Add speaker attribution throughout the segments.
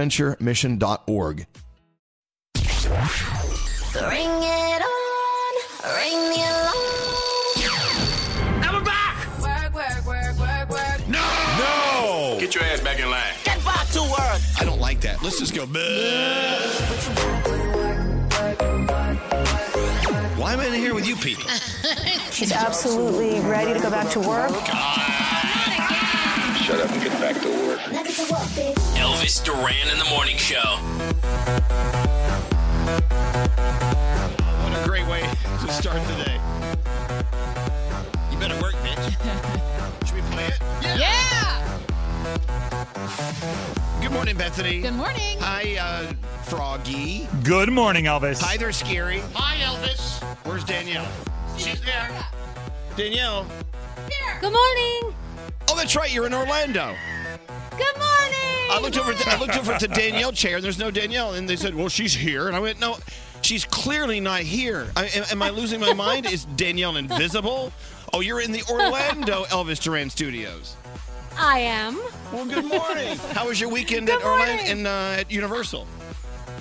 Speaker 1: adventuremission.org.
Speaker 2: Ring it on, ring the alarm.
Speaker 3: Now we're back.
Speaker 2: Work, work, work, work, work.
Speaker 3: No,
Speaker 4: no.
Speaker 5: Get your ass back in line.
Speaker 3: Get back to work.
Speaker 4: I don't like that. Let's just go. Why am I in here with you people?
Speaker 6: She's absolutely ready to go back to work.
Speaker 5: Shut up and get back to work.
Speaker 7: Elvis Duran in the morning show.
Speaker 4: What a great way to start the day. You better work, bitch. Should we play it?
Speaker 8: Yeah!
Speaker 4: Good morning, Bethany.
Speaker 8: Good morning.
Speaker 4: Hi, uh, Froggy.
Speaker 9: Good morning, Elvis.
Speaker 4: Hi there, Scary.
Speaker 10: Hi, Elvis.
Speaker 4: Where's Danielle?
Speaker 10: She's there.
Speaker 4: Danielle.
Speaker 11: Here. Good morning.
Speaker 4: Oh, that's right. You're in Orlando.
Speaker 11: Good morning.
Speaker 4: I looked over. To, I looked over to Danielle chair, and there's no Danielle. And they said, "Well, she's here." And I went, "No, she's clearly not here. I, am, am I losing my mind? Is Danielle invisible? Oh, you're in the Orlando Elvis Duran Studios."
Speaker 11: I am.
Speaker 4: Well, good morning. How was your weekend
Speaker 11: Good
Speaker 4: at Orlando
Speaker 11: morning.
Speaker 4: in, uh, at Universal?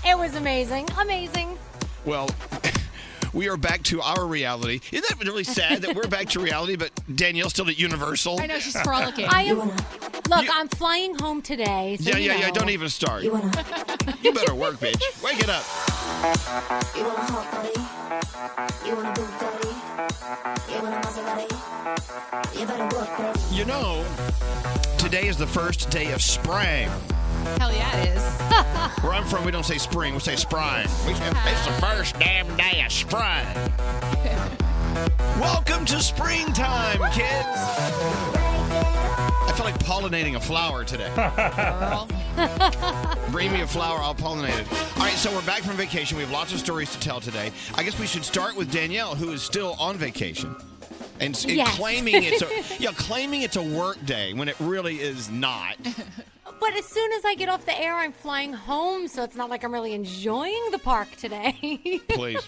Speaker 11: It was amazing. Amazing.
Speaker 4: Well. We are back to our reality. Isn't that really sad that we're back to reality, but Danielle's still at Universal?
Speaker 8: I know, she's frolicking.
Speaker 11: I am. Look, I'm flying home today. So
Speaker 4: yeah,
Speaker 11: you
Speaker 4: yeah,
Speaker 11: know.
Speaker 4: yeah. Don't even start. You, better work, bitch. Wake it up.
Speaker 2: You want a hot body? You want a Bugatti? You want a Maserati? You better work, bro.
Speaker 4: You know, today is the first day of spring.
Speaker 8: Hell yeah, it is.
Speaker 4: Where I'm from, we don't say spring, we say spring. We say, it's the first damn day of spring. Welcome to springtime, kids. I feel like pollinating a flower today. Bring me a flower, I'll pollinate it. All right, so we're back from vacation. We have lots of stories to tell today. I guess we should start with Danielle, who is still on vacation. And, s- and
Speaker 11: Yes.
Speaker 4: claiming it's a yeah, claiming it's a work day when it really is not.
Speaker 11: But as soon as I get off the air, I'm flying home, so it's not like I'm really enjoying the park today.
Speaker 4: Please.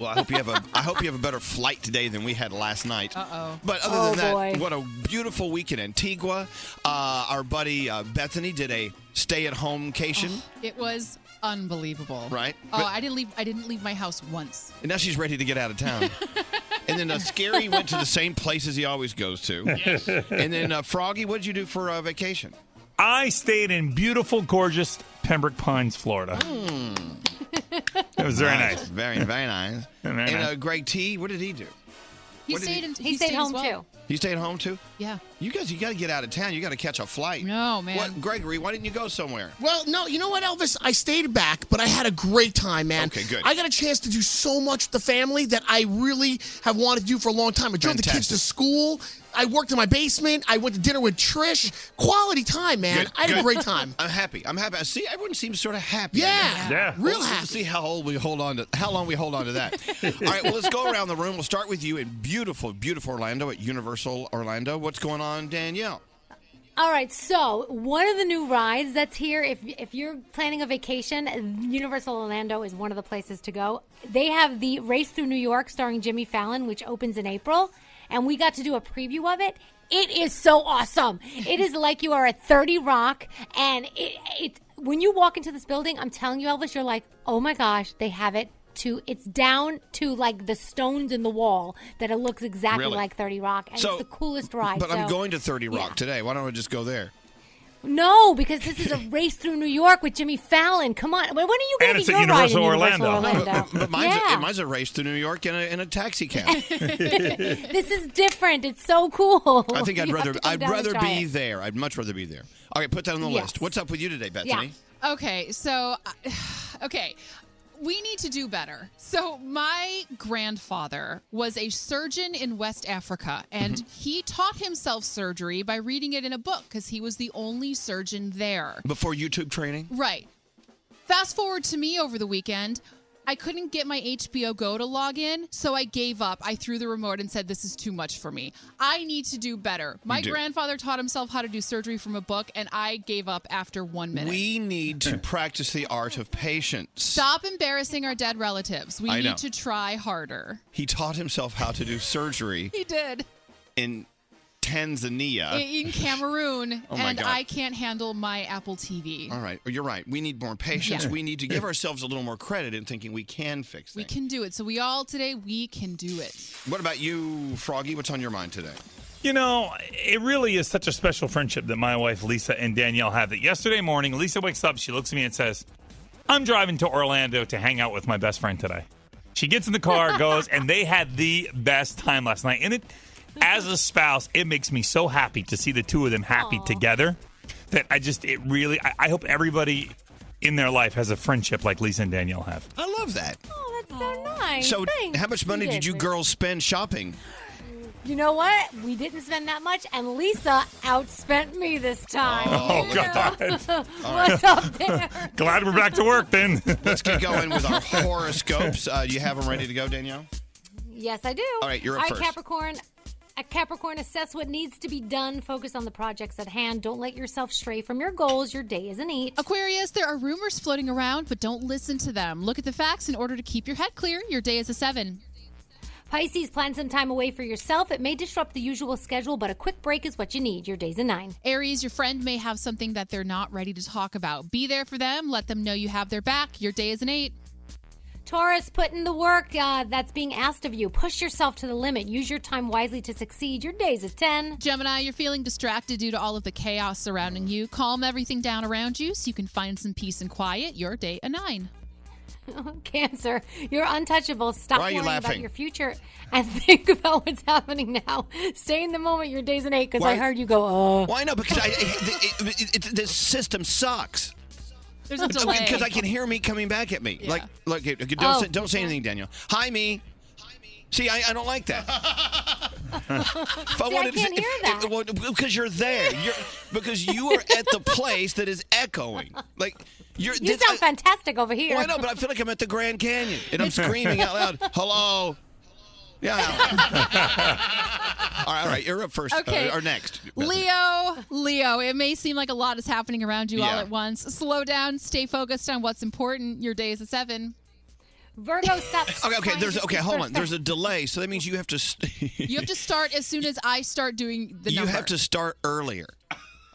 Speaker 1: Well, I hope you have a I hope you have a better flight today than we had last night.
Speaker 6: Uh-oh.
Speaker 1: But other
Speaker 6: Oh,
Speaker 1: than that,
Speaker 6: boy.
Speaker 1: what a beautiful week in Antigua. Uh, our buddy uh, Bethany did a stay-at-home cation,
Speaker 6: It was unbelievable.
Speaker 1: right?
Speaker 6: Oh,
Speaker 1: But-
Speaker 6: I didn't leave. I didn't leave my house once.
Speaker 1: and now she's ready to get out of town. and then uh, Scary went to the same places he always goes to.
Speaker 9: Yes.
Speaker 1: And then uh, Froggy, what did you do for uh, vacation?
Speaker 9: I stayed in beautiful, gorgeous Pembroke Pines, Florida. It was very nice.
Speaker 1: Hmm. Very, very nice.
Speaker 9: Very
Speaker 1: and
Speaker 9: nice.
Speaker 1: Uh, Greg T, what did he do?
Speaker 6: He
Speaker 1: What did
Speaker 6: stayed.
Speaker 1: he-
Speaker 6: in,
Speaker 11: He stayed home, too.
Speaker 1: He stayed home too.
Speaker 6: Yeah.
Speaker 1: You guys, you got to get out of town. You got to catch a flight.
Speaker 6: No, man.
Speaker 1: What, Gregory? Why didn't you go somewhere?
Speaker 12: Well, no, you know what, Elvis? I stayed back, but I had a great time, man.
Speaker 1: Okay, good.
Speaker 12: I got a chance to do so much with the family that I really have wanted to do for a long time. I drove the kids to school. I worked in my basement. I went to dinner with Trish. Quality time, man.
Speaker 1: Good,
Speaker 12: I had a
Speaker 1: good.
Speaker 12: great time.
Speaker 1: I'm happy. I'm happy. I See, everyone seems sort of happy.
Speaker 12: Yeah. Yeah. Real
Speaker 1: We'll
Speaker 12: happy.
Speaker 1: See how old we hold on to how long we hold on to that. All right. Well, let's go around the room. We'll start with you in beautiful, beautiful Orlando at Universal Orlando. What's going on, Danielle?
Speaker 11: All right, so one of the new rides that's here, if if you're planning a vacation, Universal Orlando is one of the places to go. They have the Race Through New York starring Jimmy Fallon, which opens in April, and we got to do a preview of it. It is so awesome. It is like you are at 30 Rock, and it, it when you walk into this building, I'm telling you, Elvis, you're like, oh my gosh, they have it. To, it's down to like the stones in the wall that it looks exactly
Speaker 1: Really?
Speaker 11: like 30 Rock, and
Speaker 1: So-
Speaker 11: it's the coolest ride.
Speaker 1: But I'm
Speaker 11: so-
Speaker 1: going to Thirty Rock today. Why don't I just go there?
Speaker 11: no, because this is a race through New York with Jimmy Fallon. Come on. When when are you going to get your ride in Universal Orlando?
Speaker 1: But, but mine's,
Speaker 11: Yeah.
Speaker 1: a, mine's a race to New York in a, in a taxi cab.
Speaker 11: this is different. It's so cool.
Speaker 1: I think I'd
Speaker 11: You have
Speaker 1: rather
Speaker 11: to come
Speaker 1: I'd
Speaker 11: down and
Speaker 1: rather
Speaker 11: try
Speaker 1: be
Speaker 11: it.
Speaker 1: there. I'd much rather be there. Okay, put that on the
Speaker 11: Yes.
Speaker 1: list. What's up with you today, Bethany?
Speaker 6: Okay, so I- okay, we need to do better. So my grandfather was a surgeon in West Africa, and
Speaker 1: Mm-hmm.
Speaker 6: he taught himself surgery by reading it in a book because he was the only surgeon there.
Speaker 1: Before YouTube training?
Speaker 6: Right. Fast forward to me over the weekend. I couldn't get my HBO Go to log in, so I gave up. I threw the remote and said, This is too much for me. I need to do better. My
Speaker 1: do.
Speaker 6: grandfather taught himself how to do surgery from a book, and I gave up after one minute.
Speaker 1: We need to practice the art of patience.
Speaker 6: Stop embarrassing our dead relatives. We
Speaker 1: I
Speaker 6: need
Speaker 1: know.
Speaker 6: to try harder.
Speaker 1: He taught himself how to do surgery
Speaker 6: He did.
Speaker 1: in Tanzania.
Speaker 6: in Cameroon,
Speaker 1: Uh, Oh my
Speaker 6: and
Speaker 1: God.
Speaker 6: I can't handle my Apple TV.
Speaker 1: All right, you're right. We need more patience.
Speaker 6: Yeah.
Speaker 1: We need to give ourselves a little more credit in thinking we can fix
Speaker 6: We
Speaker 1: things.
Speaker 6: can do it. So we all today, we can do it.
Speaker 1: What about you, Froggy? What's on your mind today?
Speaker 9: You know, it really is such a special friendship that my wife Lisa and Danielle have. That yesterday morning, Lisa wakes up, she looks at me and says, "I'm driving to Orlando to hang out with my best friend today." She gets in the car, goes, and they had the best time last night. And it, as a spouse, it makes me so happy to see the two of them happy together. That I just, it really, I, I hope everybody in their life has a friendship like Lisa and Danielle have.
Speaker 1: I love that.
Speaker 11: Oh, that's so nice.
Speaker 1: so,
Speaker 11: Thanks.
Speaker 1: how much money did you girls spend shopping?
Speaker 11: You know what? We didn't spend that much, and Lisa outspent me this time.
Speaker 9: Oh,
Speaker 11: God.
Speaker 1: right.
Speaker 11: What's up there?
Speaker 9: Glad we're back to work then.
Speaker 1: Let's get going with our horoscopes. Uh, you have them ready to go, Danielle?
Speaker 11: Yes, I do.
Speaker 1: All right, you're up
Speaker 11: All right,
Speaker 1: first.
Speaker 11: Capricorn. A Capricorn, assess what needs to be done. Focus on the projects at hand. Don't let yourself stray from your goals. Your day isn't eat.
Speaker 6: Aquarius, there are rumors floating around, but don't listen to them. Look at the facts in order to keep your head clear. Your day is a seven.
Speaker 11: Pisces, plan some time away for yourself. It may disrupt the usual schedule, but a quick break is what you need. Your day's a nine.
Speaker 6: Aries, your friend may have something that they're not ready to talk about. Be there for them. Let them know you have their back. Your day is an eight.
Speaker 11: Taurus, put in the work uh, that's being asked of you. Push yourself to the limit. Use your time wisely to succeed. Your day's a 10.
Speaker 6: Gemini, you're feeling distracted due to all of the chaos surrounding you. Calm everything down around you so you can find some peace and quiet. Your day a nine.
Speaker 11: Cancer, you're untouchable. Stop
Speaker 1: Why are you
Speaker 11: worrying about
Speaker 1: laughing?
Speaker 11: your future and think about what's happening now. Stay in the moment. Your day's an eight because I
Speaker 1: Why-
Speaker 11: heard you go, oh.
Speaker 1: Well, I know because I, I- it, it, it, this system sucks.
Speaker 6: There's a delay.
Speaker 1: Because I can hear me coming back at me.
Speaker 6: Yeah.
Speaker 1: Like, look, it- don't,
Speaker 6: Oh.
Speaker 1: say, don't say anything, Daniel. Hi, me. See, I, I don't like that. if
Speaker 11: See, I can't hear that.
Speaker 1: because you're there. You're, because you are at the place that is echoing. Like you're.
Speaker 11: You sound fantastic over here.
Speaker 1: Well, I know, but I feel like I'm at the Grand Canyon and I'm screaming out loud, "Hello!" Yeah. all right, all right. You're up first
Speaker 6: Okay.
Speaker 1: uh, or next.
Speaker 6: Leo, Leo, it may seem like a lot is happening around you all
Speaker 1: Yeah.
Speaker 6: at once. Slow down, stay focused on what's important. Your day is a seven.
Speaker 13: Virgo, stop.
Speaker 1: Okay, okay.
Speaker 6: trying
Speaker 1: There's
Speaker 6: to
Speaker 1: okay.
Speaker 6: speak
Speaker 1: Hold
Speaker 6: for
Speaker 1: on. There's a
Speaker 6: fact.
Speaker 1: delay, so that means you have to. st-
Speaker 6: You have to start as soon as I start doing the
Speaker 1: you
Speaker 6: number.
Speaker 1: have to start earlier.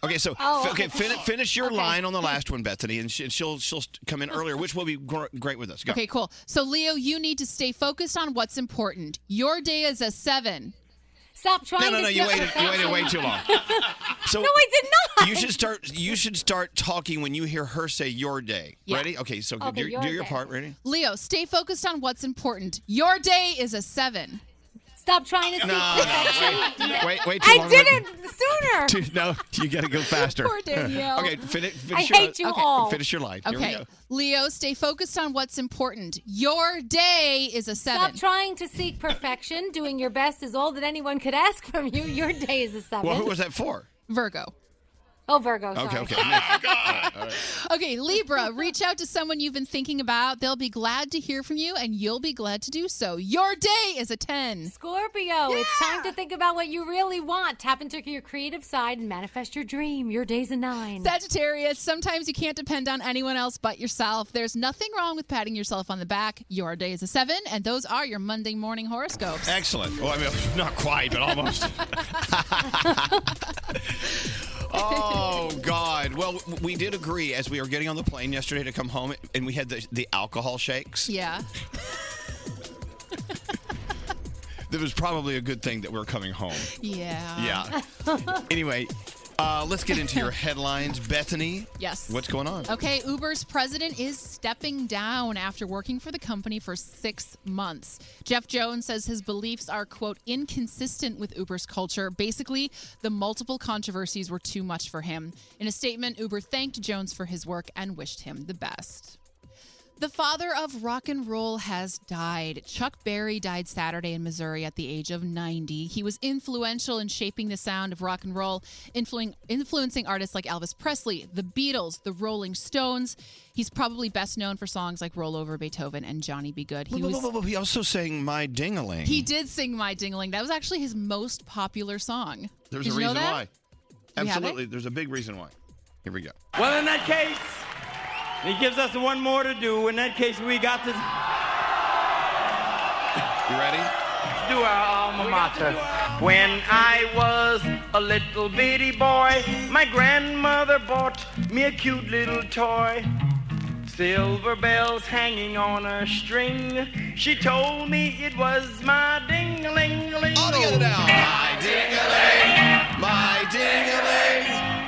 Speaker 1: Okay, so
Speaker 6: Oh,
Speaker 1: f- okay,
Speaker 6: okay.
Speaker 1: fin- finish your line on the last one, Bethany, and, sh- and she'll she'll st- come in earlier, which will be gr- great with us. Go.
Speaker 6: Okay, cool. So Leo, you need to stay focused on what's important. Your day is a seven.
Speaker 13: Stop trying
Speaker 1: No, no, no. You waited. You waited way too long. So
Speaker 13: no, I did not.
Speaker 1: you should start. You should start talking when you hear her say your day.
Speaker 6: Yeah.
Speaker 1: Ready? Okay, so
Speaker 6: Okay,
Speaker 1: do,
Speaker 6: your
Speaker 1: do your
Speaker 6: day.
Speaker 1: part. Ready?
Speaker 6: Leo, stay focused on what's important. Your day is a seven.
Speaker 13: Stop trying to
Speaker 1: No, no, wait, wait, wait too long.
Speaker 13: sooner.
Speaker 1: Dude, no, you got to go faster.
Speaker 6: Poor Danielle.
Speaker 1: Okay, finish.
Speaker 6: I
Speaker 1: finish
Speaker 6: hate
Speaker 1: your,
Speaker 6: you all.
Speaker 1: Finish your line. Here we
Speaker 6: Okay,
Speaker 1: go.
Speaker 6: Leo, stay focused on what's important. Your day is a seven.
Speaker 13: Stop trying to seek perfection. Doing your best is all that anyone could ask from you. Your day is a seven.
Speaker 1: Well, who was that for?
Speaker 6: Virgo.
Speaker 13: Oh, Virgo.
Speaker 1: Okay,
Speaker 13: sorry.
Speaker 1: okay. All right, all right.
Speaker 6: Okay, Libra, reach out to someone you've been thinking about. They'll be glad to hear from you, and you'll be glad to do so. Your day is a 10.
Speaker 13: Scorpio, it's time to think about what you really want. Tap into your creative side and manifest your dream. Your day's a nine.
Speaker 6: Sagittarius, sometimes you can't depend on anyone else but yourself. There's nothing wrong with patting yourself on the back. Your day is a 7, and those are your Monday morning horoscopes.
Speaker 1: Excellent. Well, I mean, not quite, but almost. oh God! Well, we did agree as we were getting on the plane yesterday to come home, and we had the, the alcohol shakes.
Speaker 6: Yeah.
Speaker 1: That was probably a good thing that we are coming home.
Speaker 6: Yeah.
Speaker 1: Yeah. Anyway, uh, let's get into your headlines, Bethany.
Speaker 6: Yes.
Speaker 1: What's going on?
Speaker 6: Okay, Uber's president is stepping down after working for the company for six months. Jeff Jones says his beliefs are, quote, inconsistent with Uber's culture. Basically, the multiple controversies were too much for him. In a statement, Uber thanked Jones for his work and wished him the best. The father of rock and roll has died. Chuck Berry died Saturday in Missouri at the age of 90. He was influential in shaping the sound of rock and roll, influencing, influencing artists like Elvis Presley, the Beatles, the Rolling Stones. He's probably best known for songs like Roll Over Beethoven and Johnny Be Good.
Speaker 1: He,
Speaker 6: He was
Speaker 1: he also sang "My Dingaling."
Speaker 6: He did sing My Dingling. That was actually his most popular song.
Speaker 1: There's
Speaker 6: Did
Speaker 1: a
Speaker 6: you know
Speaker 1: reason
Speaker 6: that?
Speaker 1: why.
Speaker 6: We have it?
Speaker 1: Absolutely, there's a big reason why. Here we go.
Speaker 14: Well, in that case, he gives us one more to do. In that case, we got to
Speaker 1: You ready?
Speaker 14: do our alma mater. When I was a little bitty boy, my grandmother bought me a cute little toy. Silver bells hanging on a string. She told me it was my ding-a-ling-a-ling. All together now.
Speaker 1: My ding-a-ling, my ding-a-ling.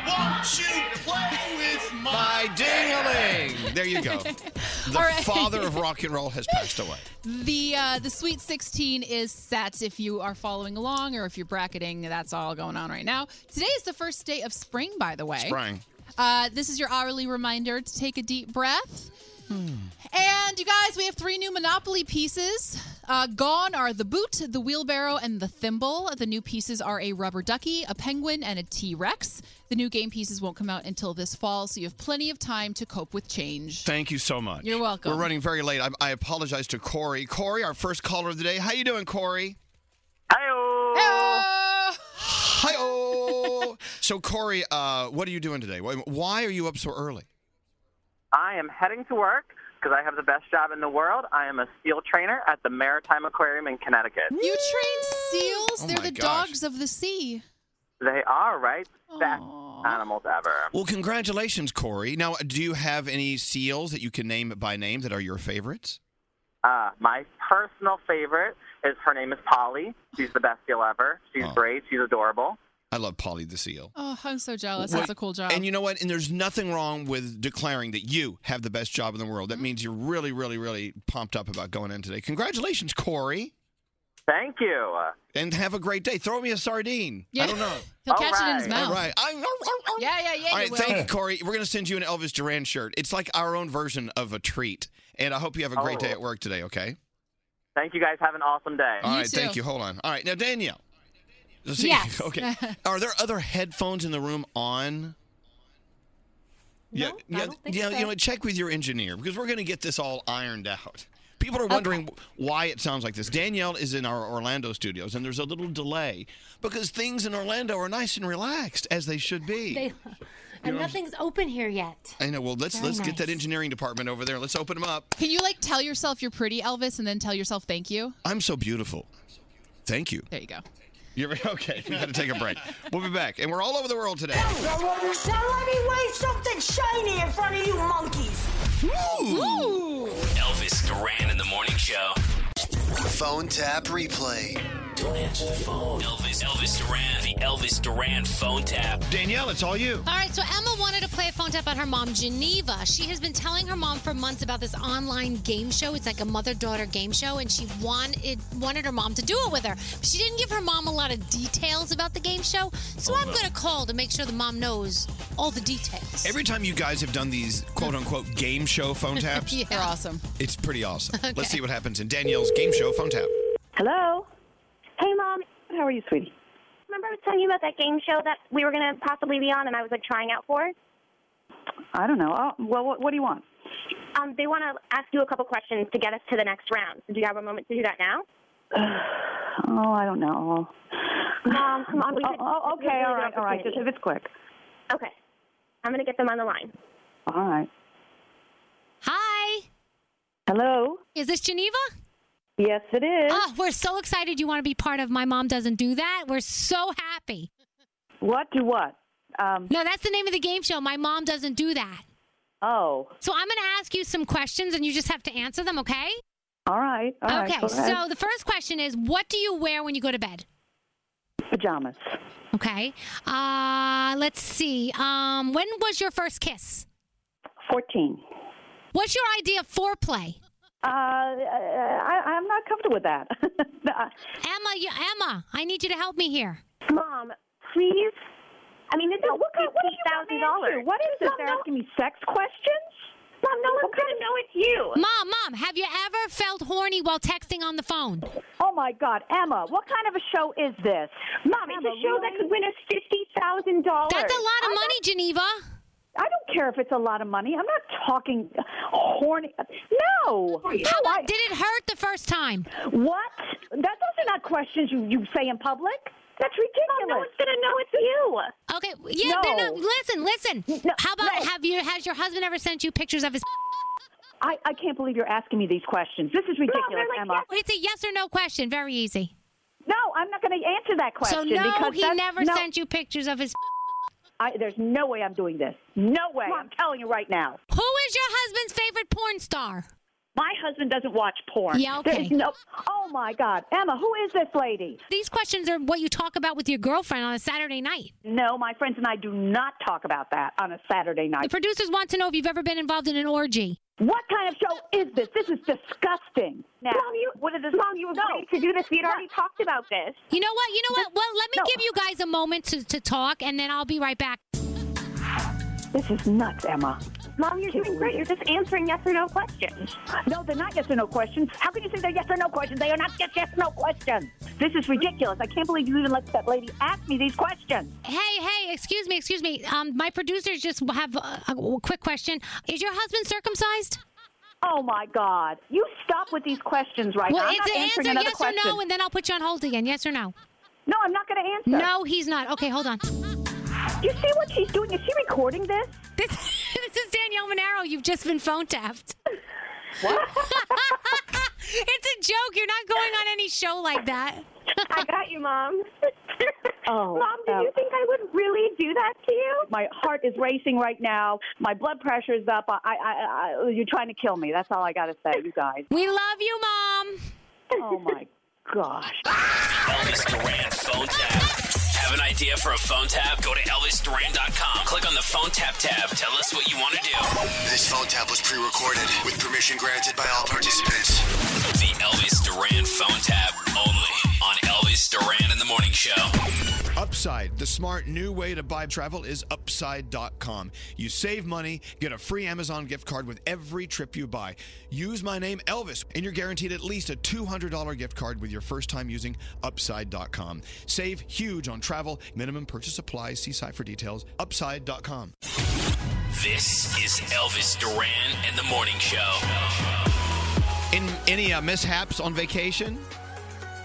Speaker 14: Won't you play with
Speaker 1: My Dingaling. There you go. The
Speaker 6: All right.
Speaker 1: father of rock and roll has passed away.
Speaker 6: The uh, the Sweet 16 is set. If you are following along or if you're bracketing, that's all going on right now. Today is the first day of spring, by the way.
Speaker 1: Sprang.
Speaker 6: Uh, this is your hourly reminder to take a deep breath.
Speaker 15: Hmm.
Speaker 6: And you guys, we have three new Monopoly pieces. Uh, gone are the boot, the wheelbarrow, and the thimble. The new pieces are a rubber ducky, a penguin, and a T Rex. The new game pieces won't come out until this fall, so you have plenty of time to cope with change.
Speaker 1: Thank you so much.
Speaker 6: You're welcome.
Speaker 1: We're running very late. I, I apologize to Corey. Corey, our first caller of the day. How you doing, Corey?
Speaker 6: Hi-oh.
Speaker 1: Hi-oh. so, Corey, uh, what are you doing today? Why- Why are you up so early?
Speaker 15: I am heading to work because I have the best job in the world. I am a seal trainer at the Maritime Aquarium in Connecticut.
Speaker 6: You train seals?
Speaker 15: Oh
Speaker 6: They're
Speaker 15: my
Speaker 6: the
Speaker 15: gosh.
Speaker 6: dogs of the sea.
Speaker 15: They are, right? Best animals ever.
Speaker 1: Well, congratulations, Corey. Now, do you have any seals that you can name by name that are your favorites?
Speaker 15: Uh, my personal favorite is her name is Polly. She's the best seal ever. She's brave. She's adorable.
Speaker 1: I love Polly the seal.
Speaker 6: Oh, I'm so jealous.
Speaker 1: Well,
Speaker 6: That's a cool job.
Speaker 1: And you know what? And there's nothing wrong with declaring that you have the best job in the world. That
Speaker 6: Mm-hmm.
Speaker 1: means you're really, really, really pumped up about going in today. Congratulations, Corey.
Speaker 15: Thank you.
Speaker 1: And have a great day. Throw me a sardine. I don't know.
Speaker 6: He'll catch it in his mouth.
Speaker 1: All right. I'm-
Speaker 6: yeah, yeah, yeah.
Speaker 1: oh. All
Speaker 6: you
Speaker 1: right,
Speaker 6: will.
Speaker 1: thank you, Corey. We're going to send you an Elvis Duran shirt. It's like our own version of a treat. And I hope you have a great
Speaker 15: Oh.
Speaker 1: day at work today, okay?
Speaker 15: Thank you guys. Have an awesome day.
Speaker 1: All right, thank you. Hold on. All right, now, Danielle. Let's see-
Speaker 15: Yes.
Speaker 1: okay. Are there other headphones in the room on? yeah, yeah, yeah. You know, check with your engineer because we're going to get this all ironed out. People are wondering why it sounds like this. Danielle is in our Orlando studios, and there's a little delay because things in Orlando are nice and relaxed as they should be.
Speaker 13: They,
Speaker 1: You
Speaker 11: And
Speaker 1: know,
Speaker 11: nothing's open here yet.
Speaker 1: I know. Well, let's
Speaker 11: Very
Speaker 1: let's get that engineering department over there. Let's open them up.
Speaker 6: Can you like tell yourself you're pretty, Elvis, and then tell yourself thank you?
Speaker 1: I'm so beautiful. Thank you.
Speaker 6: There you go.
Speaker 1: You're okay. We got to take a break. We'll be back, and we're all over the world today.
Speaker 2: Now let me, now let me wave something shiny in front of you monkeys.
Speaker 7: Elvis Duran in the morning show.
Speaker 16: Phone tap replay.
Speaker 7: Don't answer the phone. Elvis, Elvis Duran, the Elvis Duran phone tap.
Speaker 1: Danielle, it's all you.
Speaker 11: All right, so Emma wanted to play a phone tap on her mom, Geneva. She has been telling her mom for months about this online game show. It's like a mother-daughter game show, and she wanted wanted her mom to do it with her. But she didn't give her mom a lot of details about the game show, so
Speaker 1: Oh,
Speaker 11: I'm
Speaker 1: no.
Speaker 11: going to call to make sure the mom knows all the details.
Speaker 1: Every time you guys have done these quote unquote game show phone taps,
Speaker 11: Yeah.
Speaker 6: They're awesome.
Speaker 1: it's pretty awesome.
Speaker 11: Okay.
Speaker 1: Let's see what happens in Danielle's game show phone tap.
Speaker 17: Hello. Hey, mom. How are you, sweetie?
Speaker 14: Remember I was telling you about that game show that we were going to possibly be on and I was like trying out for?
Speaker 17: I don't know. Oh, well, what, what do you want?
Speaker 14: Um, they want to ask you a couple questions to get us to the next round. Do you have a moment to do that now?
Speaker 17: Oh, I don't know.
Speaker 14: Mom, Um, come on. We
Speaker 17: Oh,
Speaker 14: had-
Speaker 17: oh,
Speaker 14: we had
Speaker 17: okay,
Speaker 14: a
Speaker 17: all
Speaker 14: good
Speaker 17: right, all right. Just
Speaker 14: opportunity.
Speaker 17: if it's quick.
Speaker 14: Okay. I'm going to get them on the line.
Speaker 17: All right.
Speaker 11: Hi,
Speaker 17: Hello.
Speaker 11: is this Geneva?
Speaker 17: Yes, it is.
Speaker 11: Oh, we're so excited you want to be part of My Mom Doesn't Do That. We're so happy.
Speaker 17: What do what? Um,
Speaker 11: No, that's the name of the game show. My Mom Doesn't Do That.
Speaker 17: Oh,
Speaker 11: So I'm going to ask you some questions, and you just have to answer them, okay?
Speaker 17: all right. All right.
Speaker 11: okay,
Speaker 17: go ahead.
Speaker 11: so the first question is what do you wear when you go to bed?
Speaker 17: pajamas.
Speaker 11: Okay. Uh, let's see. Um, when was your first kiss?
Speaker 17: 14.
Speaker 11: What's your idea of foreplay?
Speaker 17: Uh, I, I'm not comfortable with that.
Speaker 11: Emma, you, Emma, I need you to help me here.
Speaker 14: Mom, please. I mean, this is
Speaker 17: what kind- what are you
Speaker 14: thousand dollars.
Speaker 17: What is this? They're asking me sex questions?
Speaker 14: Mom, no one's going to know it's you.
Speaker 11: Mom, mom, have you ever felt horny while texting on the phone?
Speaker 17: Oh my God, Emma! What kind of a show is this?
Speaker 14: Mom, it's a show that could win us fifty thousand dollars.
Speaker 11: That's a lot of money, Geneva.
Speaker 17: I don't care if it's a lot of money. I'm not talking horny. No.
Speaker 11: How about did it hurt the first time?
Speaker 17: What? That those are not questions you, you say in public. That's ridiculous.
Speaker 14: no one's gonna know it's you.
Speaker 11: Okay, yeah,
Speaker 17: No.
Speaker 11: no, no, listen, listen. How about
Speaker 17: no.
Speaker 11: have you has your husband ever sent you pictures of his
Speaker 17: I, I can't believe you're asking me these questions. This is ridiculous, Emma.
Speaker 11: It's a yes or no question, very easy.
Speaker 17: No, I'm not going to answer that question.
Speaker 11: So no,
Speaker 17: because
Speaker 11: he
Speaker 17: that's-
Speaker 11: never
Speaker 17: no,
Speaker 11: sent you pictures of his
Speaker 17: I, there's no way I'm doing this. No way. I'm telling you right now.
Speaker 11: Who is your husband's favorite porn star?
Speaker 17: My husband doesn't watch porn.
Speaker 11: Yeah, okay.
Speaker 17: There's no. Oh my God, Emma, who is this lady?
Speaker 11: These questions are what you talk about with your girlfriend on a Saturday night.
Speaker 17: No, my friends and I do not talk about that on a Saturday night.
Speaker 11: The producers want to know if you've ever been involved in an orgy.
Speaker 17: What kind of show is this? This is disgusting. Now,
Speaker 14: Mom, you,
Speaker 17: what is this?
Speaker 14: Mom, you agreed to do this. We had already talked about this.
Speaker 11: You know what? You know what? Well, let me
Speaker 17: No.
Speaker 11: give you guys a moment to, to talk, and then I'll be right back.
Speaker 17: This is nuts, Emma.
Speaker 14: Mom, you're doing great. You're just answering yes or no questions.
Speaker 17: No, they're not yes or no questions. How can you say they're yes or no questions? They are not just yes or no questions. This is ridiculous. I can't believe you even let that lady ask me these questions.
Speaker 11: Hey, hey, excuse me, excuse me. Um, my producers just have a, a quick question. Is your husband circumcised?
Speaker 17: Oh my God! You stop with these questions right
Speaker 11: well,
Speaker 17: now. I'm
Speaker 11: it's
Speaker 17: not
Speaker 11: an
Speaker 17: answering
Speaker 11: answer
Speaker 17: another
Speaker 11: yes
Speaker 17: question.
Speaker 11: or no, and then I'll put you on hold again. Yes or no?
Speaker 17: No, I'm not going to answer.
Speaker 11: No, he's not. Okay, hold on.
Speaker 17: Do you see what she's doing? Is she recording this?
Speaker 11: This, this is Danielle Monero. You've just been phone tapped. it's a joke. You're not going on any show like that.
Speaker 14: I got you, Mom.
Speaker 17: Oh,
Speaker 14: Mom, do you
Speaker 17: Alex.
Speaker 14: think I would really do that to you?
Speaker 17: My heart is racing right now. My blood pressure is up. I, I, I, you're trying to kill me. That's all I got to say, you guys.
Speaker 11: We love you, Mom.
Speaker 17: Oh my gosh!
Speaker 7: Elvis Duran phone tap. Have an idea for a phone tap? Go to ElvisDuran.com. Click on the phone tap tab. Tell us what you want to do.
Speaker 16: This phone tap was pre-recorded with permission granted by all participants.
Speaker 7: The Elvis Duran phone tap only on Elvis Duran in the morning show.
Speaker 1: Upside, the smart new way to buy travel is upside.com. You save money, get a free Amazon gift card with every trip you buy. Use my name, Elvis, and you're guaranteed at least a $200 gift card with your first time using upside.com. Save huge on travel, minimum purchase applies. See site for details, upside.com.
Speaker 7: This is Elvis Duran and the morning show.
Speaker 1: In any uh, mishaps on vacation?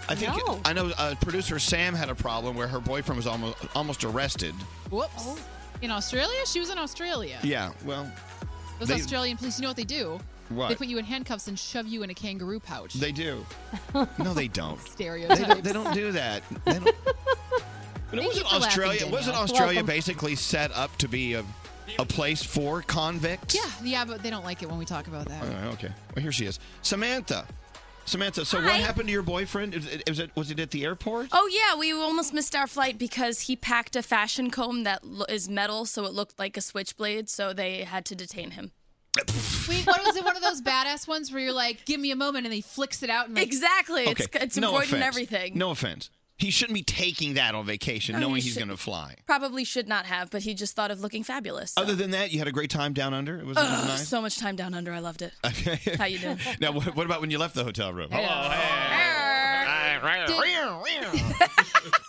Speaker 1: I think I know uh, producer Sam had a problem where her boyfriend was almost almost arrested.
Speaker 6: Whoops. Oh. In Australia? She was in Australia.
Speaker 1: Yeah, well,
Speaker 6: Those
Speaker 1: they-
Speaker 6: Australian police, you know what they do?
Speaker 1: What?
Speaker 6: They put you in handcuffs and shove you in a kangaroo pouch.
Speaker 1: they do. No, they don't.
Speaker 6: Stereotypes.
Speaker 1: they, don't- they don't do that. They don't. But it
Speaker 6: Thank you
Speaker 1: wasn't
Speaker 6: for laughing,
Speaker 1: Australia.
Speaker 6: Danielle.
Speaker 1: Wasn't Australia
Speaker 6: Welcome.
Speaker 1: basically set up to be a, a place for convicts?
Speaker 6: Yeah, yeah, but they don't like it when we talk about that.
Speaker 1: All right, Oh, okay. Well, here she is, Samantha. Samantha, so what happened to your boyfriend? Is it, is it was it at the airport?
Speaker 18: Oh yeah, we almost missed our flight because he packed a fashion comb that lo- is metal, so it looked like a switchblade. So they had to detain him.
Speaker 6: Wait, what was it? One of those badass ones where you're like, "Give me a moment," and he flicks it out. And like,
Speaker 18: Exactly. It's
Speaker 1: Okay,
Speaker 18: it's
Speaker 1: no
Speaker 18: embroidered and
Speaker 1: offense.
Speaker 18: everything.
Speaker 1: No offense. He shouldn't be taking that on vacation,
Speaker 18: No, he
Speaker 1: knowing he's
Speaker 18: shouldn't.
Speaker 1: going to fly.
Speaker 18: Probably should not have, but he just thought of looking fabulous. so-
Speaker 1: Other than that, you had a great time down under. It Uh, was, it was
Speaker 18: Ugh,
Speaker 1: nice.
Speaker 18: So much time down under. I loved it.
Speaker 1: Okay.
Speaker 18: How you doing?
Speaker 1: now, what, what about when you left the hotel room? Hello.
Speaker 6: Did,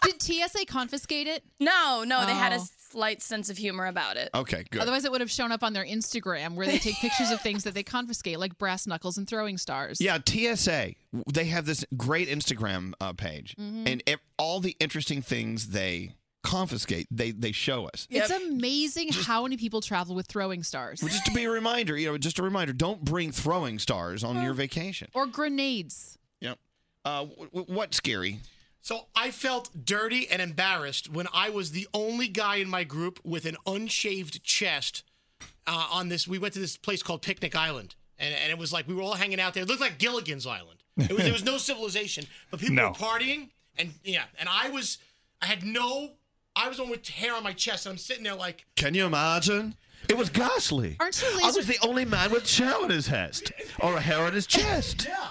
Speaker 6: did TSA confiscate it?
Speaker 18: No, no, they had a
Speaker 6: Oh.
Speaker 18: slight sense of humor about it.
Speaker 1: Okay, good.
Speaker 6: Otherwise, it would have shown up on their Instagram where they take pictures of things that they confiscate, like brass knuckles and throwing stars.
Speaker 1: Yeah, TSA. They have this great Instagram uh, page,
Speaker 6: Mhm.
Speaker 1: and ev- all the interesting things they confiscate, they they show us.
Speaker 6: It's amazing how many people travel with throwing stars
Speaker 1: Well, just to be a reminder, you know, just a reminder. Don't bring throwing stars on your vacation.
Speaker 6: or grenades.
Speaker 1: Yep. Uh, w- w- what's scary?
Speaker 19: So I felt dirty and embarrassed when I was the only guy in my group with an unshaved chest. Uh, on this, we went to this place called Picnic Island, and, and it was like we were all hanging out there. It looked like Gilligan's Island. It was, there was no civilization, but people
Speaker 9: No.
Speaker 19: were partying, and yeah, and I was, I had no, I was the one with hair on my chest, and I'm sitting there like,
Speaker 1: Can you imagine? It was ghastly.
Speaker 6: Aren't you
Speaker 1: I was the only man with chow on his chest or a hair on his chest. yeah.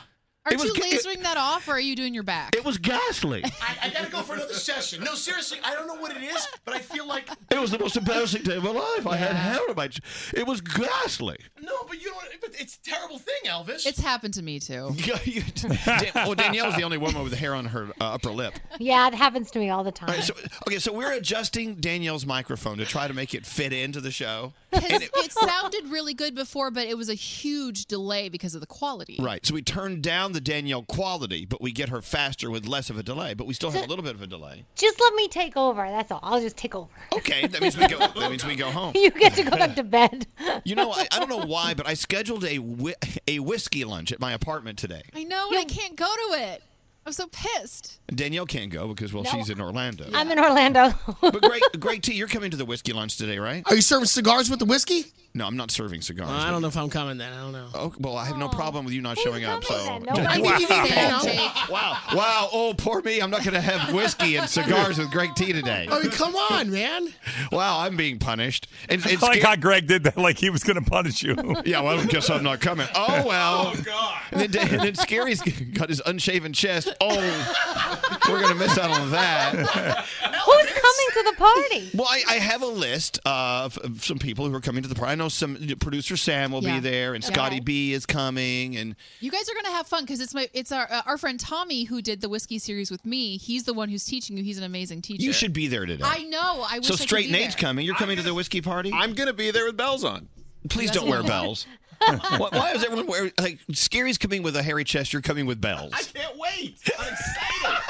Speaker 6: Aren't
Speaker 1: It was
Speaker 6: you
Speaker 1: ga- it-
Speaker 6: lasering that off, or are you doing your back?
Speaker 1: It was ghastly.
Speaker 19: I, I gotta go for another session. No, seriously, I don't know what it is, but I feel like
Speaker 1: It was the most embarrassing day of my life. I had hair on my. ch- It was ghastly.
Speaker 19: no, but you don't. But it's a terrible thing, Elvis.
Speaker 6: It's happened to me too.
Speaker 1: Dan- oh, Danielle was the only woman with hair on her uh, upper lip.
Speaker 13: Yeah, it happens to me all the time.
Speaker 1: All right, so, okay, so we're adjusting Danielle's microphone to try to make it fit into the show.
Speaker 6: Because it sounded really good before, but it was a huge delay because of the quality.
Speaker 1: Right. So we turn down the Danielle quality, but we get her faster with less of a delay, but we still have a little bit of a delay.
Speaker 13: Just let me take over. That's all. I'll just take over.
Speaker 1: Okay, that means we go that means we go home.
Speaker 13: You get to go back to bed.
Speaker 1: You know, I, I don't know why, but I scheduled a whi- a whiskey lunch at my apartment today.
Speaker 6: I know, and I can't go to it. I'm so pissed.
Speaker 1: Danielle can't go because well,
Speaker 6: No.
Speaker 1: she's in Orlando.
Speaker 13: I'm in Orlando.
Speaker 1: But great, great T, you're coming to the whiskey lunch today, right?
Speaker 12: Are you serving cigars with the whiskey?
Speaker 1: No, I'm not serving cigars.
Speaker 12: I don't
Speaker 1: but-
Speaker 12: know if I'm coming then. I don't know.
Speaker 1: Oh, well, I have no problem with you not showing up. So
Speaker 12: Nobody Wow. can say that,
Speaker 1: wow. wow, wow, oh poor me. I'm not going to have whiskey and cigars with Greg T today.
Speaker 12: I mean, come on, man.
Speaker 1: Wow, I'm being punished. It's, it's
Speaker 9: I like how
Speaker 1: scary-
Speaker 9: Greg did that, like he was going to punish you.
Speaker 1: yeah, well, I guess I'm not coming. Oh well.
Speaker 9: Oh, God.
Speaker 1: And then, and then Scary's got his unshaven chest. Oh, we're gonna miss out on that.
Speaker 13: Who's coming to the party?
Speaker 1: Well, I, I have a list of, of some people who are coming to the party. I know some producer Sam will
Speaker 6: Yeah.
Speaker 1: be there, and
Speaker 6: Okay.
Speaker 1: Scotty B is coming, and
Speaker 6: You guys are gonna have fun because it's my it's our uh, our friend Tommy who did the whiskey series with me. He's the one who's teaching you. He's an amazing teacher.
Speaker 1: you should be there today.
Speaker 6: I know. I wish.
Speaker 1: so
Speaker 6: I could
Speaker 1: straight
Speaker 6: be
Speaker 1: Nate's
Speaker 6: there.
Speaker 1: coming. You're coming to the whiskey party. I'm gonna be there with bells on. Please
Speaker 6: That's
Speaker 1: don't wear
Speaker 6: what I
Speaker 1: bells. why, why is everyone wearing like Scary's coming with a hairy chest? You're coming with bells.
Speaker 19: I can't wait. I'm excited.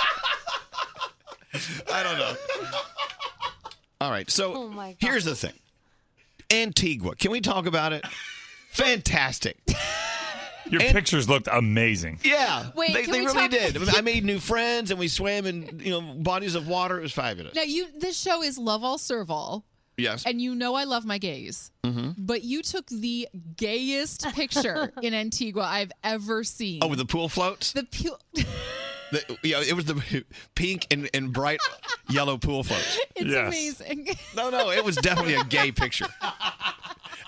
Speaker 1: I don't know. All right, so
Speaker 19: Oh, my God.
Speaker 1: here's the thing Antigua. Can we talk about it? Fantastic.
Speaker 9: Your pictures looked amazing.
Speaker 1: Yeah.
Speaker 6: Wait,
Speaker 1: they
Speaker 6: can
Speaker 1: they
Speaker 6: we
Speaker 1: really
Speaker 6: talk-
Speaker 1: did. I made new friends and we swam in you know bodies of water. It was fabulous.
Speaker 6: Now you. This show is Love All Serve All,
Speaker 1: Yes.
Speaker 6: and you know I love my gays.
Speaker 1: hmm
Speaker 6: But you took the gayest picture in Antigua I've ever seen.
Speaker 1: Oh, with the pool floats?
Speaker 6: The pu-
Speaker 1: The- yeah, it was the pink and, and bright yellow pool floats.
Speaker 6: It's amazing.
Speaker 1: No, no, it was definitely a gay picture.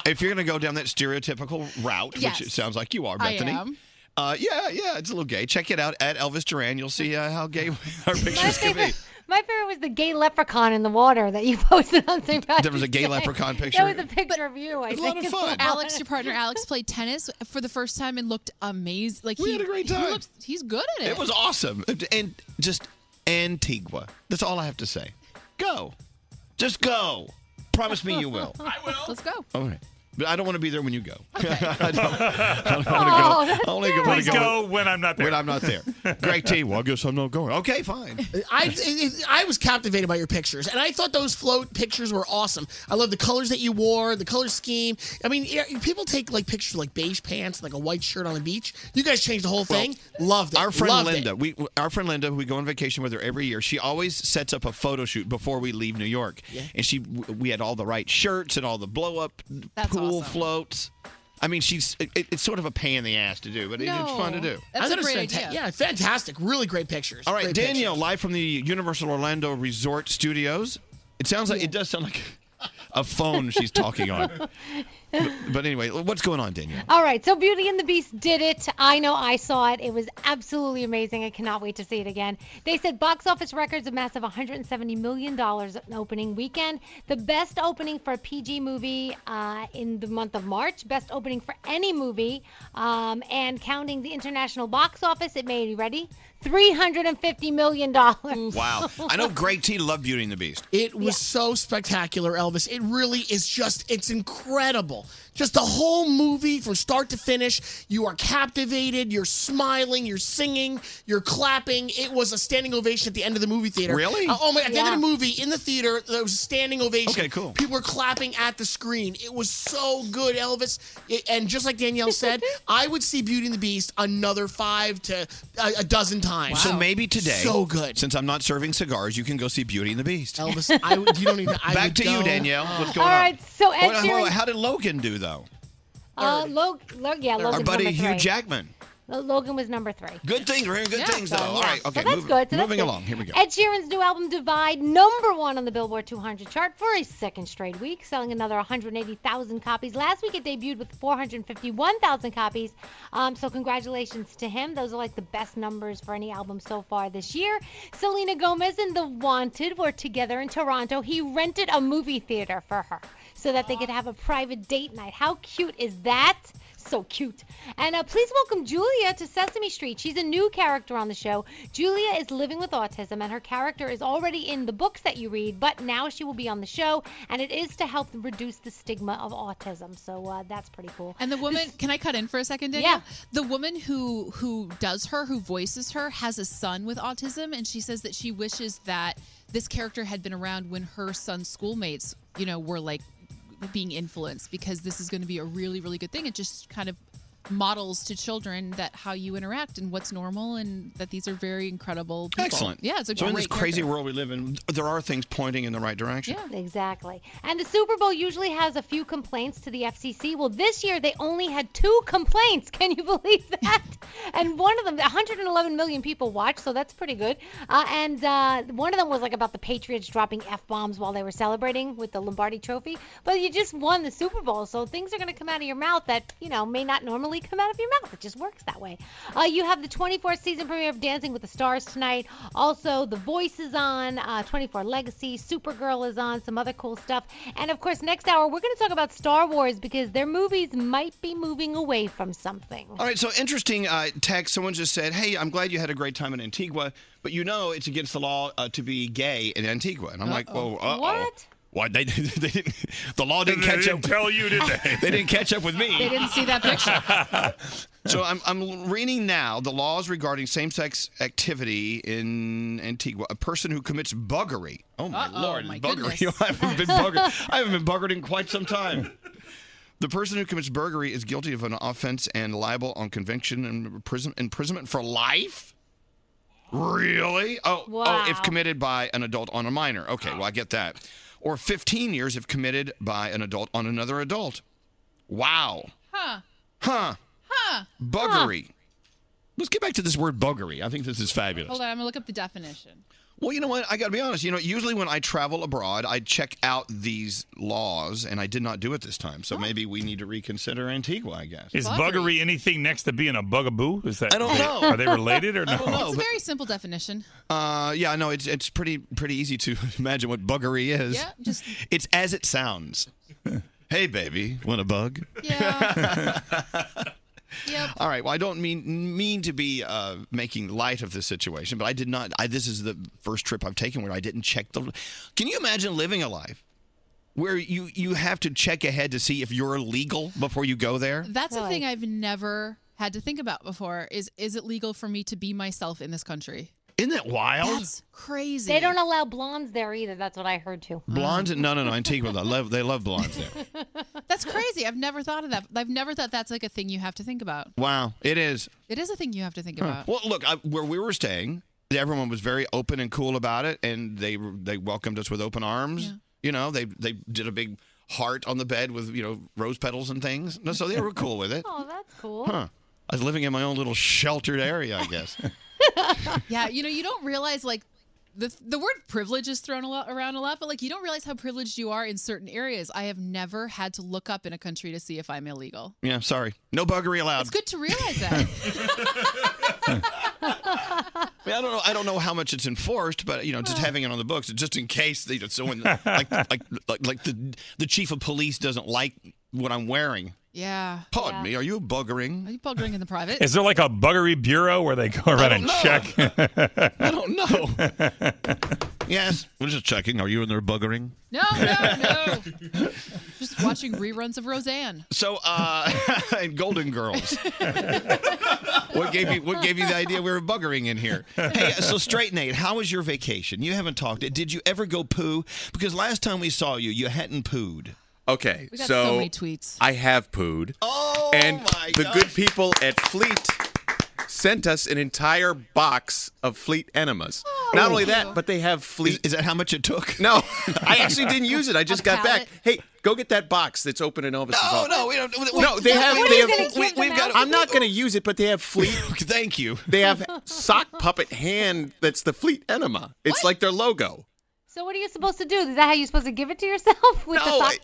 Speaker 1: If you're going to go down that stereotypical route,
Speaker 6: Yes.
Speaker 1: which it sounds like you are,
Speaker 6: I
Speaker 1: Bethany.
Speaker 6: am.
Speaker 1: Uh, yeah, yeah, it's a little gay. Check it out at Elvis Duran. You'll see uh, how gay our pictures can be.
Speaker 13: My favorite was the gay leprechaun in the water that you posted on St. Patrick's
Speaker 1: There was a gay
Speaker 13: Day.
Speaker 1: leprechaun picture.
Speaker 13: That was a picture of you. I think.
Speaker 6: Alex, your partner Alex, played tennis for the first time and looked amazing. Like
Speaker 1: We
Speaker 6: he
Speaker 1: had a great
Speaker 6: he
Speaker 1: time.
Speaker 6: looked- he's good at it.
Speaker 1: It was awesome. And just Antigua. That's all I have to say. Go. Just go. Promise me you will.
Speaker 6: Let's go.
Speaker 1: All right. But I don't want to be there when you go. I don't,
Speaker 9: Oh,
Speaker 1: want to
Speaker 9: that's
Speaker 1: go. I only go when I
Speaker 9: Please go when I'm not there.
Speaker 1: When I'm not there. Greg T. Well, I guess I'm not going. Okay, fine.
Speaker 12: I, it- it- I was captivated by your pictures, and I thought those float pictures were awesome. I love the colors that you wore, the color scheme. I mean, yeah, people take like pictures of, like beige pants, like a white shirt on the beach. You guys changed the whole thing. loved it.
Speaker 1: Our friend
Speaker 12: Loved it.
Speaker 1: Linda, we our friend Linda, who we go on vacation with her every year. She always sets up a photo shoot before we leave New York,
Speaker 12: Yeah.
Speaker 1: and she we had all the right shirts and all the blow up pool floats. I mean, she's it, it's sort of a pain in the ass to do, but it, it's fun to do.
Speaker 12: I thought it was fanta- Yeah, fantastic. Really great pictures.
Speaker 1: All right,
Speaker 12: Great
Speaker 1: Danielle, live from the Universal Orlando Resort Studios. It sounds like it does sound like a phone she's talking on. But, but anyway, what's going on, Danielle?
Speaker 11: All right, so Beauty and the Beast did it. I know I saw it. It was absolutely amazing. I cannot wait to see it again. They said box office records a massive $170 million in opening weekend. The best opening for a PG movie uh, in the month of March, best opening for any movie. Um, and counting the international box office, it made, you ready? $350 million.
Speaker 1: Wow, I know Greg T loved Beauty and the Beast.
Speaker 12: It was so spectacular, Elvis. It really is just, it's incredible. Just the whole movie from start to finish. You are captivated, you're smiling, you're singing, you're clapping. It was a standing ovation at the end of the movie theater.
Speaker 1: Really?
Speaker 12: Uh, oh my, at the end
Speaker 1: Yeah.
Speaker 12: of the movie, in the theater, there was a standing ovation.
Speaker 1: Okay, cool.
Speaker 12: People were clapping at the screen. It was so good, Elvis. It- and just like Danielle said, I would see Beauty and the Beast another five to a, a dozen times.
Speaker 1: So maybe today,
Speaker 12: So good.
Speaker 1: Since I'm not serving cigars, you can go see Beauty and the Beast.
Speaker 12: Elvis, I, would- you don't even. I
Speaker 1: Back
Speaker 12: would
Speaker 1: to you,
Speaker 12: go.
Speaker 1: Danielle. What's going
Speaker 11: All
Speaker 1: on?
Speaker 11: right, so Ed
Speaker 1: Wait, wait,
Speaker 11: Sheeran-
Speaker 1: wait, how did Logan do though?
Speaker 11: Uh, Log- Log- yeah, Logan's
Speaker 1: Our buddy
Speaker 11: number
Speaker 1: Hugh
Speaker 11: three.
Speaker 1: Jackman.
Speaker 11: Lo- Logan was number three.
Speaker 1: Good things. We're hearing good
Speaker 11: Yeah,
Speaker 1: things though.
Speaker 11: so,
Speaker 1: All
Speaker 11: yeah.
Speaker 1: right. Okay.
Speaker 11: So that's
Speaker 1: moving
Speaker 11: good. So that's
Speaker 1: moving
Speaker 11: good.
Speaker 1: along. Here we go.
Speaker 11: Ed Sheeran's new album Divide, number one on the Billboard 200 chart for a second straight week, selling another 180,000 copies. Last week it debuted with 451,000 copies. Um, so congratulations to him. Those are like the best numbers for any album so far this year. Selena Gomez and The Wanted were together in Toronto. He rented a movie theater for her so that they could have a private date night. How cute is that? so cute. And uh, please welcome Julia to Sesame Street. She's a new character on the show. Julia is living with autism, and her character is already in the books that you read, but now she will be on the show, and it is to help reduce the stigma of autism. So uh, that's pretty cool.
Speaker 6: And the woman, can I cut in for a second, Danielle? The woman who who does her, who voices her, has a son with autism, and she says that she wishes that this character had been around when her son's schoolmates, you know, were like being influenced because this is going to be a really, really good thing. It just kind of models to children that how you interact and what's normal, and that these are very incredible. People.
Speaker 1: Excellent.
Speaker 6: Yeah, it's a
Speaker 1: so
Speaker 6: great
Speaker 1: in this crazy
Speaker 6: character.
Speaker 1: world we live in, there are things pointing in the right direction.
Speaker 11: Exactly. And the Super Bowl usually has a few complaints to the FCC. Well, this year they only had two complaints. Can you believe that? and one of them, 111 million people watched, so that's pretty good. Uh, and uh, one of them was like about the Patriots dropping F bombs while they were celebrating with the Lombardi trophy. But you just won the Super Bowl, so things are going to come out of your mouth that, you know, may not normally come out of your mouth. It just works that way. Uh, you have the 24th season premiere of Dancing with the Stars tonight. Also, The Voice is on, uh, 24 Legacy, Supergirl is on, some other cool stuff. And of course, next hour, we're going to talk about Star Wars because their movies might be moving away from something.
Speaker 1: All right, so interesting uh, text. Someone just said, "Hey, I'm glad you had a great time in Antigua, but you know it's against the law uh, to be gay in Antigua." And I'm like, "Whoa, uh-oh.
Speaker 11: What?
Speaker 1: Why they, they didn't? The law didn't
Speaker 9: They
Speaker 1: catch
Speaker 9: didn't
Speaker 1: up.
Speaker 9: tell you, did they?
Speaker 1: they didn't catch up with me.
Speaker 6: They didn't see that picture.
Speaker 1: so I'm, I'm reading now the laws regarding same-sex activity in Antigua. A person who commits buggery. Oh my
Speaker 20: Uh-oh,
Speaker 1: lord,
Speaker 20: my
Speaker 1: buggery!
Speaker 20: goodness.
Speaker 1: I haven't been buggered. I haven't been buggered in quite some time. The person who commits burglary is guilty of an offense and liable on conviction and prison, imprisonment for life. Really? Oh, oh, if
Speaker 20: Wow.
Speaker 1: committed by an adult on a minor. Okay, well I get that. Or 15 years if committed by an adult on another adult. Wow.
Speaker 6: Huh.
Speaker 1: Huh.
Speaker 6: Huh.
Speaker 1: Buggery. Let's get back to this word buggery. I think this is fabulous.
Speaker 6: Hold on, I'm gonna look up the definition.
Speaker 1: Well, you know what? I got to be honest. You know, usually when I travel abroad, I check out these laws, and I did not do it this time.
Speaker 6: Oh.
Speaker 1: So maybe we need to reconsider Antigua, I guess.
Speaker 9: Is buggery anything next to being a bugaboo? Is that
Speaker 1: I don't know.
Speaker 9: Are they related or no?
Speaker 6: it's a very simple definition.
Speaker 1: Uh, yeah, no, it's it's pretty pretty easy to imagine what buggery is.
Speaker 6: Yeah, just
Speaker 1: It's as it sounds. hey, baby, want a bug?
Speaker 6: Yeah. yep.
Speaker 1: All right. Well, I don't mean mean to be uh, making light of this situation, but I did not. I, this is the first trip I've taken where I didn't check the. Can you imagine living a life where you you have to check ahead to see if you're legal before you go there?
Speaker 6: That's the thing I've never had to think about before is is it legal for me to be myself in this country?
Speaker 1: Isn't that wild?
Speaker 6: That's crazy.
Speaker 11: They don't allow blondes there either. That's what I heard too.
Speaker 1: Blondes? No, no, no. Antigua, they love, they love blondes there.
Speaker 6: That's crazy. I've never thought of that. I've never thought that's like a thing you have to think about.
Speaker 1: Wow, it is.
Speaker 6: It is a thing you have to think
Speaker 1: Huh.
Speaker 6: about.
Speaker 1: Well, look, I, where we were staying, everyone was very open and cool about it, and they they welcomed us with open arms. You know, they they did a big heart on the bed with you know rose petals and things. No, so they were cool with it.
Speaker 11: Oh, that's cool.
Speaker 1: Huh. I was living in my own little sheltered area, I guess.
Speaker 6: yeah, you know, you don't realize like the the word privilege is thrown a lot, around a lot, but like you don't realize how privileged you are in certain areas. I have never had to look up in a country to see if I'm illegal.
Speaker 1: yeah, sorry. No buggery allowed.
Speaker 6: It's good to realize that.
Speaker 1: I, mean, I don't know. I don't know how much it's enforced, but you know, just having it on the books, just in case they, someone like, like like like the the chief of police doesn't like what I'm wearing.
Speaker 6: yeah.
Speaker 1: Pardon me, are you buggering?
Speaker 6: Are you buggering in the private?
Speaker 9: Is there like a buggery bureau where they go around and check?
Speaker 1: I don't know. yes, we're just checking. Are you in there buggering?
Speaker 6: No, no, no. Just watching reruns of Roseanne.
Speaker 1: So, uh, and Golden Girls. what gave you What gave you the idea we were buggering in here? Hey, so Straight Nate, how was your vacation? You haven't talked. Did you ever go poo? Because last time we saw you, you hadn't pooed.
Speaker 21: Okay,
Speaker 6: We got so
Speaker 21: so,
Speaker 6: many tweets.
Speaker 21: I have pooed.
Speaker 1: Oh
Speaker 21: and the good people at Fleet sent us an entire box of Fleet enemas. Not only that, but they have Fleet. Is,
Speaker 1: that how much it took?
Speaker 21: No, I actually didn't use it. I just got back. Hey, go get that box that's open in Elvis's office.
Speaker 1: Oh, no, we don't. we-
Speaker 21: no, they
Speaker 1: we-
Speaker 21: have.
Speaker 1: what are
Speaker 21: They
Speaker 1: you
Speaker 21: have
Speaker 1: gonna give them out?
Speaker 21: I'm not going to use it, but they have Fleet.
Speaker 1: Thank you.
Speaker 21: They have sock puppet hand. That's the Fleet enema. It's like their logo.
Speaker 11: So what are you supposed to do? Is that how you're supposed to give it to yourself with
Speaker 21: No,
Speaker 11: the sock
Speaker 21: it's-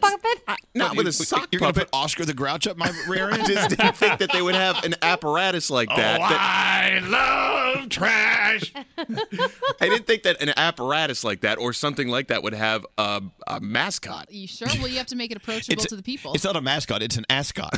Speaker 11: puppet?
Speaker 21: Not with a sock
Speaker 1: You're gonna
Speaker 21: puppet.
Speaker 1: put Oscar the Grouch up my rear
Speaker 21: I
Speaker 1: end.
Speaker 21: just didn't think that they would have an apparatus like that.
Speaker 1: Oh,
Speaker 21: that-
Speaker 1: I love trash.
Speaker 21: I didn't think that an apparatus like that or something like that would have a, a mascot.
Speaker 6: You sure? Well, you have to make it approachable
Speaker 21: It's-
Speaker 6: to the people.
Speaker 1: It's not a mascot. It's an ascot.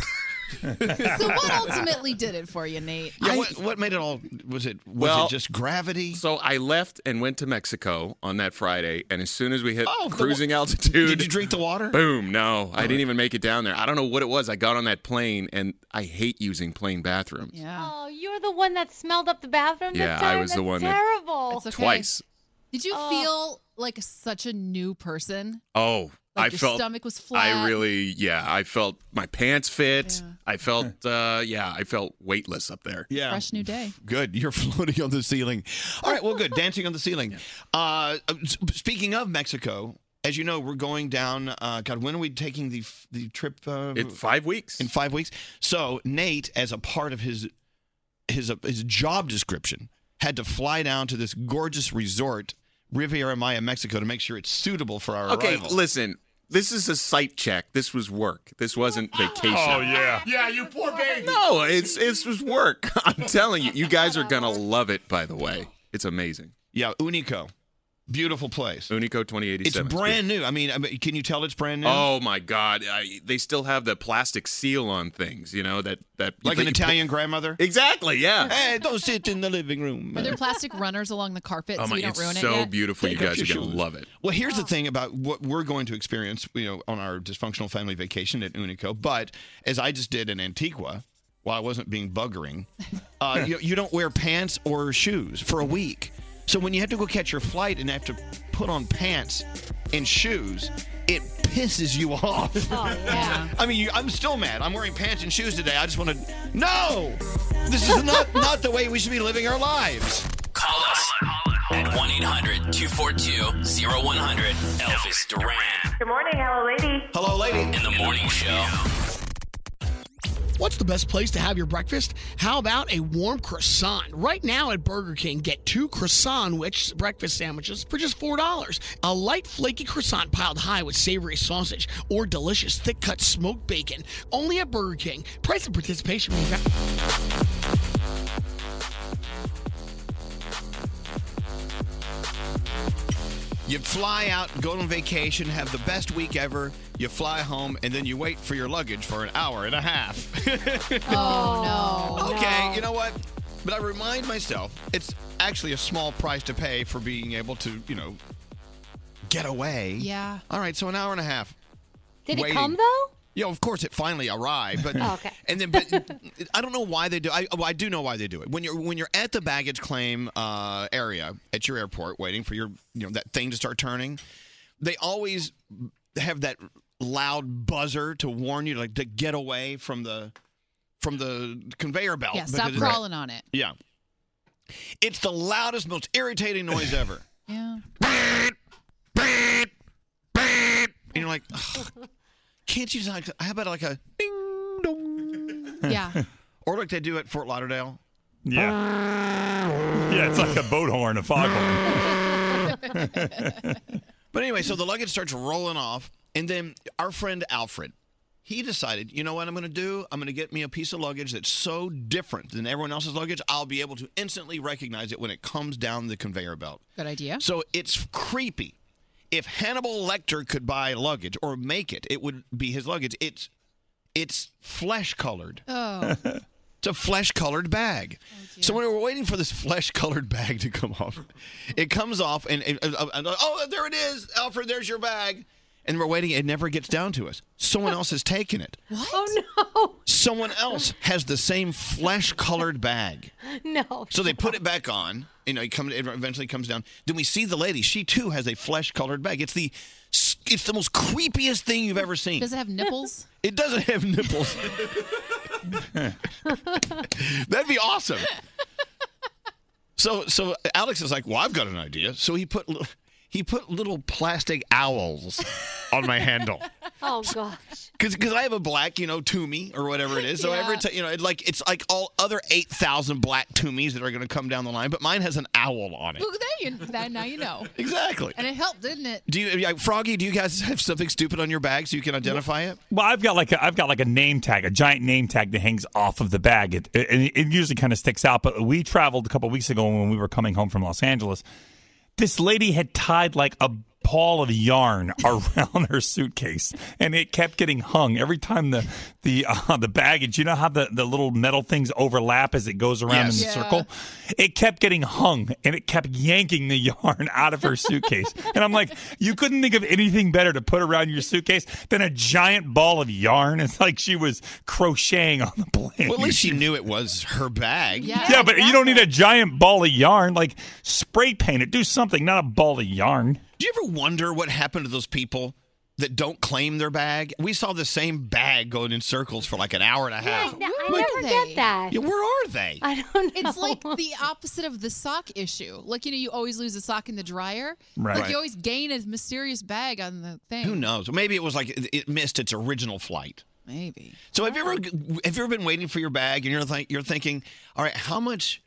Speaker 6: so what ultimately did it for you, Nate?
Speaker 1: Yeah, what, what made it all? Was it was
Speaker 21: Well,
Speaker 1: it just gravity?
Speaker 21: So I left and went to Mexico on that Friday, and as soon as we hit
Speaker 1: Oh, the wa-
Speaker 21: cruising altitude,
Speaker 1: Did you drink the water?
Speaker 21: Boom! No, I didn't even make it down there. I don't know what it was. I got on that plane, and I hate using plane bathrooms.
Speaker 11: Oh, you're the one that smelled up the bathroom.
Speaker 21: Yeah,
Speaker 11: this
Speaker 21: I
Speaker 11: time?
Speaker 21: was
Speaker 11: That's
Speaker 21: the one that-
Speaker 11: Terrible.
Speaker 6: It's okay.
Speaker 21: Twice.
Speaker 6: Did you feel like such a new person?
Speaker 21: Oh,
Speaker 6: Like
Speaker 21: I
Speaker 6: your
Speaker 21: felt
Speaker 6: stomach was flat.
Speaker 21: I really, yeah, I felt my pants fit. I felt, uh, yeah, I felt weightless up there.
Speaker 1: Yeah.
Speaker 6: Fresh new day.
Speaker 1: Good. You're floating on the ceiling. All right. Well, good. Dancing on the ceiling. Uh, s- speaking of Mexico, as you know, we're going down. Uh, God, when are we taking the f- the trip? Uh,
Speaker 21: In five weeks.
Speaker 1: In five weeks. So Nate, as a part of his his uh, his job description, had to fly down to this gorgeous resort, Riviera Maya, Mexico, to make sure it's suitable for our
Speaker 21: Okay,
Speaker 1: arrival.
Speaker 21: listen. This is a site check. This was work. This wasn't
Speaker 6: Oh,
Speaker 21: vacation.
Speaker 1: Oh,
Speaker 19: Yeah, you poor baby.
Speaker 21: No, it's this was work. I'm telling you, you guys are gonna love it. By the way, it's amazing.
Speaker 1: Yeah, Unico, beautiful place.
Speaker 21: Unico 2087.
Speaker 1: It's brand new. I mean, I mean, can you tell it's brand new?
Speaker 21: Oh my God! I, they still have the plastic seal on things. You know that that
Speaker 1: like
Speaker 21: that
Speaker 1: an
Speaker 21: you
Speaker 1: Italian grandmother.
Speaker 21: Exactly. Yeah.
Speaker 1: Hey, don't sit in the living room.
Speaker 6: Are there plastic runners along the carpet
Speaker 21: Oh
Speaker 6: so
Speaker 21: my!
Speaker 6: we don't
Speaker 21: It's
Speaker 6: ruin
Speaker 21: so
Speaker 6: it yet?
Speaker 21: beautiful. You
Speaker 1: Take off
Speaker 21: guys are
Speaker 1: your
Speaker 21: gonna
Speaker 1: shoes.
Speaker 21: love it.
Speaker 1: Well, here's the thing about what we're going to experience, you know, on our dysfunctional family vacation at Unico. But as I just did in Antigua, while I wasn't being buggering, uh, you, you don't wear pants or shoes for a week. So when you have to go catch your flight and have to put on pants and shoes, it pisses you off. I mean, you, I'm still mad. I'm wearing pants and shoes today. I just want to. No, this is not not the way we should be living our lives.
Speaker 7: Call us at 1 800 242 0100. Elvis Duran.
Speaker 22: Good morning, hello, lady.
Speaker 1: Hello, lady.
Speaker 7: In the morning show.
Speaker 12: What's the best place to have your breakfast? How about a warm croissant? Right now at Burger King, get two croissant which breakfast sandwiches for just $4. A light flaky croissant piled high with savory sausage or delicious thick cut smoked bacon. Only at Burger King. Price and participation. may vary.
Speaker 1: You fly out, go on vacation, have the best week ever. You fly home, and then you wait for your luggage for an hour and a half.
Speaker 6: Oh, no.
Speaker 1: okay, you know what? But I remind myself it's actually a small price to pay for being able to, you know, get away.
Speaker 6: Yeah.
Speaker 1: All right, so an hour and a half.
Speaker 13: Did it
Speaker 1: waiting.
Speaker 13: come though?
Speaker 1: Yeah, of course it finally arrived, but
Speaker 13: Oh, okay.
Speaker 1: and then but I don't know why they do. I, well, I do know why they do it. When you're when you're at the baggage claim uh, area at your airport, waiting for your you know that thing to start turning, they always have that loud buzzer to warn you like to get away from the from the conveyor belt.
Speaker 6: Yeah, stop
Speaker 1: because it-
Speaker 6: crawling on it.
Speaker 1: Yeah, it's the loudest, most irritating noise ever.
Speaker 6: Yeah.
Speaker 1: And you're like, "Ugh, can't you just like, how about like a ding dong?
Speaker 6: Yeah.
Speaker 1: Or like they do at Fort Lauderdale.
Speaker 9: Yeah. Yeah, it's like a boat horn, a foghorn.
Speaker 1: But anyway, so the luggage starts rolling off, and then our friend Alfred, he decided, you know what I'm going to do? I'm going to get me a piece of luggage that's so different than everyone else's luggage, I'll be able to instantly recognize it when it comes down the conveyor belt.
Speaker 6: Good idea.
Speaker 1: So it's creepy. If Hannibal Lecter could buy luggage or make it, it would be his luggage. It's it's flesh colored.
Speaker 6: Oh.
Speaker 1: It's a flesh colored bag. so when we were waiting for this flesh colored bag to come off, it comes off and, and- and- and- oh, there it is, Alfred, there's your bag. And we're waiting. It never gets down to us. Someone else has taken it.
Speaker 6: What?
Speaker 13: Oh no.
Speaker 1: Someone else has the same flesh colored bag.
Speaker 13: No.
Speaker 1: So they put it back on. You know, it, come, it eventually comes down. Then we see the lady. She too has a flesh colored bag. It's the it's the most creepiest thing you've ever seen.
Speaker 6: Does it have nipples?
Speaker 1: It doesn't have nipples. That'd be awesome. So so Alex is like, "Well, I've got an idea." So he put li- he put little plastic owls on my handle.
Speaker 13: Oh god.
Speaker 1: Because I have a black, you know, Toomey or whatever it is. So every
Speaker 13: Yeah.
Speaker 1: time, you know, it like it's like all other 8,000 black Toomeys that are going to come down the line, but mine has an owl on it.
Speaker 6: Ooh, there you, that, now you know.
Speaker 1: Exactly.
Speaker 6: And it helped, didn't it?
Speaker 1: Do you, yeah, Froggy, do you guys have something stupid on your bag so you can identify it?
Speaker 9: Well, I've got like a, I've got like a name tag, a giant name tag that hangs off of the bag. It it, and it usually kind of sticks out. But we traveled a couple weeks ago when we were coming home from Los Angeles. This lady had tied like a ball of yarn around her suitcase, and it kept getting hung every time the the uh, the baggage. You know how the, the little metal things overlap as it goes around
Speaker 22: Yes.
Speaker 9: in the
Speaker 22: Yeah.
Speaker 9: circle. It kept getting hung, and it kept yanking the yarn out of her suitcase. and I'm like, you couldn't think of anything better to put around your suitcase than a giant ball of yarn. It's like she was crocheting on the plane.
Speaker 1: Well, at least she knew it was her bag.
Speaker 9: Yeah, but you don't need a giant ball of yarn. Like spray paint it, do something, not a ball of yarn.
Speaker 1: Do you ever wonder what happened to those people that don't claim their bag? We saw the same bag going in circles for like an hour and a half.
Speaker 13: No, I never get that.
Speaker 1: Yeah, where are they?
Speaker 13: I don't
Speaker 6: It's like the opposite of the sock issue. Like, you know, you always lose a sock in the dryer.
Speaker 1: Right.
Speaker 6: Like, you always gain a mysterious bag on the thing.
Speaker 1: Who knows? Maybe it was like it it missed its original flight.
Speaker 6: Maybe.
Speaker 1: So have you ever have you ever been waiting for your bag and you're think, you're thinking, all right, how much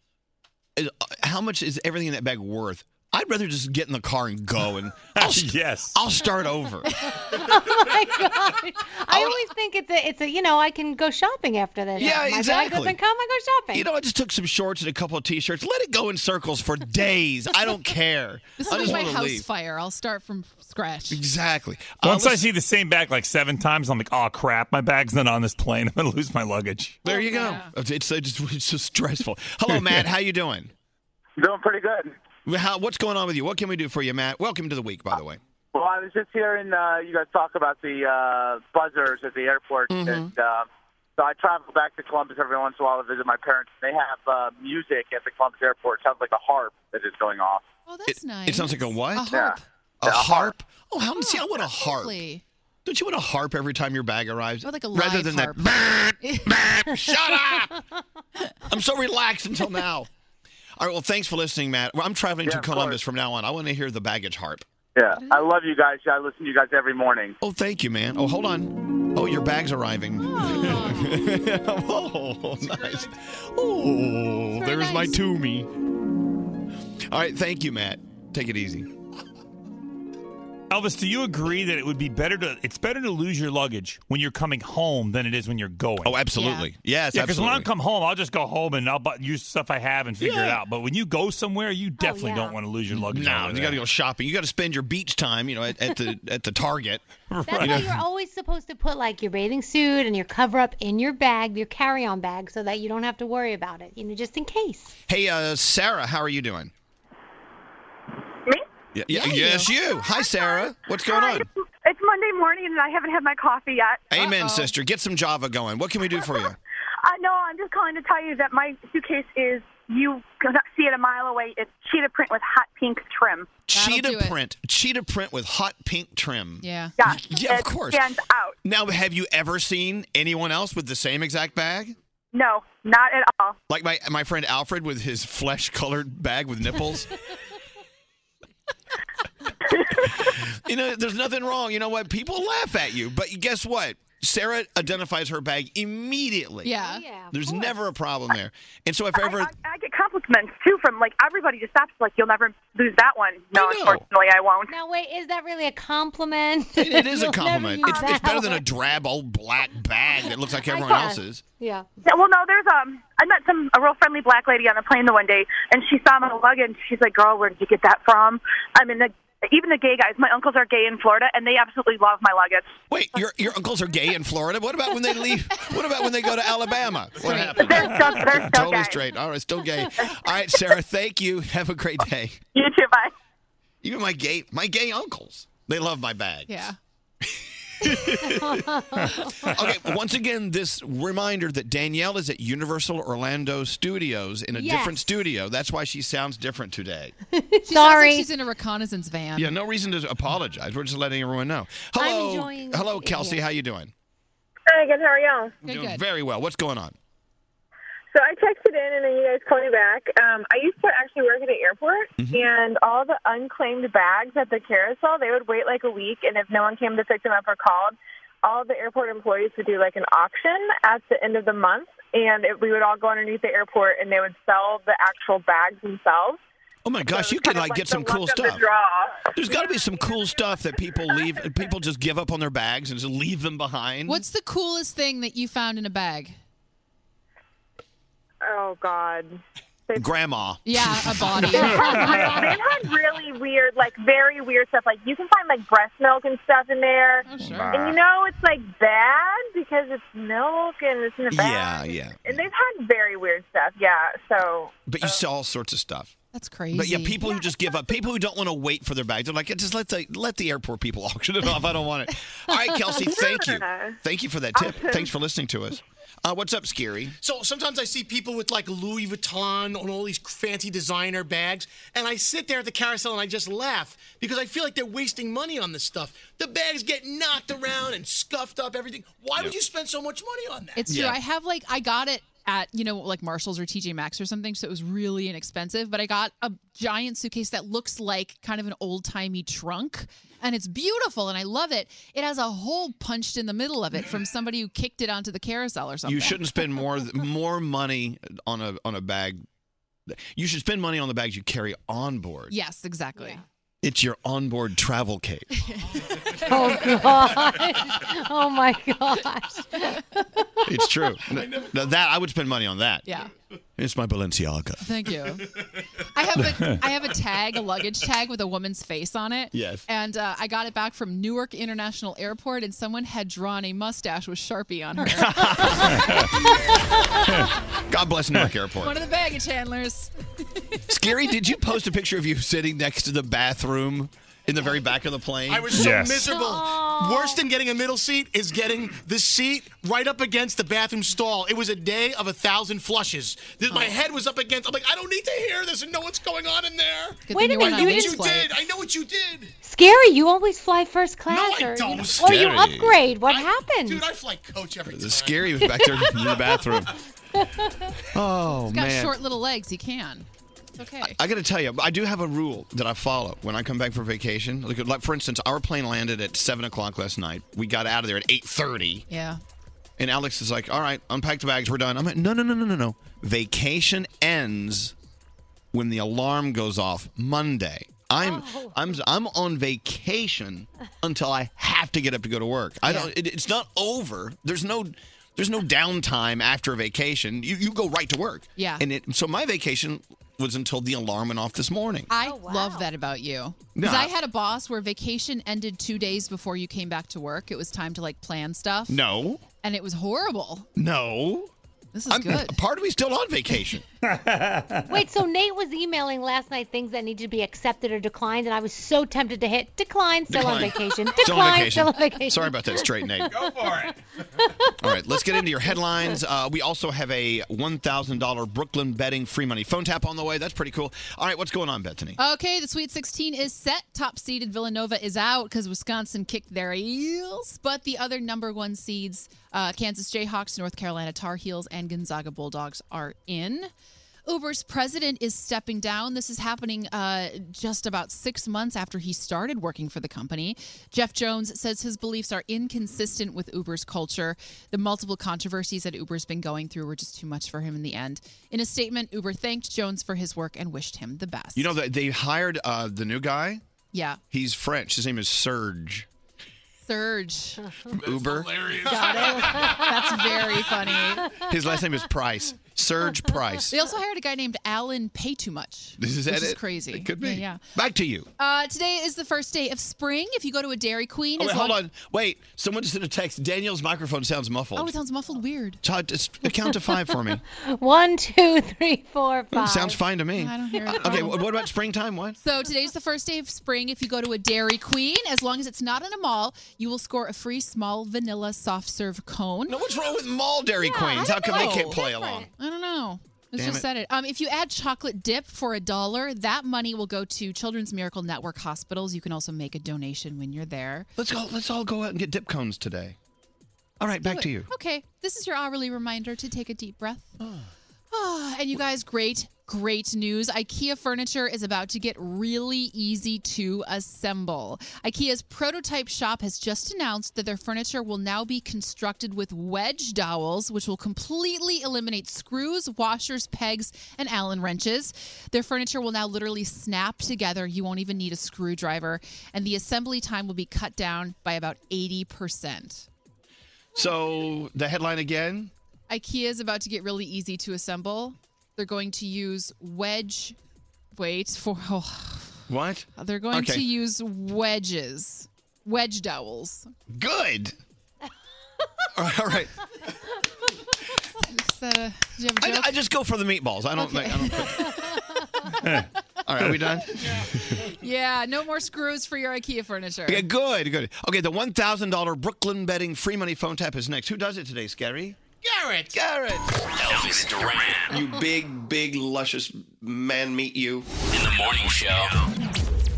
Speaker 1: is, uh, how much is everything in that bag worth? I'd rather just get in the car and go and I'll,
Speaker 9: yes,
Speaker 1: I'll start over.
Speaker 13: oh my god! I always think it's a, it's a, you know, I can go shopping after this.
Speaker 1: Yeah,
Speaker 13: my
Speaker 1: exactly.
Speaker 13: bag doesn't come, I go shopping.
Speaker 1: You know, I just took some shorts and a couple of t-shirts. Let it go in circles for days. I don't care.
Speaker 6: This
Speaker 1: I
Speaker 6: was
Speaker 1: just
Speaker 6: my
Speaker 1: want to
Speaker 6: house
Speaker 1: leave.
Speaker 6: fire. I'll start from scratch.
Speaker 1: Exactly. Uh,
Speaker 9: Once I see the same bag like seven times, I'm like, oh crap, my bag's not on this plane. I'm gonna lose my luggage.
Speaker 1: There you go. It's, it's, just- it's just stressful. Hello, Matt. How you doing?
Speaker 23: Doing pretty good.
Speaker 1: How, what's going on with you? What can we do for you, Matt? Welcome to the week, by the way.
Speaker 23: Well, I was just hearing uh, you guys talk about the uh, buzzers at the airport,
Speaker 1: Mhm.
Speaker 23: and uh, so I travel back to Columbus every once in a while to visit my parents. They have uh, music at the Columbus airport. Sounds like a harp that is going off.
Speaker 6: Oh, that's nice.
Speaker 1: It sounds like a what?
Speaker 23: harp.
Speaker 1: A harp? Oh, how see, I want a harp. Don't you want a harp every time your bag arrives?
Speaker 6: Or like a
Speaker 1: Rather
Speaker 6: live
Speaker 1: than
Speaker 6: harp.
Speaker 1: that. Shut up! I'm so relaxed until now. All right. Well, thanks for listening, Matt. Well, I'm traveling to Columbus from now on. I want to hear the baggage harp.
Speaker 23: Yeah, I love you guys. I listen to you guys every morning.
Speaker 1: Oh, thank you, man. Oh, hold on. Oh, your bag's arriving. Oh, nice. Oh, there's my Toomey. All right. Thank you, Matt. Take it easy.
Speaker 9: Elvis, do you agree that it would be better to it's better to lose your luggage when you're coming home than it is when you're going?
Speaker 1: Oh, absolutely. Yeah. Yes,
Speaker 9: because when I
Speaker 1: absolutely.
Speaker 9: come home, I'll just go home and I'll bu- use stuff I have and figure it
Speaker 1: Yeah. Oh,
Speaker 9: out. But when you go somewhere, you definitely
Speaker 1: yeah.
Speaker 9: don't want to lose your luggage.
Speaker 1: No,
Speaker 9: over
Speaker 1: you
Speaker 9: there.
Speaker 1: got to go shopping. You got to spend your beach time, you know, at, at the at the Target.
Speaker 13: That's
Speaker 1: You
Speaker 13: why
Speaker 1: know?
Speaker 13: you're always supposed to put like your bathing suit and your cover up in your bag, your carry on bag, so that you don't have to worry about it, you know, just in case.
Speaker 1: Hey, uh, Sarah, how are you doing? Me? Yeah, yeah, yes, you. Hi, Sarah. What's going on?
Speaker 24: It's Monday
Speaker 25: morning and I haven't had my coffee yet.
Speaker 1: Amen, sister. Get some Java going. What can we do for you?
Speaker 25: Uh, no, I'm just calling to tell you that my suitcase is, you can see it a mile away. It's cheetah print with hot pink trim.
Speaker 1: cheetah print. Cheetah print with hot pink trim.
Speaker 25: Yeah. Yeah,
Speaker 1: Yeah, of
Speaker 25: it
Speaker 1: course.
Speaker 25: stands out.
Speaker 1: Now, have you ever seen anyone else with the same exact bag?
Speaker 25: No, not at all.
Speaker 1: Like my my friend Alfred with his flesh colored bag with nipples. you know, there's nothing wrong. You know what? People laugh at you, but guess what? Sarah identifies her bag immediately.
Speaker 25: Yeah. Oh, yeah.
Speaker 1: There's never a problem there. And so if ever
Speaker 25: I get compliments too from like everybody just stops like you'll never lose that one. No, unfortunately I won't.
Speaker 13: Now wait, is that really a compliment?
Speaker 1: it, it is a
Speaker 13: You'll never
Speaker 1: compliment.
Speaker 13: use
Speaker 1: It's,
Speaker 13: that
Speaker 1: it's better than a
Speaker 13: one.
Speaker 1: drab old black bag that looks like
Speaker 25: I
Speaker 1: everyone
Speaker 25: guess.
Speaker 1: else's.
Speaker 13: Yeah.
Speaker 25: Well, no, there's um, I met some a real friendly black lady on the plane the one day, and she saw my luggage. She's like, "Girl, where did you get that from?" I mean, the, even the gay guys. My uncles are gay in Florida, and they absolutely love my luggage.
Speaker 1: Wait, your your uncles are gay in Florida. What about when they leave? What about when they go to Alabama? What happened?
Speaker 25: They're still- they're still
Speaker 1: totally
Speaker 25: gay.
Speaker 1: straight. All right, still gay. All right, Sarah. Thank you. Have a great day.
Speaker 25: You too. Bye.
Speaker 1: Even my gay my gay uncles. They love my bag.
Speaker 6: Yeah.
Speaker 1: okay. Once again, this reminder that Danielle is at Universal Orlando Studios in a
Speaker 6: Yes.
Speaker 1: different studio. That's why she sounds different today.
Speaker 6: She sounds like
Speaker 13: Sorry.
Speaker 6: she's in a reconnaissance van.
Speaker 1: Yeah, no reason to apologize. We're just letting everyone know.
Speaker 6: I'm
Speaker 1: Hello,
Speaker 6: enjoying-
Speaker 1: hello, Kelsey. How you doing?
Speaker 22: Hi, good. How are y'all?
Speaker 1: doing very well. What's going on?
Speaker 22: So I texted in, and then you guys called me back. Um, I used to actually work at an airport, and all the unclaimed bags at the carousel, they would wait like a week, and if no one came to pick them up or called, all the airport employees would do like an auction at the end of the month, and it, we would all go underneath the airport, and they would sell the actual bags themselves.
Speaker 1: Oh my gosh, you could like get some
Speaker 22: the
Speaker 1: cool
Speaker 22: luck of the
Speaker 1: stuff.
Speaker 22: draw.
Speaker 1: There's got to be some cool stuff that people leave. People just give up on their bags and just leave them behind.
Speaker 6: What's the coolest thing that you found in a bag?
Speaker 22: Oh God.
Speaker 1: grandma?
Speaker 6: Yeah, a body.
Speaker 22: They've had- they've had really weird, like very weird stuff. Like you can find like breast milk and stuff in there,
Speaker 6: Oh,
Speaker 22: and you know it's like bad because it's milk and it's in the
Speaker 1: Yeah,
Speaker 22: bag.
Speaker 1: yeah.
Speaker 22: And they've had very weird stuff. Yeah, so
Speaker 1: But you saw all sorts of stuff.
Speaker 6: That's crazy.
Speaker 1: But yeah, people who just give up, people who don't want to wait for their bags, they're like, just let the let the airport people auction it off. I don't want it. All right, Kelsey, thank you,
Speaker 19: Yeah.
Speaker 1: thank you for that tip. Thanks for listening to us. Uh, what's up, Scary?
Speaker 19: So sometimes I see people with like Louis Vuitton on all these fancy designer bags, and I sit there at the carousel and I just laugh because I feel like they're wasting money on this stuff. The bags get knocked around and scuffed up, everything. Why would you spend so much money on that?
Speaker 6: It's true. I have like I got it at you know like Marshalls or TJ Maxx or something, so it was really inexpensive. But I got a giant suitcase that looks like kind of an old timey trunk, and it's beautiful and I love it. It has a hole punched in the middle of it from somebody who kicked it onto the carousel or something.
Speaker 1: You shouldn't spend more more money on a on a bag. You should spend money on the bags you carry on board.
Speaker 6: Yes, exactly.
Speaker 1: It's your onboard travel case.
Speaker 13: Oh gosh. Oh my gosh.
Speaker 1: It's true. Now that I would spend money on that.
Speaker 6: Yeah.
Speaker 1: It's my Balenciaga.
Speaker 6: Thank you. I have a I have a tag, a luggage tag with a woman's face on it.
Speaker 1: Yes.
Speaker 6: And uh, I got it back from Newark International Airport, and someone had drawn a mustache with Sharpie on her.
Speaker 1: God bless Newark
Speaker 6: One
Speaker 1: Airport.
Speaker 6: of the baggage handlers.
Speaker 1: Scary, did you post a picture of you sitting next to the bathroom in the very back of the plane?
Speaker 19: I was so miserable. Worse than getting a middle seat is getting the seat right up against the bathroom stall. It was a day of a thousand flushes. Th- My head was up against. I'm like, I don't need to hear this and know what's going on in there.
Speaker 13: Good Wait thing a you weren't minute, on
Speaker 19: I
Speaker 13: you
Speaker 19: know
Speaker 13: didn't-
Speaker 19: what you did. I know what you did.
Speaker 13: Scary, you always fly first class or,
Speaker 19: don't,
Speaker 13: you or you
Speaker 1: Scary.
Speaker 13: upgrade. What happened? Dude,
Speaker 19: I fly coach every
Speaker 1: The Scary was back there in the bathroom. Oh,
Speaker 6: He's got
Speaker 1: man.
Speaker 6: short little legs. He can. It's okay.
Speaker 1: I got to tell you, I do have a rule that I follow when I come back for vacation. Like, like for instance, our plane landed at seven o'clock last night. We got out of there at eight thirty,
Speaker 6: Yeah.
Speaker 1: and Alex is like, "All right, unpack the bags, we're done." I'm like, "No, no, no, no, no, no. Vacation ends when the alarm goes off Monday. I'm
Speaker 6: Oh.
Speaker 1: I'm I'm on vacation until I have to get up to go to work. I don't. It, it's not over. There's no there's no downtime after a vacation. You you go right to work.
Speaker 6: Yeah.
Speaker 1: And it, so my vacation was until the alarm went off this morning.
Speaker 6: I love that about you.
Speaker 1: No,
Speaker 6: Because
Speaker 1: I-
Speaker 6: I had a boss where vacation ended two days before you came back to work. It was time to like plan stuff.
Speaker 1: No.
Speaker 6: And it was horrible.
Speaker 1: No.
Speaker 6: This is good.
Speaker 1: Part of me's still on vacation.
Speaker 13: Wait, so Nate was emailing last night things that needed to be accepted or declined, and I was so tempted to hit decline, still on
Speaker 1: Decline.
Speaker 13: vacation. Decline,
Speaker 1: Still on vacation.
Speaker 13: still on vacation.
Speaker 1: Sorry about that, straight Nate. Go
Speaker 13: for it.
Speaker 1: All right, let's get into your headlines. Uh, we also have a $1,000 Brooklyn betting free money phone tap on the way. That's pretty cool. All right, what's going on, Bethany?
Speaker 6: Okay, the Sweet 16 is set. Top seeded Villanova is out because Wisconsin kicked their heels. But the other number one seeds, uh, Kansas Jayhawks, North Carolina Tar Heels, and Gonzaga Bulldogs, are in. Uber's president is stepping down. This is happening uh, just about six months after he started working for the company. Jeff Jones says his beliefs are inconsistent with Uber's culture. The multiple controversies that Uber's been going through were just too much for him in the end. In a statement, Uber thanked Jones for his work and wished him the best.
Speaker 1: You know, they- they hired uh, the new guy.
Speaker 6: Yeah.
Speaker 1: He's French. His name is Serge.
Speaker 6: Surge.
Speaker 1: Uber.
Speaker 6: Got it. That's very funny.
Speaker 1: His last name is Price. Serge Price.
Speaker 6: They also hired a guy named Alan Pay Too Much.
Speaker 1: This is
Speaker 6: which
Speaker 1: that
Speaker 6: is
Speaker 1: it?
Speaker 6: crazy.
Speaker 1: It could be.
Speaker 6: Yeah, yeah.
Speaker 1: Back to you.
Speaker 6: Uh, today is the first day of spring. If you go to a Dairy Queen,
Speaker 1: Oh,
Speaker 6: as
Speaker 1: wait, hold
Speaker 6: long-
Speaker 1: on. Wait, someone just sent a text. Daniel's microphone sounds muffled.
Speaker 6: Oh, it sounds muffled weird.
Speaker 1: Todd, just count to five for me.
Speaker 13: One, two, three, four, five.
Speaker 1: Sounds fine to me.
Speaker 6: I don't hear it.
Speaker 1: Okay, wh- what about springtime? What?
Speaker 6: So today's the first day of spring. If you go to a Dairy Queen, as long as it's not in a mall, you will score a free small vanilla soft serve cone. No,
Speaker 1: what's wrong with mall Dairy Queens. How come they can't play along?
Speaker 6: I don't know. Let's
Speaker 1: Damn
Speaker 6: just
Speaker 1: it.
Speaker 6: said it. Um, if you add chocolate dip for a dollar, that money will go to Children's Miracle Network hospitals. You can also make a donation when you're there.
Speaker 1: Let's go. Let's all go out and get dip cones today. All right, back to you.
Speaker 6: Okay, this is your hourly reminder to take a deep breath. Ah, and you guys, great, great news. IKEA furniture is about to get really easy to assemble. IKEA's prototype shop has just announced that their furniture will now be constructed with wedge dowels, which will completely eliminate screws, washers, pegs, and Allen wrenches. Their furniture will now literally snap together. You won't even need a screwdriver, and the assembly time will be cut down by about 80%.
Speaker 1: So the headline again.
Speaker 6: IKEA is about to get really easy to assemble. They're going to use wedge. Wait for. Oh,
Speaker 1: What?
Speaker 6: they're going
Speaker 1: Okay.
Speaker 6: to use wedges, wedge dowels.
Speaker 1: Good. all right.
Speaker 6: Is that a- do you have a
Speaker 1: I,
Speaker 6: joke?
Speaker 1: I just go for the meatballs. I don't. Like, I don't put- all right. Are we done?
Speaker 6: yeah, no more screws for your IKEA furniture.
Speaker 1: Okay. Good. Good. Okay. The one thousand dollar Brooklyn betting free money phone tap is next. Who does it today, Scary?
Speaker 19: Garrett.
Speaker 1: Garrett.
Speaker 7: Elvis Duran.
Speaker 1: You big, big, luscious man, meet you.
Speaker 7: In the morning show.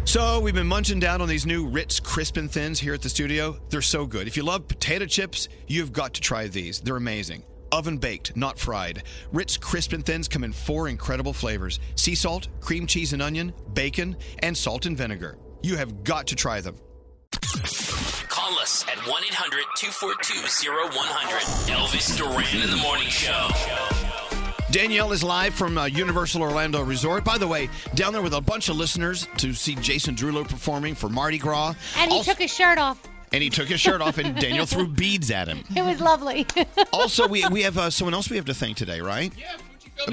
Speaker 1: So we've been munching down on these new Ritz Crispin Thins here at the studio. They're so good. If you love potato chips, you've got to try these. They're amazing. Oven baked, not fried. Ritz Crispin Thins come in four incredible flavors: sea salt, cream cheese and onion, bacon, and salt and vinegar. You have got to try them.
Speaker 7: Call us at 1 800 242 0100. Elvis Duran in the morning show.
Speaker 1: Danielle is live from uh, Universal Orlando Resort. By the way, down there with a bunch of listeners to see Jason Drulo performing for Mardi Gras.
Speaker 13: And he took his shirt off.
Speaker 1: And he took his shirt off, and Daniel threw beads at him.
Speaker 13: It was lovely.
Speaker 1: also, we, we have uh, someone else we have to thank today, right? Yeah,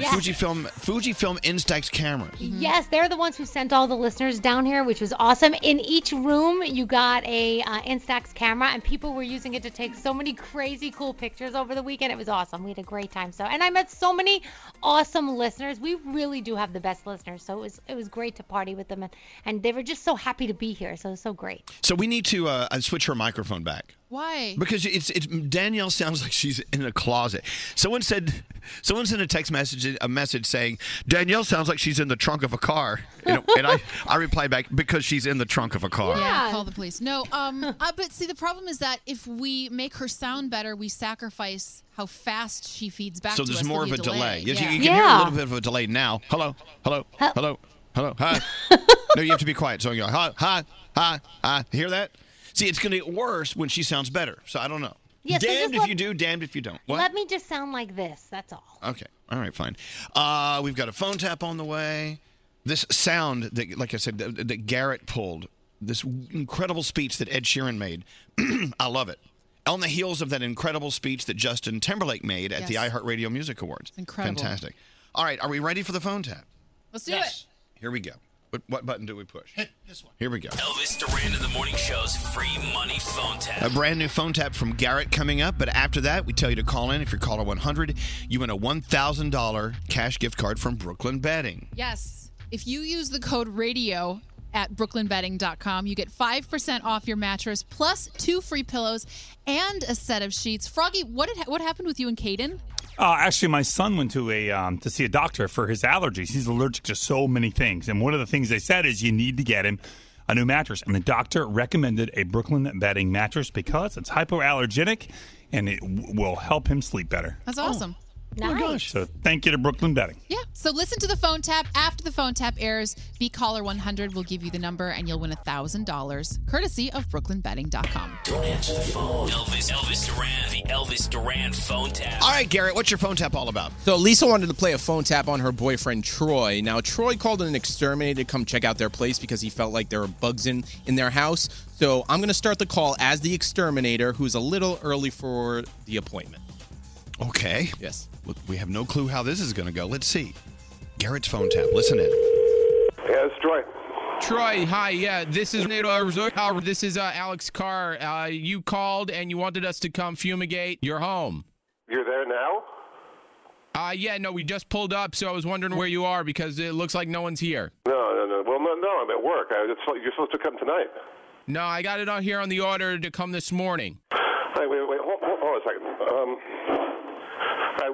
Speaker 1: Fujifilm.
Speaker 13: Yes.
Speaker 1: Fujifilm, Fujifilm Instax cameras.
Speaker 13: Yes, they're the ones who sent all the listeners down here, which was awesome. In each room, you got a uh, Instax camera, and people were using it to take so many crazy cool pictures over the weekend. It was awesome. We had a great time. So, and I met so many awesome listeners. We really do have the best listeners. So it was it was great to party with them, and, and they were just so happy to be here. So it was so great.
Speaker 1: So we need to uh, uh, switch her microphone back.
Speaker 6: Why?
Speaker 1: Because it's, it's Danielle sounds like she's in a closet. Someone said, someone sent a text message a message saying Danielle sounds like she's in the trunk of a car, and, and I I replied back because she's in the trunk of a car.
Speaker 6: Yeah, call the police. No, um, uh, but see, the problem is that if we make her sound better, we sacrifice how fast she feeds back.
Speaker 1: So
Speaker 6: to
Speaker 1: there's
Speaker 6: us,
Speaker 1: more of
Speaker 6: there'll
Speaker 1: a
Speaker 6: be
Speaker 1: delay. Yes,
Speaker 6: Yeah.
Speaker 1: you, you can hear a little bit of a delay now. Hello, hello, hello, hello. Hi. no, you have to be quiet. So you go hi, hi, hi, hi. You Hear that? See, it's going to get worse when she sounds better. So I don't know.
Speaker 13: Yeah, so
Speaker 1: damned
Speaker 13: just
Speaker 1: if
Speaker 13: let-
Speaker 1: you do, damned if you don't. What?
Speaker 13: Let me just sound like this. That's all.
Speaker 1: Okay. All right. Fine. Uh, we've got a phone tap on the way. This sound that, like I said, that, that Garrett pulled. This incredible speech that Ed Sheeran made. I love it. On the heels of that incredible speech that Justin Timberlake made at the
Speaker 6: Yes.
Speaker 1: iHeartRadio Music Awards.
Speaker 6: Incredible.
Speaker 1: Fantastic. All right. Are we ready for the phone tap?
Speaker 6: Let's do it.
Speaker 1: Here we go. But what button do we push?
Speaker 26: this one.
Speaker 1: Here we go.
Speaker 7: Elvis Duran in the Morning Show's free money phone tap.
Speaker 1: A brand new phone tap from Garrett coming up, but after that, we tell you to call in. If you're caller 100, you win a $1,000 cash gift card from Brooklyn Betting.
Speaker 6: Yes. If you use the code radio at brooklynbetting.com, you get 5% off your mattress plus two free pillows and a set of sheets. Froggy, what did, what happened with you and Caden?
Speaker 9: Uh, actually, my son went to a um, to see a doctor for his allergies. He's allergic to so many things, and one of the things they said is you need to get him a new mattress. And the doctor recommended a Brooklyn Bedding mattress because it's hypoallergenic and it w- will help him sleep better.
Speaker 6: That's awesome.
Speaker 9: Oh So thank you to Brooklyn Bedding.
Speaker 6: Yeah. So listen to the phone tap. After the phone tap airs, be caller 100. We'll give you the number and you'll win $1,000 courtesy of brooklynbetting.com.
Speaker 7: Don't answer the phone. Elvis, Elvis Duran, the Elvis Duran phone tap.
Speaker 1: All right, Garrett, what's your phone tap all about?
Speaker 27: So Lisa wanted to play a phone tap on her boyfriend Troy. Now Troy called an exterminator to come check out their place because he felt like there were bugs in in their house. So I'm going to start the call as the exterminator, who's a little early for the appointment.
Speaker 1: Okay.
Speaker 27: Yes.
Speaker 1: Look, we have no clue how this is going to go. Let's see. Garrett's phone tap. Listen in.
Speaker 28: Yeah, it's Troy.
Speaker 29: Troy, hi. Yeah, this is NATO Resort. Howard, This is uh, Alex Carr. Uh, you called and you wanted us to come fumigate your home.
Speaker 28: You're there now?
Speaker 29: Uh, yeah, no, we just pulled up, so I was wondering where you are because it looks like no one's here.
Speaker 28: No, no, no. Well, no, no. I'm at work. I, it's, you're supposed to come tonight.
Speaker 29: No, I got it on here on the order to come this morning.
Speaker 28: Hey, wait, wait. Hold, hold, hold on a second. Um, I,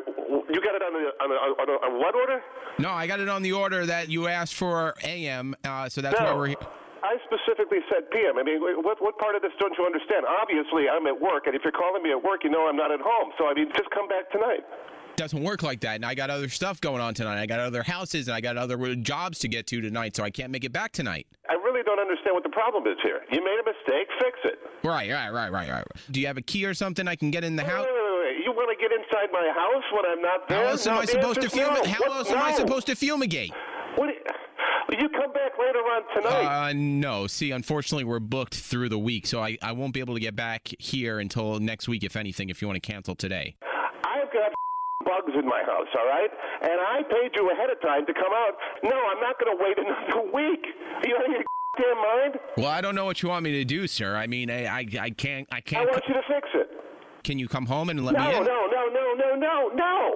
Speaker 28: you got it on the on, the, on, the, on what order?
Speaker 29: No, I got it on the order that you asked for AM, uh, so that's why
Speaker 28: no.
Speaker 29: we're here.
Speaker 28: I specifically said PM. I mean, what what part of this don't you understand? Obviously, I'm at work, and if you're calling me at work, you know I'm not at home. So I mean, just come back tonight.
Speaker 29: doesn't work like that. And I got other stuff going on tonight. I got other houses and I got other jobs to get to tonight, so I can't make it back tonight.
Speaker 28: I really don't understand what the problem is here. You made a mistake. Fix it.
Speaker 29: Right, right, right, right, right. Do you have a key or something I can get in the house?
Speaker 28: Wait, wait, wait, wait. You want to get inside my house when I'm not there?
Speaker 29: How else am
Speaker 28: No,
Speaker 29: I
Speaker 28: the
Speaker 29: supposed to
Speaker 28: answer's no.
Speaker 29: fumigate? How
Speaker 28: What-
Speaker 29: else am I
Speaker 28: no.
Speaker 29: supposed to fumigate?
Speaker 28: What? You come back later on tonight.
Speaker 29: Uh, no. See, unfortunately, we're booked through the week, so I, I won't be able to get back here until next week, if anything, if you want to cancel today.
Speaker 28: I've got bugs in my house, all right? And I paid you ahead of time to come out. No, I'm not going to wait another week. Are you out of your damn mind?
Speaker 29: Well, I don't know what you want me to do, sir. I mean, I, I, I can't. I can't. I want
Speaker 28: you to fix it.
Speaker 29: Can you come home and let
Speaker 28: no,
Speaker 29: me in?
Speaker 28: no, no, no, no, no, no.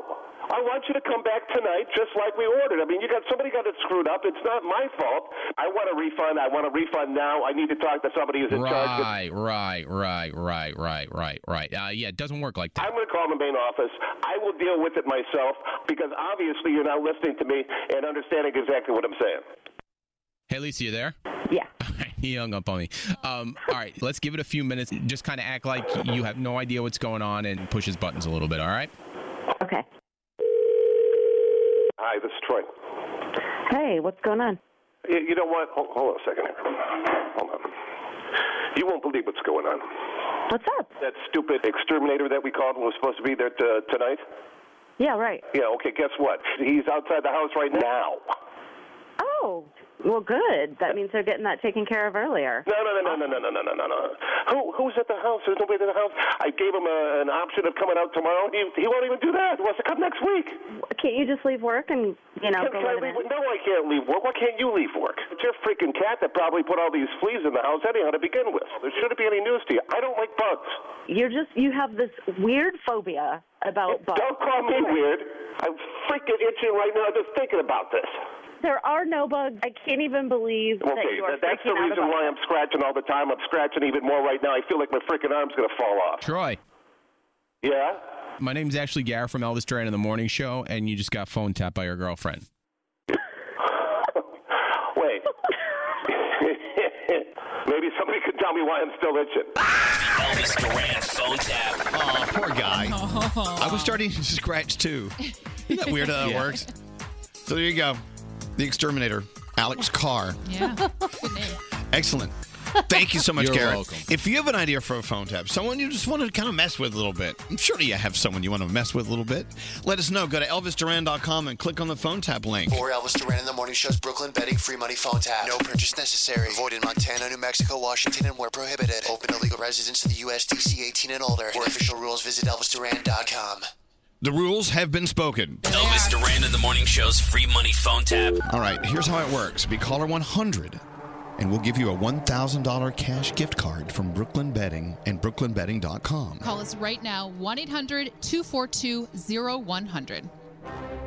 Speaker 28: I want you to come back tonight just like we ordered. I mean, you got somebody got it screwed up. It's not my fault. I want a refund. I want a refund now. I need to talk to somebody who's in charge. of-
Speaker 29: Right, right, right, right, right, right, right. Uh, yeah, it doesn't work like that.
Speaker 28: I'm going to call the main office. I will deal with it myself because obviously you're not listening to me and understanding exactly what I'm saying.
Speaker 29: Hey, Lisa, you there? Yeah. He hung up on me. Um, all right, let's give it a few minutes. Just kind of act like you have no idea what's going on and push his buttons a little bit, all right?
Speaker 28: Hi, this is Troy.
Speaker 14: Hey, what's going on?
Speaker 28: You, you know what? Hold, hold on a second here. Hold on. You won't believe what's going on.
Speaker 14: What's up?
Speaker 28: That stupid exterminator that we called and was supposed to be there t- tonight.
Speaker 14: Yeah, right.
Speaker 28: Yeah. Okay. Guess what? He's outside the house right now.
Speaker 14: Oh, well, good. That means they're getting that taken care of earlier.
Speaker 28: No, no, no, no, no, no, no, no, no, no. Who who's at the house? There's nobody at the house. I gave him a, an option of coming out tomorrow. He, he won't even do that. He wants to come next week.
Speaker 14: Can't you just leave work and, you know,
Speaker 28: Can-
Speaker 14: go
Speaker 28: can I
Speaker 14: let 'em
Speaker 28: leave-
Speaker 14: in?
Speaker 28: no, I can't leave work. Why can't you leave work? It's your freaking cat that probably put all these fleas in the house anyhow to begin with. There shouldn't be any news to you. I don't like bugs.
Speaker 14: You're just, you have this weird phobia about bugs.
Speaker 28: Don't call me weird. I'm freaking itching right now just thinking about this.
Speaker 14: There are no bugs. I can't even believe that
Speaker 28: Okay,
Speaker 14: you are
Speaker 28: that- that's the
Speaker 14: freaking out
Speaker 28: reason
Speaker 14: about
Speaker 28: why I'm scratching all the time. I'm scratching even more right now. I feel like my freaking arm's going to fall off.
Speaker 29: Troy,
Speaker 28: Yeah?
Speaker 29: my name's actually Garrett from Elvis Duran in the Morning Show, and you just got phone tapped by your girlfriend.
Speaker 28: Wait. Maybe somebody could tell me why I'm still itching.
Speaker 7: Elvis Duran phone tap.
Speaker 1: Oh, poor guy. I was starting to scratch too. Isn't that weird how that
Speaker 7: Oh. Yeah.
Speaker 1: works? So there you go. The exterminator, Alex Carr.
Speaker 6: Yeah.
Speaker 1: Excellent. Thank you so much,
Speaker 7: You're
Speaker 1: Garrett.
Speaker 7: welcome.
Speaker 1: If you have an idea for a phone tap, someone you just want to kind of mess with a little bit, I'm sure you have someone you want to mess with a little bit. Let us know. Go to elvisduran.com and click on the phone tap link.
Speaker 30: Or Elvis Duran in the Morning Show's Brooklyn Betting Free Money Phone Tap. No purchase necessary. Void in Montana, New Mexico, Washington, and where prohibited. Open to legal residents of the U.S. D.C. 18 and older. For official rules, visit elvisduran.com.
Speaker 1: The rules have been spoken.
Speaker 7: Elvis Duran in the Morning Show's free money phone tap.
Speaker 1: All right, here's how it works. Be caller 100, and we'll give you a $1,000 cash gift card from Brooklyn Betting and brooklynbetting.com.
Speaker 6: Call us right now, 1 800 242 0100.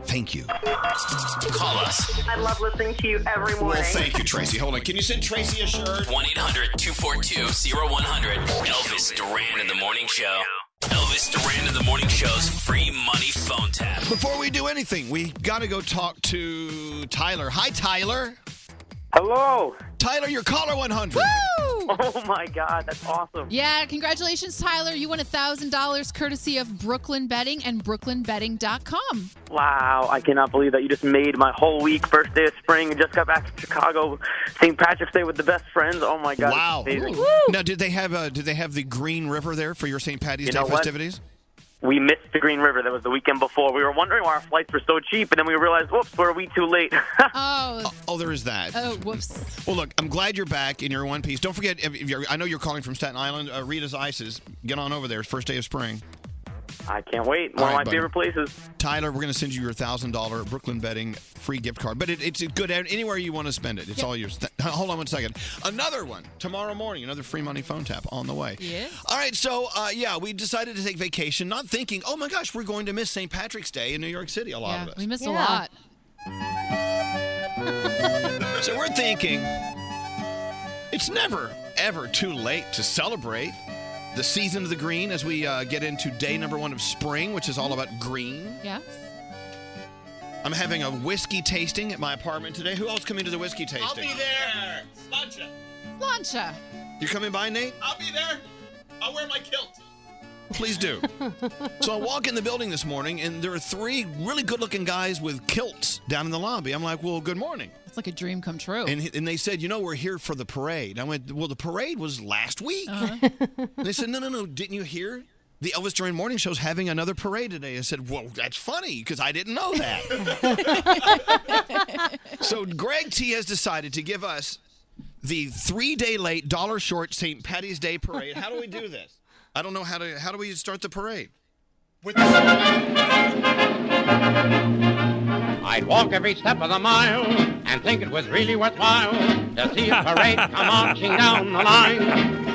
Speaker 1: Thank you.
Speaker 7: Call us.
Speaker 31: I love listening to you every morning.
Speaker 1: Well, thank you, Tracy. Hold on. Can you send Tracy a shirt?
Speaker 7: 1 800 242 0100. Elvis Duran in the Morning Show. Elvis Duran in the Morning Show's free money phone tap.
Speaker 1: Before we do anything, we got to go talk to Tyler. Hi, Tyler.
Speaker 32: Hello.
Speaker 1: Tyler, you're caller 100.
Speaker 32: Oh my God, that's awesome.
Speaker 6: Yeah, congratulations, Tyler. You won $1,000 courtesy of Brooklyn Betting and BrooklynBetting.com.
Speaker 32: Wow, I cannot believe that you just made my whole week. First day of spring, just got back from Chicago. St. Patrick's Day with the best friends. Oh my God,
Speaker 1: Wow.
Speaker 32: it's amazing.
Speaker 1: Now, did they have uh, did they have the Green River there for your St. Patty's
Speaker 32: You
Speaker 1: Day
Speaker 32: know what?
Speaker 1: festivities?
Speaker 32: We missed the Green River. That was the weekend before. We were wondering why our flights were so cheap, and then we realized, whoops, were we too late?
Speaker 6: Oh.
Speaker 1: oh, there is that.
Speaker 6: Oh, whoops.
Speaker 1: Well, look, I'm glad you're back in your one piece. Don't forget, if if you're, I know you're calling from Staten Island. Uh, Rita's Ices. Get on over there. First day of spring.
Speaker 32: I can't wait.
Speaker 1: All
Speaker 32: One of
Speaker 1: right,
Speaker 32: my
Speaker 1: buddy.
Speaker 32: favorite places.
Speaker 1: Tyler, we're going to send you your thousand dollar Brooklyn Betting free gift card, but it, it's good anywhere you want to spend it. It's all yours. Th- hold on one second. Another one tomorrow morning. Another free money phone tap on the way.
Speaker 21: Yeah.
Speaker 1: All right, so uh, yeah, we decided to take vacation, not thinking, oh my gosh, we're going to miss St. Patrick's Day in New York City. A lot
Speaker 6: Yeah,
Speaker 1: of us.
Speaker 6: we missed a lot.
Speaker 1: So we're thinking it's never, ever too late to celebrate the season of the green as we uh, get into day number one of spring, which is all about green.
Speaker 6: Yeah.
Speaker 1: I'm having a whiskey tasting at my apartment today. Who else coming to the whiskey tasting?
Speaker 21: I'll be there. Slancha.
Speaker 6: Slancha.
Speaker 1: You're coming by, Nate?
Speaker 21: I'll be there. I'll wear my kilt.
Speaker 1: Please do. so I walk in the building this morning, and there are three really good-looking guys with kilts down in the lobby. I'm like, "Well, good morning."
Speaker 6: It's like a dream come true.
Speaker 1: And, he- and they said, "You know, we're here for the parade." I went, "Well, the parade was last week." And they said, "No, no, no. Didn't you hear?" The Elvis Duran Morning Show's having another parade today. I said, "Whoa, that's funny because I didn't know that." so Greg T has decided to give us the three-day late, dollar short St. Patty's Day parade. How do we do this? I don't know how to. How do we start the parade?
Speaker 2: I'd walk every step of the mile and think it was really worthwhile to see a parade come marching down the line.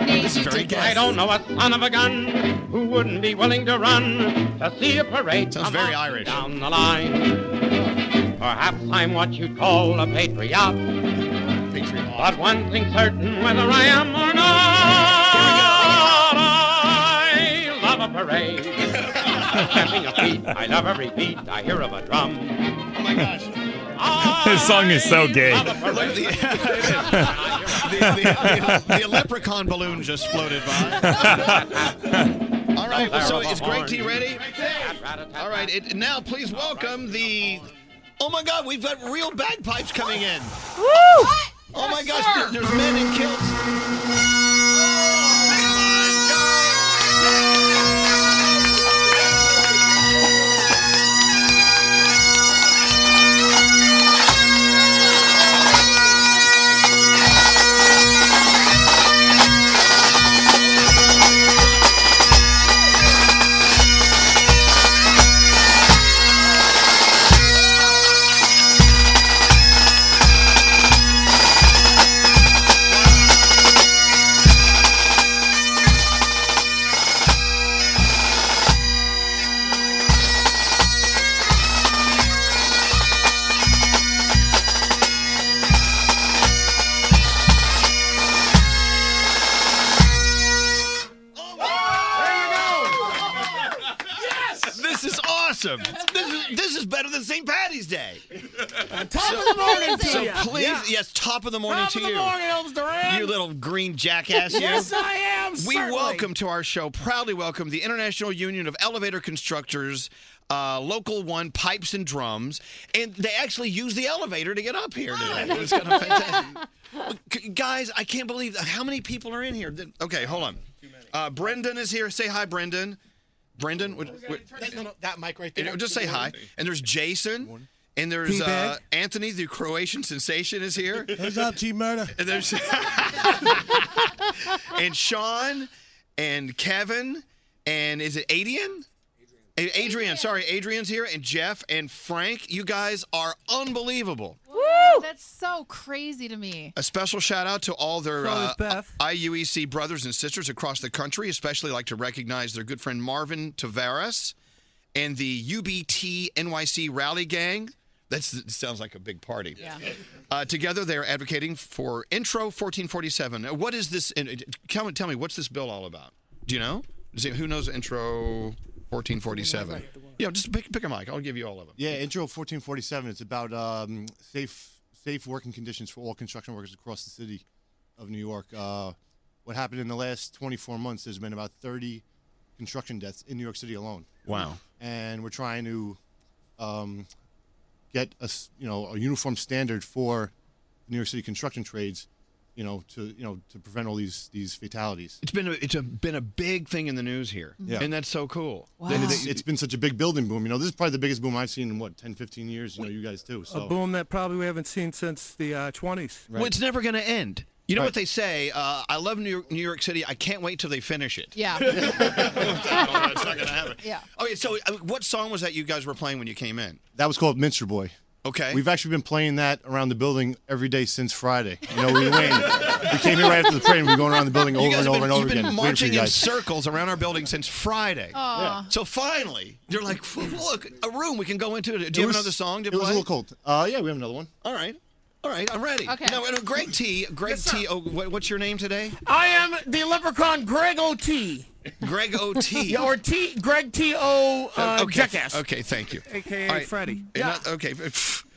Speaker 2: I don't know a son of a gun who wouldn't be willing to run to see a parade
Speaker 1: Sounds
Speaker 2: come
Speaker 1: very Irish.
Speaker 2: marching down the line. Perhaps I'm what you'd call a patriot,
Speaker 1: Patriot.
Speaker 2: but one thing's certain whether I am or not, I love a parade. Stamping of feet, I love every beat I hear of a drum. Oh my gosh.
Speaker 9: This song is so gay.
Speaker 1: the, the, the leprechaun balloon just floated by. All right, so is Greg T ready? All right, it, now please welcome the. Oh my God, we've got real bagpipes coming in. Woo! Oh my gosh, there- there's men in kilts. Yes! This is awesome. This is this is better than St. Patty's Day.
Speaker 21: Top of the morning to
Speaker 1: so
Speaker 21: ya.
Speaker 1: please,
Speaker 21: Yeah.
Speaker 1: yes, top of the morning
Speaker 21: Top
Speaker 1: to
Speaker 21: of the
Speaker 1: you.
Speaker 21: morning, Elvis Duran.
Speaker 1: You little green jackass. you.
Speaker 21: Yes, I am,
Speaker 1: We
Speaker 21: certainly.
Speaker 1: welcome to our show, proudly welcome the International Union of Elevator Constructors, uh, Local One Pipes and Drums, and they actually used the elevator to get up here today. It was kind of fantastic. Look, g- Guys, I can't believe how many people are in here. Th- Okay, hold on. Uh, Brendan is here. Say hi, Brendan. Brendan, would- would-
Speaker 13: That, no, no, that mic right
Speaker 1: you
Speaker 13: there.
Speaker 1: know, just say hi. And there's Jason. And there's
Speaker 13: Teabag.
Speaker 1: uh, Anthony, the Croatian sensation, is here.
Speaker 33: What's up, T Murder?
Speaker 1: And there's and Sean and Kevin and is it Adian? Hey, Adrian, sorry, Adrian's here, and Jeff and Frank. You guys are unbelievable.
Speaker 6: Woo! That's so crazy to me.
Speaker 1: A special shout out to all their
Speaker 6: So is
Speaker 1: uh, IUEC brothers and sisters across the country, especially like to recognize their good friend Marvin Tavares and the UBT NYC Rally Gang. That sounds like a big party.
Speaker 2: Yeah.
Speaker 1: Uh, together, they are advocating for Intro 1447. Uh, What is this? and, uh, Tell me, tell me, what's this bill all about? Do you know? Is it- who knows Intro 1447? Yeah, just pick, pick a mic. I'll give you all of them.
Speaker 15: Yeah, intro 1447. It's about um, safe safe working conditions for all construction workers across the city of New York. Uh, what happened in the last 24 months? There's been about 30 construction deaths in New York City alone.
Speaker 1: Wow.
Speaker 15: And we're trying to um, get a s- you know a uniform standard for New York City construction trades. You know to you know to prevent all these these fatalities.
Speaker 1: It's been a, it's a, been a big thing in the news here.
Speaker 15: Yeah.
Speaker 1: And that's so cool.
Speaker 15: And it's, it's been such a big building boom. You know, this is probably the biggest boom I've seen in what 10, 15 years. You know, you guys too. So
Speaker 34: A boom that probably we haven't seen since the uh, 20s.
Speaker 1: Well, it's never going to end. You know what they say? Uh, I love New York, New York City. I can't wait till they finish it.
Speaker 6: Yeah.
Speaker 1: it's Oh, not going to happen.
Speaker 6: Yeah.
Speaker 1: Okay, so uh, what song was that you guys were playing when you came in?
Speaker 15: That was called Minster Boy.
Speaker 1: Okay.
Speaker 15: We've actually been playing that around the building every day since Friday. You know, we went, we came here right after the parade, and we've been going around the building over
Speaker 1: you guys
Speaker 15: and
Speaker 1: have
Speaker 15: over
Speaker 1: been,
Speaker 15: and over
Speaker 1: you've
Speaker 15: again.
Speaker 1: been
Speaker 15: waiting for
Speaker 1: marching
Speaker 15: you
Speaker 1: in
Speaker 15: guys.
Speaker 1: circles around our building since Friday.
Speaker 15: Aw. Yeah.
Speaker 1: So finally, you're like, "Well, look, a room we can go into. Do you have
Speaker 15: was-
Speaker 1: another song to
Speaker 15: it
Speaker 1: play?
Speaker 15: was a little cold. Uh, yeah, we have another one.
Speaker 1: All right. All right, I'm ready.
Speaker 15: Okay.
Speaker 1: No, no, Greg T. Greg T. Oh, what, what's your name today?
Speaker 12: I am the leprechaun Greg O.T.
Speaker 1: Greg O.T.
Speaker 12: Yeah, or T. Greg T.O. Uh,
Speaker 1: okay.
Speaker 12: Jackass.
Speaker 1: Okay, thank you.
Speaker 12: AKA Freddy.
Speaker 1: Yeah. okay.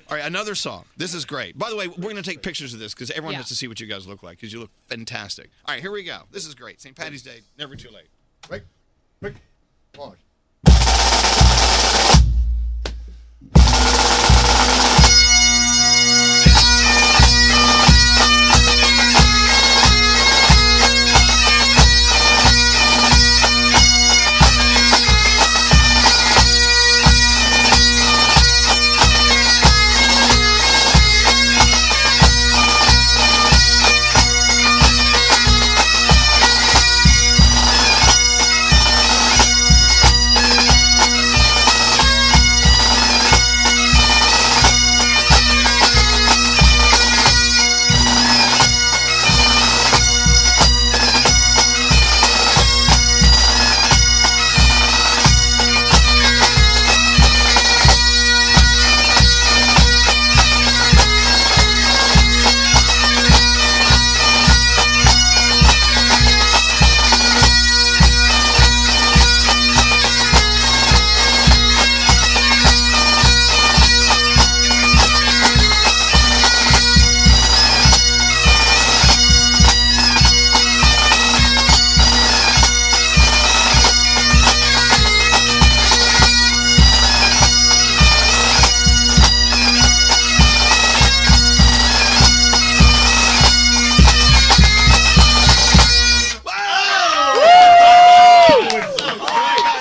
Speaker 1: All right, another song. This is great. By the way, we're going to take pictures of this because everyone
Speaker 12: Yeah.
Speaker 1: has to see what you guys look like because you look fantastic. All right, here we go. This is great. St. Patty's Day, never too late. Right? Right?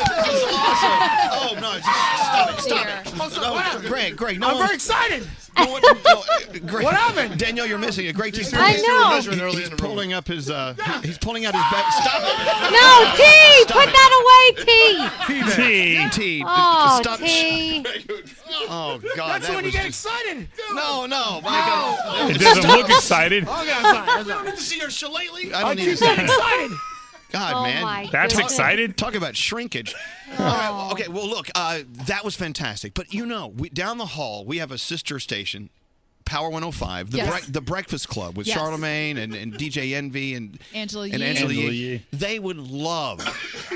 Speaker 1: Oh, no. it's- Stop it. Stop it. No, Greg, Greg, no
Speaker 12: I'm
Speaker 1: one-
Speaker 12: very excited.
Speaker 1: uh, Greg, what happened? Daniel, you're missing a great teacher.
Speaker 12: I know.
Speaker 1: He's pulling up his. Uh, he's pulling out his back. Stop it.
Speaker 13: No, T!
Speaker 1: Stop
Speaker 13: Put
Speaker 1: it.
Speaker 13: that away, T!
Speaker 1: T. T.
Speaker 13: Oh,
Speaker 1: Stop.
Speaker 13: T.
Speaker 1: Oh God.
Speaker 12: That's
Speaker 1: that
Speaker 12: when you
Speaker 1: was
Speaker 12: get
Speaker 1: just-
Speaker 12: excited.
Speaker 1: No, no.
Speaker 9: It doesn't look excited.
Speaker 12: Oh, God, I'm sorry, I'm sorry.
Speaker 1: to see your shillelagh.
Speaker 12: I keep getting excited.
Speaker 1: God,
Speaker 12: Oh, my
Speaker 1: man.
Speaker 12: That's goodness. Oh.
Speaker 9: excited.
Speaker 1: Talk about shrinkage. All right, well, okay, well, look, uh, that was fantastic. But you know, we, down the hall, we have a sister station, Power 105, the,
Speaker 6: Yes.
Speaker 1: brec- the Breakfast Club with
Speaker 6: Yes.
Speaker 1: Charlemagne and, and DJ Envy and
Speaker 6: Angela
Speaker 1: and
Speaker 6: Yee.
Speaker 1: Angela
Speaker 6: Angela
Speaker 1: Yee. They would love to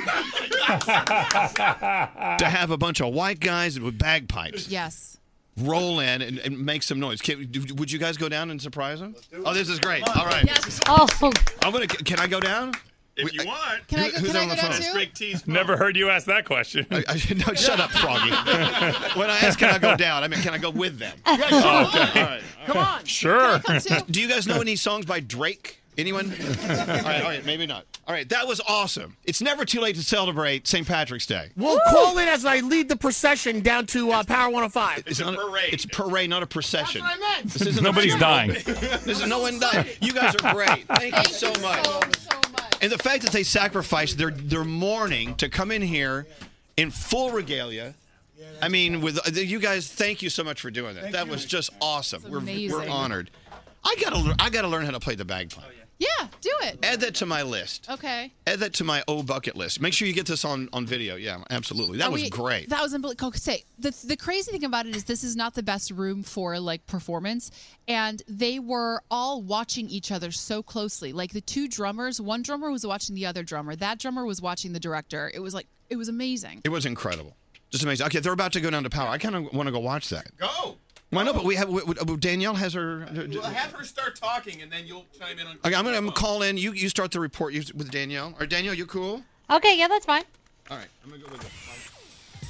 Speaker 1: have a bunch of white guys with bagpipes
Speaker 6: Yes.
Speaker 1: roll in and, and make some noise. Can, do- would you guys go down and surprise them? Oh, this is great. All right.
Speaker 13: Oh.
Speaker 1: I'm gonna. Can I go down? If you
Speaker 9: want.
Speaker 6: Can I go-
Speaker 1: who's
Speaker 6: can I
Speaker 1: on the
Speaker 6: go down
Speaker 1: phone?
Speaker 6: too? Greg T's
Speaker 9: Never heard you ask that question.
Speaker 1: no, shut up, Froggy. when I ask, can I go down? I mean, can I go with them?
Speaker 9: Yeah, sure.
Speaker 1: Oh,
Speaker 9: Okay.
Speaker 1: Come on.
Speaker 9: Sure. Can I come too?
Speaker 1: Do you guys know any songs by Drake? Anyone? all right, all right, maybe not. All right, that was awesome. It's never too late to celebrate St. Patrick's Day.
Speaker 12: We'll call it as I lead the procession down to uh, Power 105.
Speaker 1: It's, not a parade. It's a parade, not a procession.
Speaker 12: That's what I meant.
Speaker 1: This isn't a
Speaker 9: Nobody's dying.
Speaker 1: parade. This is no one dying. You guys are great. Thank, you so much. And the fact that they sacrificed their their morning to come in here in full regalia. I mean, with uh, you guys, thank you so much for doing that. that was just awesome. We're, we're
Speaker 6: amazing.
Speaker 1: honored. I gotta lear- I gotta learn how to play the bagpipe.
Speaker 6: Yeah, do it.
Speaker 1: Add that to my list.
Speaker 6: Okay.
Speaker 1: Add that to my O bucket list. Make sure you get this on on video. Yeah, absolutely. That
Speaker 6: Are
Speaker 1: was
Speaker 6: we-
Speaker 1: great.
Speaker 6: That was unbelievable. Say the the crazy thing about it is this is not the best room for like performance, and they were all watching each other so closely. Like the two drummers, one drummer was watching the other drummer. That drummer was watching the director. It was like it was amazing.
Speaker 1: It was incredible. Just amazing. Okay, they're about to go down to power. I kind of want to go watch that. Go. Why not? But we have we, we- Danielle has her. uh,
Speaker 2: Well, have her start talking, and then you'll chime in on.
Speaker 1: Okay, I'm gonna, I'm gonna call in. You you start the report you, with Danielle. Or Danielle, you cool?
Speaker 11: Okay, yeah, that's fine.
Speaker 1: All right, I'm gonna go with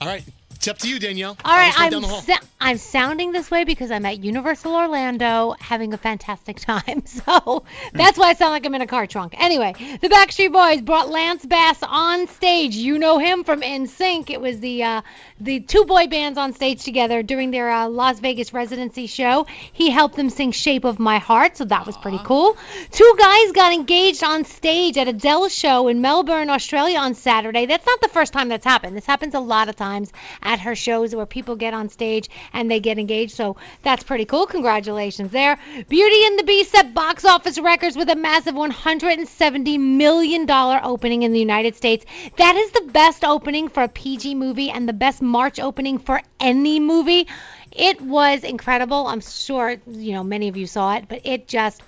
Speaker 19: All right. It's up to you, Danielle.
Speaker 11: All right,
Speaker 19: Always right
Speaker 11: I'm
Speaker 19: down the hall.
Speaker 11: sa- I'm sounding this way because I'm at Universal Orlando having a fantastic time. So that's why I sound like I'm in a car trunk. Anyway, the Backstreet Boys brought Lance Bass on stage. You know him from NSYNC. It was the uh, the two boy bands on stage together during their uh, Las Vegas residency show. He helped them sing "Shape of My Heart," so that was pretty cool. Two guys got engaged on stage at Adele's show in Melbourne, Australia on Saturday. That's not the first time that's happened. This happens a lot of times at her shows where people get on stage and they get engaged. So that's pretty cool. Congratulations there. Beauty and the Beast set box office records with a massive $170 million opening in the United States. That is the best opening for a PG movie and the best March opening for any movie. It was incredible. I'm sure, you know, many of you saw it, but it just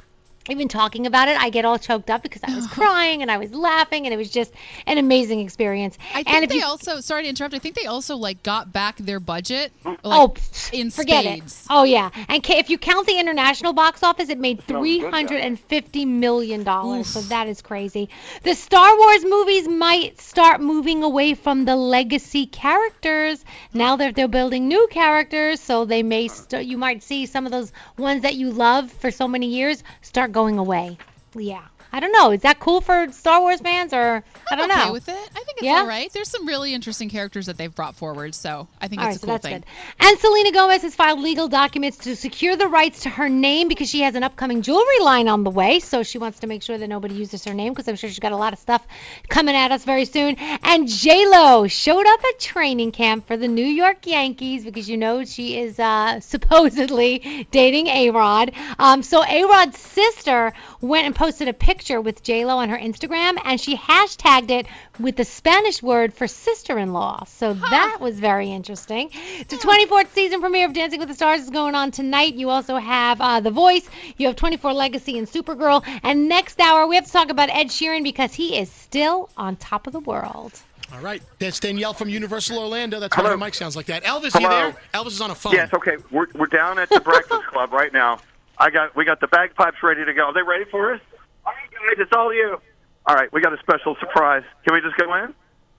Speaker 11: even talking about it, I get all choked up because I was crying and I was laughing, and it was just an amazing experience.
Speaker 6: I
Speaker 11: and
Speaker 6: think they also sorry to interrupt. I think they also like got back their budget. Like,
Speaker 11: Oh,
Speaker 6: in
Speaker 11: forget
Speaker 6: spades.
Speaker 11: it. Oh yeah, and ca- if you count the international box office, it made
Speaker 6: smells good,
Speaker 11: three
Speaker 6: though.
Speaker 11: hundred and fifty million dollars. So that is crazy. The Star Wars movies might start moving away from the legacy characters now that they're building new characters. So they may st- you might see some of those ones that you love for so many years start going away. Yeah, I don't know. Is that cool for Star Wars fans or I don't
Speaker 6: okay
Speaker 11: know?
Speaker 6: with it. I think it's
Speaker 11: Yeah.
Speaker 6: all right. There's some really interesting characters that they've brought forward, so I think
Speaker 11: All
Speaker 6: it's
Speaker 11: right, so
Speaker 6: a cool
Speaker 11: that's
Speaker 6: thing.
Speaker 11: good. And Selena Gomez has filed legal documents to secure the rights to her name because she has an upcoming jewelry line on the way. So she wants to make sure that nobody uses her name because I'm sure she's got a lot of stuff coming at us very soon. And J Lo showed up at training camp for the New York Yankees because you know she is uh, supposedly dating A Rod. Um, so A Rod's sister went and posted a picture with J Lo on her Instagram, and she hashtagged it with the Spanish word for sister-in-law. So that was very interesting. The 24th season premiere of Dancing with the Stars is going on tonight. You also have uh, The Voice. You have 24 Legacy and Supergirl. And next hour we have to talk about Ed Sheeran because he is still on top of the world.
Speaker 19: All right. That's Danielle from Universal Orlando. That's why
Speaker 23: Hello.
Speaker 19: her mic sounds like that. Elvis,
Speaker 23: Hello.
Speaker 19: you there? Elvis is on a phone.
Speaker 23: Yes, okay. We're, we're down at the Breakfast Club right now. I got we got the bagpipes ready to go. Are they ready for us? All right, guys, it's all you. All right, we got a special surprise. Can we just go in?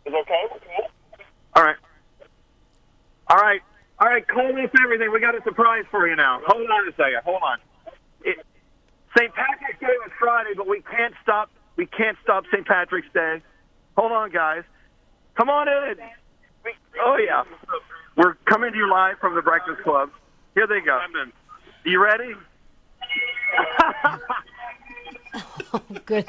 Speaker 28: Is okay?
Speaker 23: All right. All right. All right, call this everything. We got a surprise for you now. Hold on a second. Hold on. It, St. Patrick's Day was Friday, but we can't stop. We can't stop St. Patrick's Day. Hold on, guys. Come on in. Oh yeah, we're coming to you live from the Breakfast Club. Here they go. You ready?
Speaker 11: Good.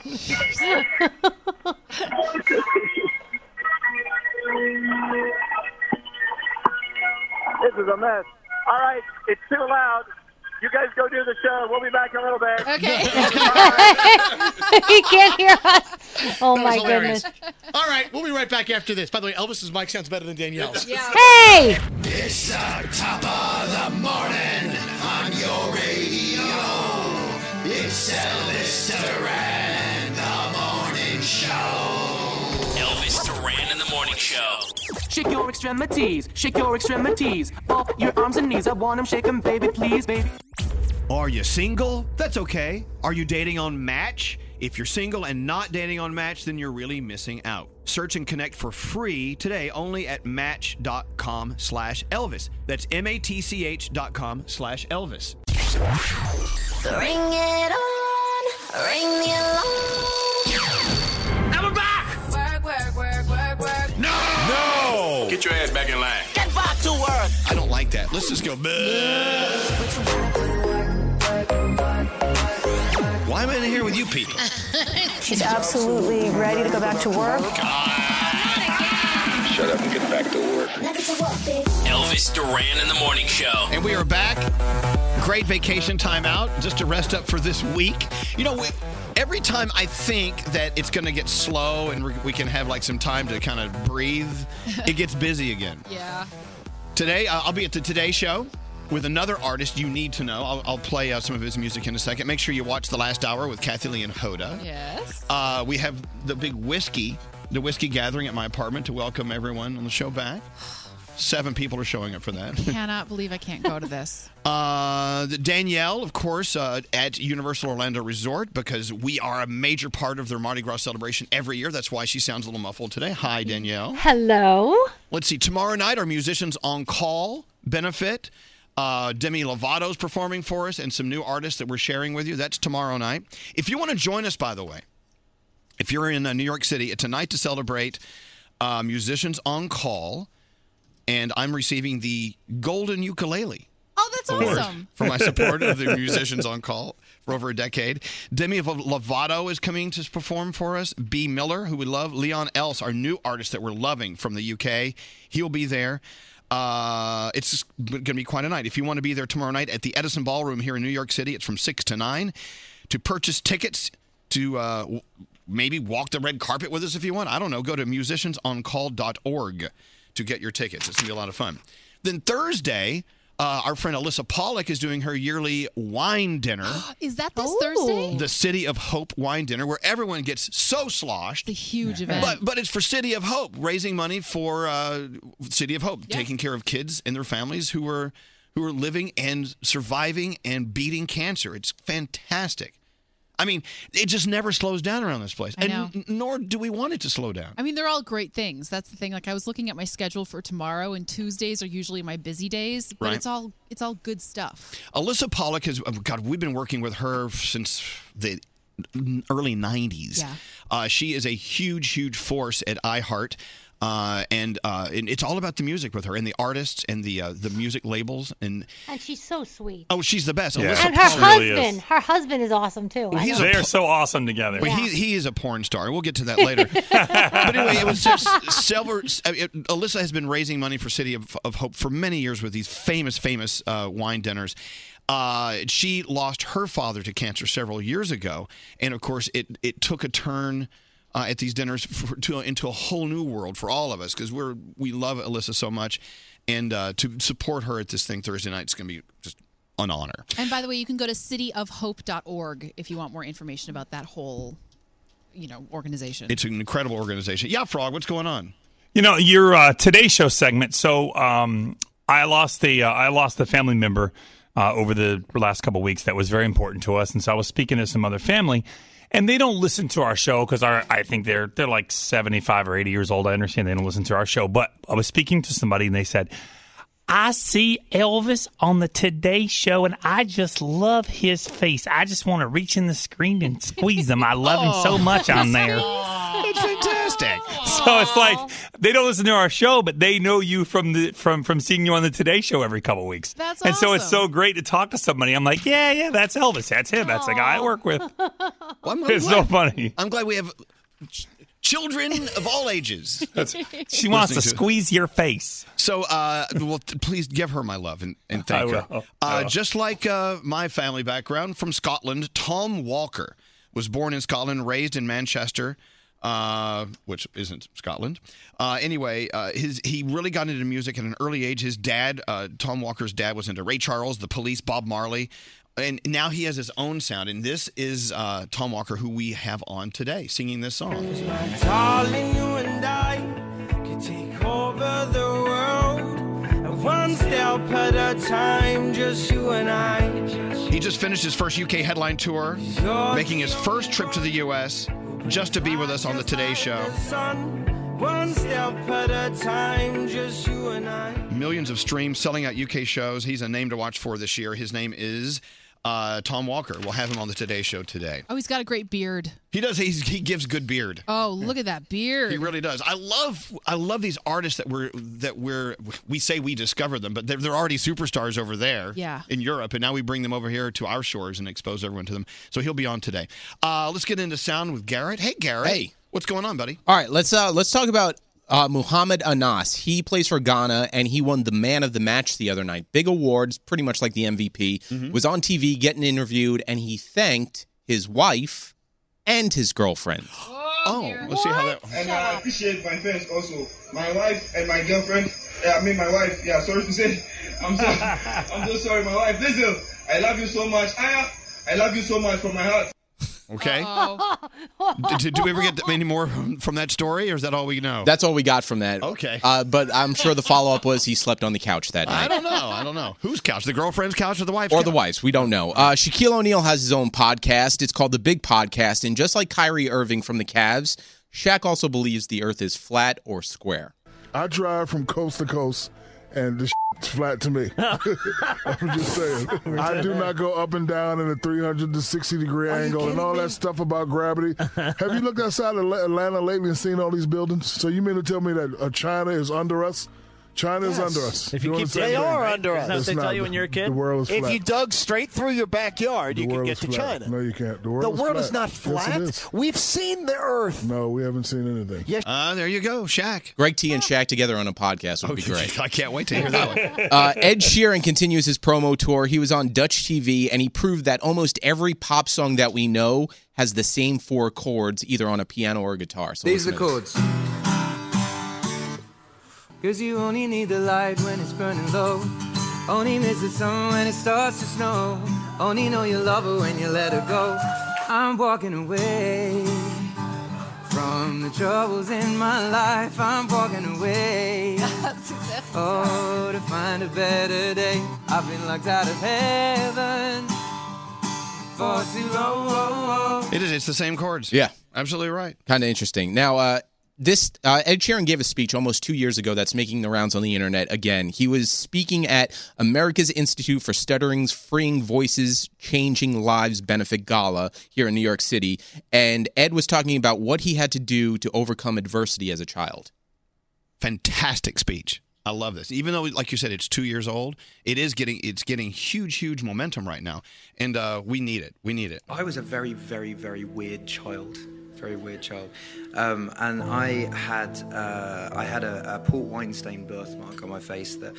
Speaker 23: This is a mess. All right, it's too loud. You guys go do the show. We'll be back in a little bit.
Speaker 11: he can't hear us. Oh my
Speaker 19: That was hilarious.
Speaker 11: goodness.
Speaker 19: All right, we'll be right back after this. By the way, Elvis's mic sounds better than Danielle's.
Speaker 11: Hey!
Speaker 2: It's the top of the morning on your radio. It's Elvis Duran, the morning show.
Speaker 7: Elvis Duran in the morning show.
Speaker 35: Shake your extremities, shake your extremities, up your arms and knees. I want 'em, shake 'em, baby, please, baby.
Speaker 1: Are you single? That's okay. Are you dating on Match? If you're single and not dating on Match, then you're really missing out. Search and connect for free today only at match.com slash Elvis. That's M A T C H dot com slash Elvis.
Speaker 2: Ring it on, ring the alarm. Now we're back. Work, work, work, work, work. No.
Speaker 1: No!
Speaker 7: Get your ass back in line.
Speaker 2: Get back to work.
Speaker 1: I don't like that. Let's just go. Why am I in here with you people?
Speaker 18: She's absolutely ready to go back to work.
Speaker 1: God.
Speaker 25: shut up and get back to work.
Speaker 7: Elvis Duran in the morning show.
Speaker 1: And we are back. Great vacation time out, just to rest up for this week. You know, we, every time I think that it's going to get slow and we- we can have like some time to kind of breathe, it gets busy again.
Speaker 6: Yeah.
Speaker 1: Today, uh, I'll be at the Today Show with another artist you need to know. I'll, I'll play uh, some of his music in a second. Make sure you watch the last hour with Kathy Lee and Hoda.
Speaker 6: Yes.
Speaker 1: Uh, we have the big whiskey, the whiskey gathering at my apartment to welcome everyone on the show back. Seven people are showing up for that.
Speaker 6: Cannot believe I can't go to this.
Speaker 1: Uh, Danielle, of course, uh, at Universal Orlando Resort because we are a major part of their Mardi Gras celebration every year. That's why she sounds a little muffled today. Hi, Danielle.
Speaker 11: Hello.
Speaker 1: Let's see. Tomorrow night, our musicians on call benefit. Uh, Demi Lovato's performing for us, and some new artists that we're sharing with you. That's tomorrow night. If you want to join us, by the way, if you're in uh, New York City, it's a night to celebrate uh, musicians on call, and I'm receiving the golden ukulele.
Speaker 6: Oh, that's
Speaker 1: Award
Speaker 6: awesome.
Speaker 1: for my support of the musicians on call for over a decade. Demi Lovato is coming to perform for us. B. Miller, who we love. Leon Else, our new artist that we're loving from the UK. He'll be there. Uh, it's going to be quite a night. If you want to be there tomorrow night at the Edison Ballroom here in New York City, it's from 6 to 9. To purchase tickets, to uh, w- maybe walk the red carpet with us if you want. I don't know. Go to musiciansoncall.org to get your tickets. It's going to be a lot of fun. Then Thursday, uh, our friend Alyssa Pollock is doing her yearly wine dinner.
Speaker 6: Is that this Thursday?
Speaker 1: The City of Hope Wine Dinner, where everyone gets so sloshed. The
Speaker 6: huge event.
Speaker 1: But, but it's for City of Hope, raising money for uh, City of Hope, taking care of kids and their families who are who are living and surviving and beating cancer. It's fantastic. I mean, it just never slows down around this place,
Speaker 6: I know.
Speaker 1: and n- nor do we want it to slow down.
Speaker 6: I mean, they're all great things. That's the thing. Like I was looking at my schedule for tomorrow, and Tuesdays are usually my busy days, but
Speaker 1: Right.
Speaker 6: it's all it's all good stuff.
Speaker 1: Alyssa Pollock has, oh, God, we've been working with her since the early 90s.
Speaker 6: Yeah.
Speaker 1: Uh, she is a huge, huge force at iHeart. Uh, and, uh, and it's all about the music with her and the artists and the uh, the music labels and
Speaker 11: And she's so sweet.
Speaker 1: oh she's the best.
Speaker 9: Yeah.
Speaker 1: Alyssa
Speaker 11: And her
Speaker 1: Pollock-
Speaker 11: husband. Her husband is awesome too. I know.
Speaker 9: They are so awesome together.
Speaker 1: But he, he is a porn star. We'll get to that later. but anyway, it was just several. I mean, Alyssa has been raising money for City of, of Hope for many years with these famous, famous uh, wine dinners. Uh, she lost her father to cancer several years ago, and of course, it it took a turn. Uh, at these dinners for, to, into a whole new world for all of us because we're we love Alyssa so much, and uh, to support her at this thing Thursday night is going to be just an honor.
Speaker 6: And by the way, you can go to cityofhope.org if you want more information about that whole, you know, organization.
Speaker 1: It's an incredible organization. Yeah, Frog, what's going on?
Speaker 9: You know your uh, Today Show segment. So um, I lost a uh, I lost a family member uh, over the last couple of weeks that was very important to us, and so I was speaking to some other family, and they don't listen to our show because I think they're they're like seventy five or eighty years old. I understand they don't listen to our show, but I was speaking to somebody and they said. I see Elvis on the Today Show, and I just love his face. I just want to reach in the screen and squeeze him. I love him
Speaker 11: Oh.
Speaker 9: so much on there.
Speaker 1: It's fantastic.
Speaker 9: So it's like they don't listen to our show, but they know you from the from from seeing you on the Today Show every couple weeks.
Speaker 6: That's
Speaker 9: and so it's so great to talk to somebody. I'm like, yeah, yeah, that's Elvis. That's him. That's the guy I work with.
Speaker 1: Well, I'm, I'm
Speaker 9: It's so
Speaker 1: glad-
Speaker 9: funny.
Speaker 1: I'm glad we have ch- children of all ages.
Speaker 9: she wants to
Speaker 1: Listening
Speaker 9: squeeze your face.
Speaker 1: So, uh, well, t- please give her my love and, and thank
Speaker 9: I
Speaker 1: her.
Speaker 9: will. I
Speaker 1: Uh,
Speaker 9: will.
Speaker 1: just like uh, my family background from Scotland, Tom Walker was born in Scotland, raised in Manchester, uh, which isn't Scotland. Uh, anyway, uh, his he really got into music at an early age. His dad, uh, Tom Walker's dad, was into Ray Charles, The Police, Bob Marley. And now he has his own sound, and this is uh, Tom Walker, who we have on today, singing this song.
Speaker 2: Darling, you and I could take over the world one step at a time, just you and I.
Speaker 1: He just finished his first UK headline tour, making his first trip to the US just to be with us on the Today Show.
Speaker 2: Sun, one step at a time, just you and I.
Speaker 1: Millions of streams selling out UK shows. He's a name to watch for this year. His name is uh, Tom Walker. We'll have him on the Today Show today.
Speaker 6: oh, he's got a great beard.
Speaker 1: He does. He's, he gives good beard.
Speaker 6: Oh, look at that beard.
Speaker 1: He really does. I love I love these artists that we're that we're we say we discover them, but they're, they're already superstars over there.
Speaker 6: Yeah.
Speaker 1: In Europe, and now we bring them over here to our shores and expose everyone to them. So he'll be on today. Uh, let's get into sound with Garrett. Hey Garrett. Hey. What's going on, buddy?
Speaker 29: All right, let's uh let's talk about Uh, Muhammad Anas. He plays for Ghana and he won the man of the match the other night. Big awards, pretty much like the MVP.
Speaker 1: Mm-hmm.
Speaker 29: Was on TV getting interviewed and he thanked his wife and his girlfriend.
Speaker 1: Oh, let's see how that.
Speaker 25: And uh, I appreciate my fans also. My wife and my girlfriend. Yeah, I mean my wife. Yeah, sorry to say. I'm so I'm so sorry, my wife. Listen, I love you so much. I I love you so much from my heart.
Speaker 1: Okay. Did, did we ever get any more from that story, or is that all we know?
Speaker 29: That's all we got from that.
Speaker 1: Okay.
Speaker 29: Uh, but I'm sure the follow up was he slept on the couch that night.
Speaker 1: I don't know. I don't know. Whose couch? The girlfriend's couch or the wife's
Speaker 29: or
Speaker 1: couch?
Speaker 29: the wives. We don't know. Uh, Shaquille O'Neal has his own podcast. It's called The Big Podcast. And just like Kyrie Irving from the Cavs, Shaq also believes the earth is flat or square.
Speaker 22: I drive from coast to coast, and this shit's flat to me. I'm just saying. I do not go up and down in a 300 to 60 degree angle and all that stuff about gravity. Have you looked outside of La- Atlanta lately and seen all these buildings? So you mean to tell me that uh, China is under us? China is under us.
Speaker 18: If you keep
Speaker 22: understand
Speaker 18: they
Speaker 22: that?
Speaker 18: are under us.
Speaker 22: It's not. The world is
Speaker 18: if
Speaker 22: flat.
Speaker 18: you dug straight through your backyard, you
Speaker 22: The
Speaker 18: could
Speaker 22: world
Speaker 18: get
Speaker 22: is
Speaker 18: to
Speaker 22: flat.
Speaker 18: China.
Speaker 22: No, you can't. The world,
Speaker 18: The world
Speaker 22: is,
Speaker 18: is not flat.
Speaker 22: We've seen the Earth. No, we haven't seen anything.
Speaker 18: Yes.
Speaker 1: Uh, there you go, Shaq.
Speaker 29: Greg T and Shaq together on a podcast would be great.
Speaker 1: I can't wait to hear that one.
Speaker 29: Uh, Ed Sheeran continues his promo tour. He was on Dutch TV and he proved that almost every pop song that we know has the same four chords, either on a piano or a guitar. So
Speaker 36: These are the
Speaker 29: listen to
Speaker 36: chords. Cause you only need the light when it's burning low. Only miss the sun when it starts to snow. Only know you love her when you let her go. I'm walking away from the troubles in my life. I'm walking away. oh, to find a better day. I've been locked out of heaven for too long.
Speaker 1: It is. It's the same chords.
Speaker 29: Yeah.
Speaker 1: Absolutely right.
Speaker 29: Kind of interesting. Now, uh, this uh, Ed Sheeran gave a speech almost two years ago that's making the rounds on the internet again. He was speaking at America's Institute for Stuttering's Freeing Voices, Changing Lives benefit gala here in New York City, and Ed was talking about what he had to do to overcome adversity as a child.
Speaker 1: Fantastic speech. I love this. Even though, like you said, it's two years old, it is getting it's getting huge, huge momentum right now, and uh, we need it. We need it.
Speaker 36: I was a very, very, very weird child. Very weird child. Um, and I had uh, I had a, a Paul Weinstein birthmark on my face that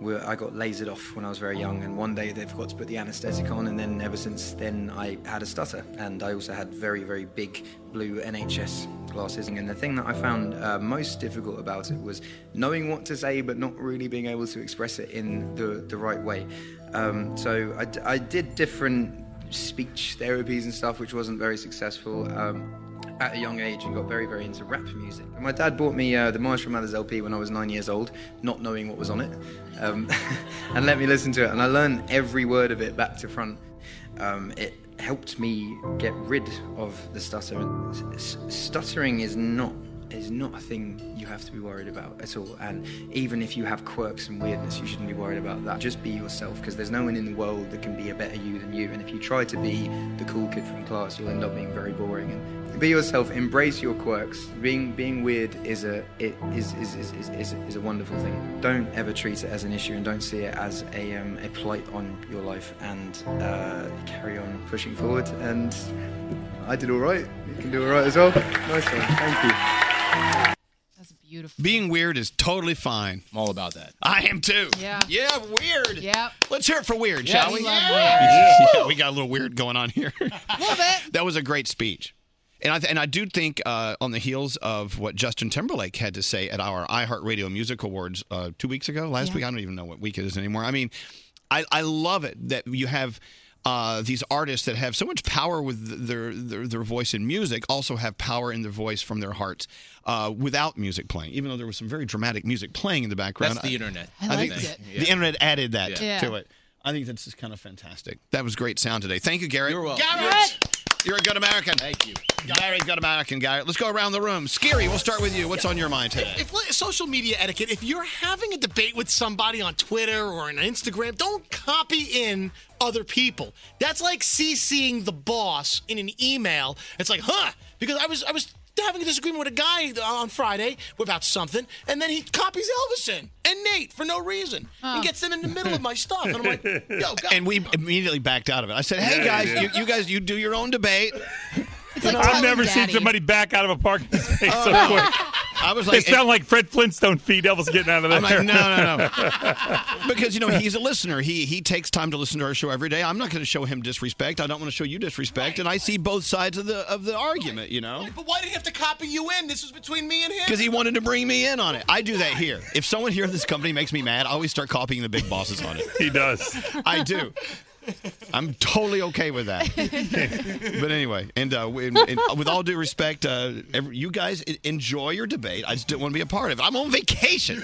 Speaker 36: were, I got lasered off when I was very young. And one day they forgot to put the anaesthetic on, and then ever since then I had a stutter. And I also had very, very big blue NHS glasses. And the thing that I found uh, most difficult about it was knowing what to say, but not really being able to express it in the, the right way. Um, so I, d- I did different speech therapies and stuff, which wasn't very successful um, at a young age, and got very, very into rap music. And my dad bought me uh, the Marshall Mathers LP when I was nine years old, not knowing what was on it, um, and let me listen to it. And I learned every word of it back to front. Um, it helped me get rid of the stutter. S- Stuttering is not is not a thing you have to be worried about at all. And even if you have quirks and weirdness, you shouldn't be worried about that. Just be yourself, because there's no one in the world that can be a better you than you. And if you try to be the cool kid from class, you'll end up being very boring. And be yourself. Embrace your quirks. Being being weird is a it is is, is, is, is, is a wonderful thing. Don't ever treat it as an issue, and don't see it as a um, a plight on your life. And uh, carry on pushing forward. And I did all right. You can do all right as well. Nice one. Thank you.
Speaker 1: Being weird is totally fine.
Speaker 29: I'm all about that.
Speaker 1: I am too.
Speaker 6: Yeah.
Speaker 1: Yeah, weird.
Speaker 6: Yeah.
Speaker 1: Let's hear it for weird,
Speaker 6: Yeah,
Speaker 1: shall
Speaker 6: we
Speaker 1: we?
Speaker 6: love
Speaker 1: Yeah.
Speaker 6: weird.
Speaker 1: Yeah, we got a little weird going on here. That was a great speech. And I, and I do think uh, on the heels of what Justin Timberlake had to say at our iHeartRadio Music Awards uh, two weeks ago, last
Speaker 8: Yeah.
Speaker 1: week, I don't even know what week it is anymore. I mean, I, I love it that you have uh, these artists that have so much power with their, their their voice in music also have power in their voice from their hearts uh, without music playing, even though there was some very dramatic music playing in the background.
Speaker 29: That's the internet.
Speaker 6: I
Speaker 1: think
Speaker 6: liked it.
Speaker 1: The internet added that
Speaker 6: Yeah.
Speaker 1: to it. I think that's just kind of fantastic. That was great sound today. Thank you, Garrett. You're
Speaker 29: welcome.
Speaker 1: You're a good American. Thank you. Garrett, good American, Garrett. Let's go around the room. Scary, we'll start with you. What's on your mind today?
Speaker 19: If like, social media etiquette, if you're having a debate with somebody on Twitter or on Instagram, don't copy in other people. That's like CCing the boss in an email. It's like, huh? Because I was I was having a disagreement with a guy on Friday about something, and then he copies Elvis in and Nate for no reason and gets them in the middle of my stuff. And I'm like, yo, God.
Speaker 1: and we immediately backed out of it. I said, hey,
Speaker 9: Yeah,
Speaker 1: guys,
Speaker 9: yeah.
Speaker 1: You, you guys, you do your own debate. Oh,
Speaker 9: I've never seen somebody back out of a parking space so quick.
Speaker 1: I was
Speaker 9: They
Speaker 1: like,
Speaker 9: sound like Fred Flintstone feet elves getting out of there.
Speaker 1: I'm like, no, no, no. because you know he's a listener. He he takes time to listen to our show every day. I'm not going to show him disrespect. I don't want to show you disrespect. and I see both sides of the of the argument. You know.
Speaker 19: But why did he have to copy you in? This was between me and him.
Speaker 1: Because he wanted to bring me in on it. I do that here. If someone here in this company makes me mad, I always start copying the big bosses on it.
Speaker 9: He does.
Speaker 1: I do. I'm totally okay with that. but anyway, and, uh, we- and, and with all due respect, uh, every, you guys e- enjoy your debate. I just didn't want to be a part of it. I'm on vacation.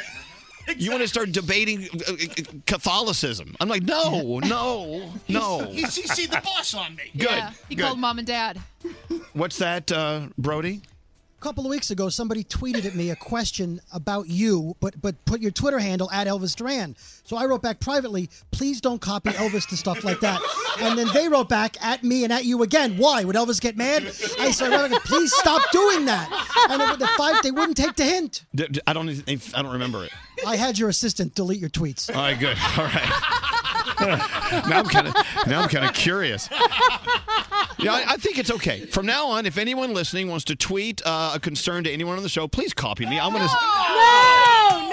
Speaker 1: You want to start debating uh, uh, Catholicism? I'm like, no, no, no.
Speaker 19: He he see the boss on me.
Speaker 1: Good,
Speaker 6: He
Speaker 1: good.
Speaker 6: called mom and dad.
Speaker 1: What's that, uh, Brody?
Speaker 37: A couple of weeks ago, somebody tweeted at me a question about you, but but put your Twitter handle at Elvis Duran. So I wrote back privately, please don't copy Elvis to stuff like that. And then they wrote back at me and at you again. Why would Elvis get mad? I said, I wrote back, please stop doing that. And it, the fight, they wouldn't take the hint.
Speaker 1: D- d- I don't. even- I don't remember it.
Speaker 37: I had your assistant delete your tweets.
Speaker 1: All right, good. All right. now I'm kind of now I'm kind of curious. Yeah, I, I think it's okay. From now on, if anyone listening wants to tweet uh, a concern to anyone on the show, please copy me. I'm gonna. No,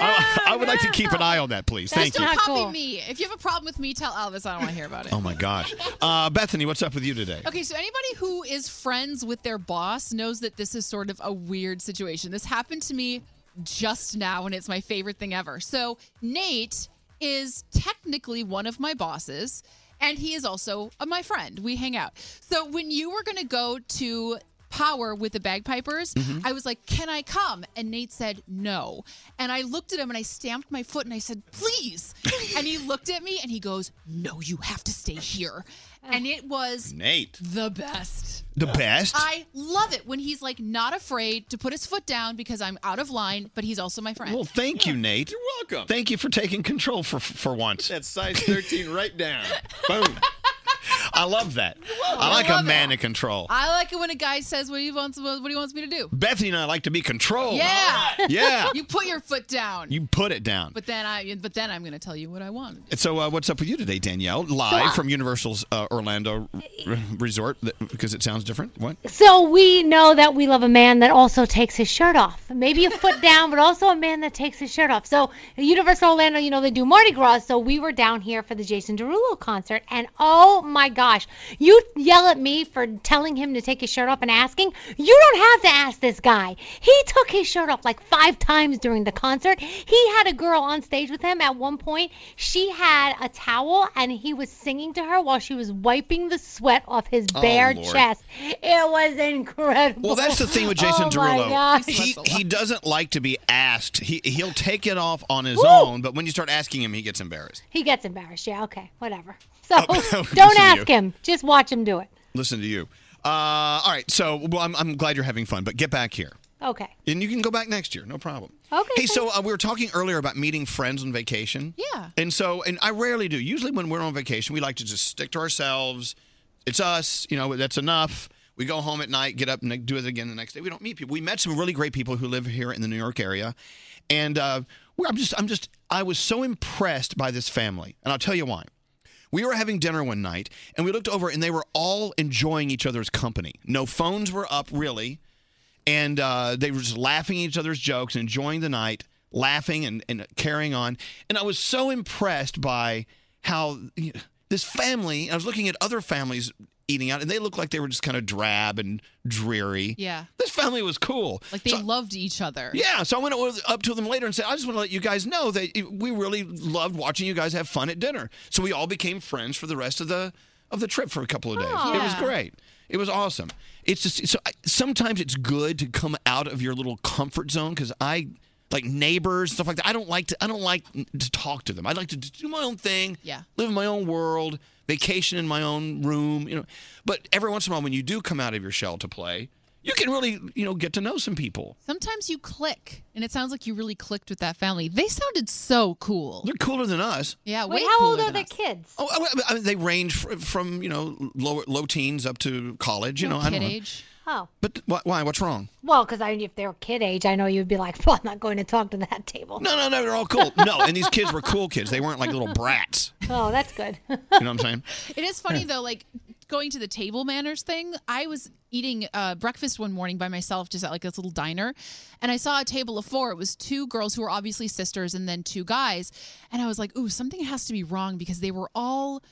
Speaker 6: Oh,
Speaker 1: I, I would like to keep an eye on that, please.
Speaker 6: That's
Speaker 1: Thank you.
Speaker 6: not copy me. If you have a problem with me, tell Elvis. I don't want to hear about it.
Speaker 1: Oh my gosh, uh, Bethany, what's up with you today?
Speaker 6: Okay, so anybody who is friends with their boss knows that this is sort of a weird situation. This happened to me just now, and it's my favorite thing ever. So, Nate is technically one of my bosses, and he is also uh, my friend. We hang out. So, when you were going to go to Power with the bagpipers,
Speaker 1: Mm-hmm.
Speaker 17: Mhm.
Speaker 6: I was like, Can I come? And Nate said, No. And I looked at him and I stamped my foot and I said, Please. and he looked at me and he goes, No, you have to stay here. And it was
Speaker 1: Nate.
Speaker 6: the best.
Speaker 1: The best.
Speaker 6: I love it when he's like not afraid to put his foot down because I'm out of line, but he's also my friend.
Speaker 1: Well, thank you, Nate. You're welcome. Thank you for taking control for for once. That size 13 right down. Boom. I love that.
Speaker 6: welcome.
Speaker 1: I like
Speaker 6: Oh, I
Speaker 1: a
Speaker 6: love
Speaker 1: man
Speaker 6: it.
Speaker 1: in control.
Speaker 6: I like it when a guy says what he wants what he wants me to do.
Speaker 1: Bethany and I like to be controlled.
Speaker 6: yeah.
Speaker 1: Yeah.
Speaker 6: you put your foot down.
Speaker 1: You put it down.
Speaker 6: but then I but then I'm gonna tell you what I want.
Speaker 1: And So, uh, what's up with you today, Danielle? Live from Universal's uh, Orlando r- Resort, th- because it sounds different. What?
Speaker 11: So we know that we love a man that also takes his shirt off. Maybe a foot down, but also a man that takes his shirt off. So at Universal Orlando, you know, they do Mardi Gras. So we were down here for the Jason Derulo concert. And oh my gosh, you yell at me for telling him to take his shirt off and asking. You don't have to ask this guy. He took his shirt off like five times during the concert. He had a girl on stage with him at one point. She had a towel and he was singing to her while she was wiping the sweat off his
Speaker 1: Oh,
Speaker 11: bare
Speaker 1: Lord.
Speaker 11: chest. It was incredible.
Speaker 1: Well, that's the thing with Jason
Speaker 11: oh
Speaker 1: Derulo.
Speaker 11: My gosh.
Speaker 1: He he doesn't like to be asked. He he'll take it off on his
Speaker 11: Woo!
Speaker 1: own, but when you start asking him, he gets embarrassed.
Speaker 11: He gets embarrassed. Yeah, okay, whatever. So
Speaker 1: Listen
Speaker 11: don't
Speaker 1: to
Speaker 11: ask
Speaker 1: you.
Speaker 11: him. Just watch him do it.
Speaker 1: Listen to you. Uh, all right. So, well, I'm I'm glad you're having fun, but get back here,
Speaker 11: Okay.
Speaker 1: and you can go back next year, no problem.
Speaker 11: Okay.
Speaker 1: Hey, so uh, we were talking earlier about meeting friends on vacation.
Speaker 6: Yeah.
Speaker 1: And so, and I rarely do. Usually, when we're on vacation, we like to just stick to ourselves. It's us, you know, that's enough. We go home at night, get up, and do it again the next day. We don't meet people. We met some really great people who live here in the New York area, and uh, we I'm just, I'm just, I was so impressed by this family, and I'll tell you why. We were having dinner one night, and we looked over, and they were all enjoying each other's company. No phones were up, really and uh, they were just laughing at each other's jokes, enjoying the night, laughing and, and carrying on. And I was so impressed by how you know, this family. I was looking at other families eating out, and they looked like they were just kind of drab and dreary.
Speaker 6: Yeah.
Speaker 1: This family was cool.
Speaker 6: Like they loved each other.
Speaker 1: Yeah, so I went o- up to them later and said, I just want to let you guys know that we really loved watching you guys have fun at dinner. So we all became friends for the rest of the of the trip for a couple of days. It was
Speaker 24: Aw.
Speaker 1: great. It was awesome. It's just so I, sometimes it's good to come out of your little comfort zone because I like neighbors stuff like that. I don't like to I don't like to talk to them. I like to do my own thing.
Speaker 6: Yeah.
Speaker 1: live in my own world, vacation in my own room. You know, but every once in a while when you do come out of your shell to play, you can really you know get to know some people.
Speaker 6: Sometimes you click, and it sounds like you really clicked with that family. They sounded so cool. They're
Speaker 1: cooler than us.
Speaker 6: Yeah.
Speaker 11: Wait,
Speaker 6: way
Speaker 11: how old
Speaker 6: cooler
Speaker 11: are
Speaker 6: than
Speaker 11: the
Speaker 6: us.
Speaker 11: kids?
Speaker 1: Oh, I, I- I mean, they range fr- from you know low low teens up to college. You know, I don't know.
Speaker 11: Oh.
Speaker 1: But why, why? What's wrong?
Speaker 11: Well, because I, if they were kid age, I know you'd be like, well, I'm not going to talk to that table.
Speaker 1: No, no, no. They're all cool. No, and these kids were cool kids. They weren't like little brats.
Speaker 11: Oh, that's good.
Speaker 1: You know what I'm saying?
Speaker 6: It is funny though, like going to the table manners thing, I was eating uh, breakfast one morning by myself, just at like this little diner, and I saw a table of four. It was two girls who were obviously sisters, and then two guys, and I was like, "Ooh, something has to be wrong," because they were all.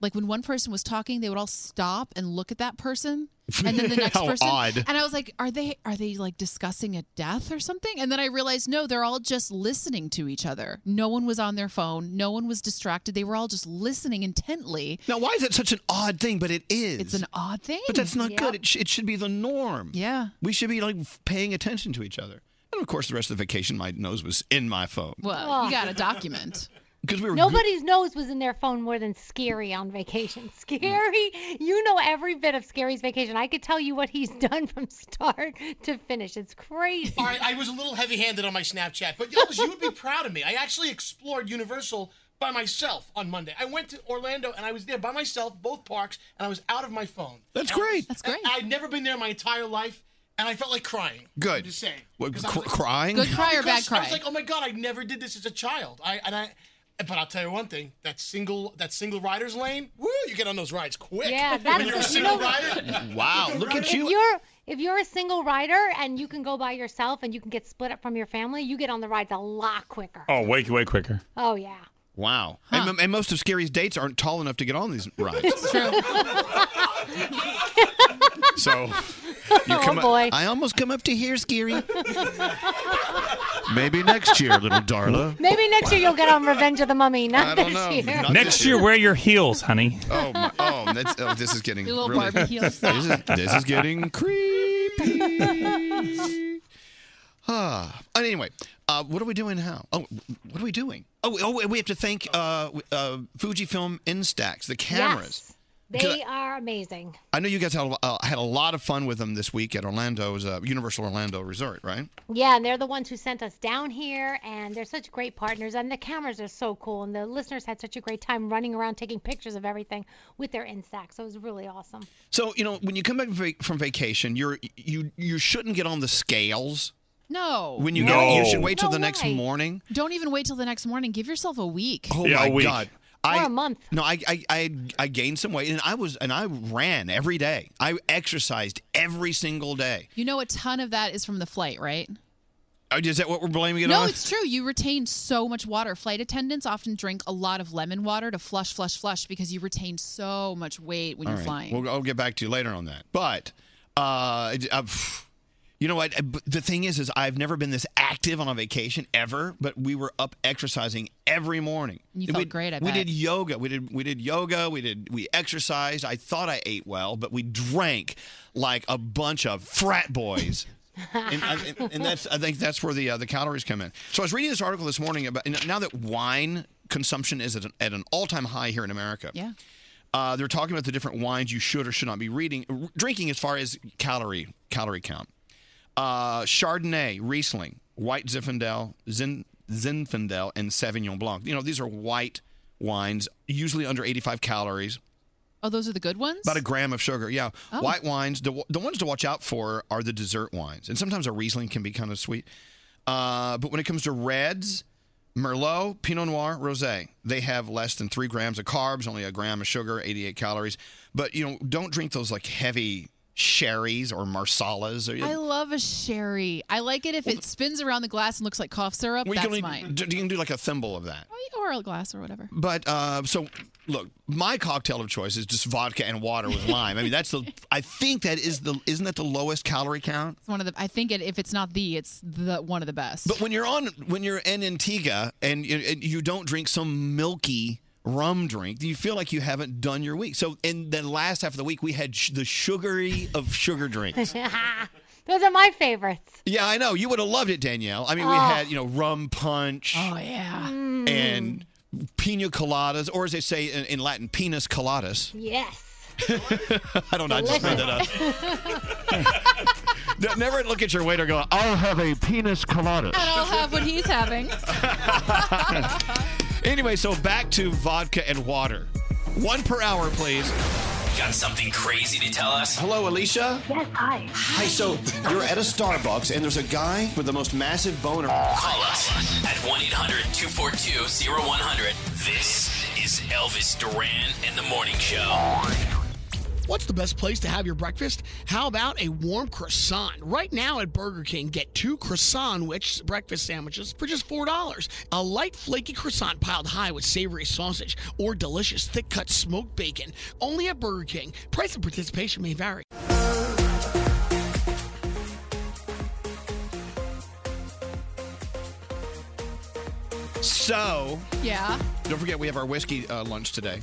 Speaker 6: Like when one person was talking, they would all stop and look at that person, and then the next
Speaker 14: How
Speaker 6: person.
Speaker 14: odd.
Speaker 6: And I was like, "Are they are they like discussing a death or something?" And then I realized, no, they're all just listening to each other. No one was on their phone. No one was distracted. They were all just listening intently.
Speaker 1: Now, why is it such an odd thing? But it is. It's an
Speaker 6: odd thing.
Speaker 1: But that's not
Speaker 6: Yeah.
Speaker 1: good. It, sh- it should be the norm.
Speaker 6: Yeah.
Speaker 1: We should be like f- paying attention to each other. And of course, the rest of the vacation, my nose was in my phone
Speaker 6: Well, you got to document.
Speaker 1: because we were. go-
Speaker 11: Nobody's nose was in their phone more than Scary on vacation. Scary, you know every bit of Scary's vacation. I could tell you what he's done from start to finish. It's crazy.
Speaker 19: All right, I was a little heavy-handed on my Snapchat, but Elvis, you would be proud of me. I actually explored Universal by myself on Monday. I went to Orlando and I was there by myself, both parks, and I was out of my phone.
Speaker 1: That's great.
Speaker 6: That's
Speaker 19: great. I'd never been there my entire life, and I felt like crying.
Speaker 1: Good.
Speaker 19: I'm just saying.
Speaker 1: What, cr- crying?
Speaker 19: Because I was like, oh my god, I never did this as a child. I and I. But I'll tell you one thing: that single, that single rider's lane. Woo! You get on those rides quick.
Speaker 11: Yeah,
Speaker 19: when
Speaker 11: that's-
Speaker 19: you're a
Speaker 11: you
Speaker 19: single
Speaker 11: know-
Speaker 19: rider.
Speaker 1: Wow,
Speaker 19: Single
Speaker 1: look at
Speaker 19: rider.
Speaker 11: If you're if you're a single rider and you can go by yourself and you can get split up from your family, you get on the rides a lot quicker.
Speaker 9: Oh, way, way quicker.
Speaker 11: Oh yeah.
Speaker 1: Wow. And, and most of Scary's dates aren't tall enough to get on these rides. so you
Speaker 11: Oh,
Speaker 1: come up-
Speaker 11: boy.
Speaker 1: I almost come up to here, Scary. Maybe next year, little Darla.
Speaker 11: Maybe next year you'll get on Revenge of the Mummy. Not
Speaker 1: I don't
Speaker 11: this
Speaker 1: know.
Speaker 11: year.
Speaker 1: Not
Speaker 9: Next
Speaker 1: this
Speaker 9: year, wear your heels, honey.
Speaker 1: Oh, my, oh, that's, oh, this is getting
Speaker 11: Your little
Speaker 1: really,
Speaker 11: Barbie heels.
Speaker 1: this is this is getting creepy. Ah, anyway, uh, what are we doing? How? Oh, what are we doing? Oh, oh, we have to thank uh, uh, Fujifilm Instax, the cameras.
Speaker 11: They are amazing.
Speaker 1: I know you guys had, uh, had a lot of fun with them this week at Orlando's uh, Universal Orlando Resort, right?
Speaker 11: Yeah, and they're the ones who sent us down here, and they're such great partners. And the cameras are so cool, and the listeners had such a great time running around taking pictures of everything with their Instax. So it was really awesome.
Speaker 1: So you know when you come back va- from vacation, you're you you shouldn't get on the scales
Speaker 6: Oh. No.
Speaker 1: when you get. You should wait till the next morning.
Speaker 6: Don't even wait till the next morning. Give yourself a week.
Speaker 1: Oh my god! I,
Speaker 6: Or a month.
Speaker 1: No, I, I I I gained some weight, and I was and I ran every day. I exercised every single day.
Speaker 6: You know, a ton of that is from the flight, right?
Speaker 1: Oh, Is that what we're blaming it
Speaker 6: no,
Speaker 1: on?
Speaker 6: it's true. You retain so much water. Flight attendants often drink a lot of lemon water to flush, flush, flush because you retain so much weight when
Speaker 1: All
Speaker 6: you're
Speaker 1: right.
Speaker 6: flying.
Speaker 1: We'll, I'll get back to you later on that. But, uh, it- uh, pff, you know what? Uh, but The thing is, is I've never been this active on a vacation ever. But we were up exercising every morning.
Speaker 6: You
Speaker 1: And we,
Speaker 6: felt great, I
Speaker 1: we
Speaker 6: bet.
Speaker 1: did yoga. We did we did yoga. We did we exercised. I thought I ate well, but we drank like a bunch of frat boys. and, I, and- and that's I think that's where the uh, the calories come in. So I was reading this article this morning about and now that wine consumption is at an, at an all time high here in America.
Speaker 6: Yeah.
Speaker 1: Uh, they're talking about the different wines you should or should not be reading drinking as far as calorie calorie count. Uh, Chardonnay, Riesling, White Zinfandel, Zin, Zinfandel, and Sauvignon Blanc. You know these are white wines, usually under 85 calories.
Speaker 6: Oh, those are the good ones?
Speaker 1: About a gram of sugar, yeah.
Speaker 6: Oh.
Speaker 1: White wines, the, the ones to watch out for are the dessert wines. And sometimes a Riesling can be kind of sweet. Uh, but when it comes to reds, Merlot, Pinot Noir, Rosé, they have less than three grams of carbs, only a gram of sugar, 88 calories. But, you know, don't drink those like heavy sherries or marsalas. Or,
Speaker 6: I love a sherry. I like it if it spins around the glass and looks like cough syrup.
Speaker 1: Well, you,
Speaker 6: That's
Speaker 1: can only-
Speaker 6: mine. Oh,
Speaker 1: d- you can do like a thimble of that.
Speaker 6: Or a glass or whatever.
Speaker 1: But uh, so look, my cocktail of choice is just vodka and water with lime. I mean, that's the. I think that is the. Isn't that the lowest calorie count?
Speaker 6: It's one of the. I think it, if it's not the, it's the one of the best.
Speaker 1: But when you're on, when you're in Antigua and you, and you don't drink some milky rum drink, you feel like you haven't done your week. So in the last half of the week, we had sh- the sugary of sugar drinks.
Speaker 11: those are my favorites.
Speaker 1: Yeah, I know. You would have loved it, Danielle. I mean, we
Speaker 11: Oh.
Speaker 1: had you know rum punch.
Speaker 6: Oh yeah.
Speaker 1: And pina coladas, or as they say in, in Latin, penis coladas.
Speaker 11: Yes.
Speaker 1: I don't know. I just made that up. Ne- Never look at your waiter going, I'll have a penis colada.
Speaker 6: And I'll have what he's having.
Speaker 1: anyway, so back to vodka and water. One per hour, please.
Speaker 7: Got something crazy to tell us?
Speaker 1: Hello, Alicia.
Speaker 7: Yes, hi.
Speaker 1: Hi, so you're at a Starbucks and there's a guy with the most massive boner.
Speaker 7: Call us at 1 800 242 0100. This is Elvis Duran and the Morning Show.
Speaker 12: What's the best place to have your breakfast? How about a warm croissant? Right now at Burger King, get two croissant which breakfast sandwiches for just $4. A light, flaky croissant piled high with savory sausage or delicious thick cut smoked bacon. Only at Burger King. Price and participation may vary.
Speaker 1: So,
Speaker 6: Yeah.
Speaker 1: don't forget we have our whiskey uh, lunch today.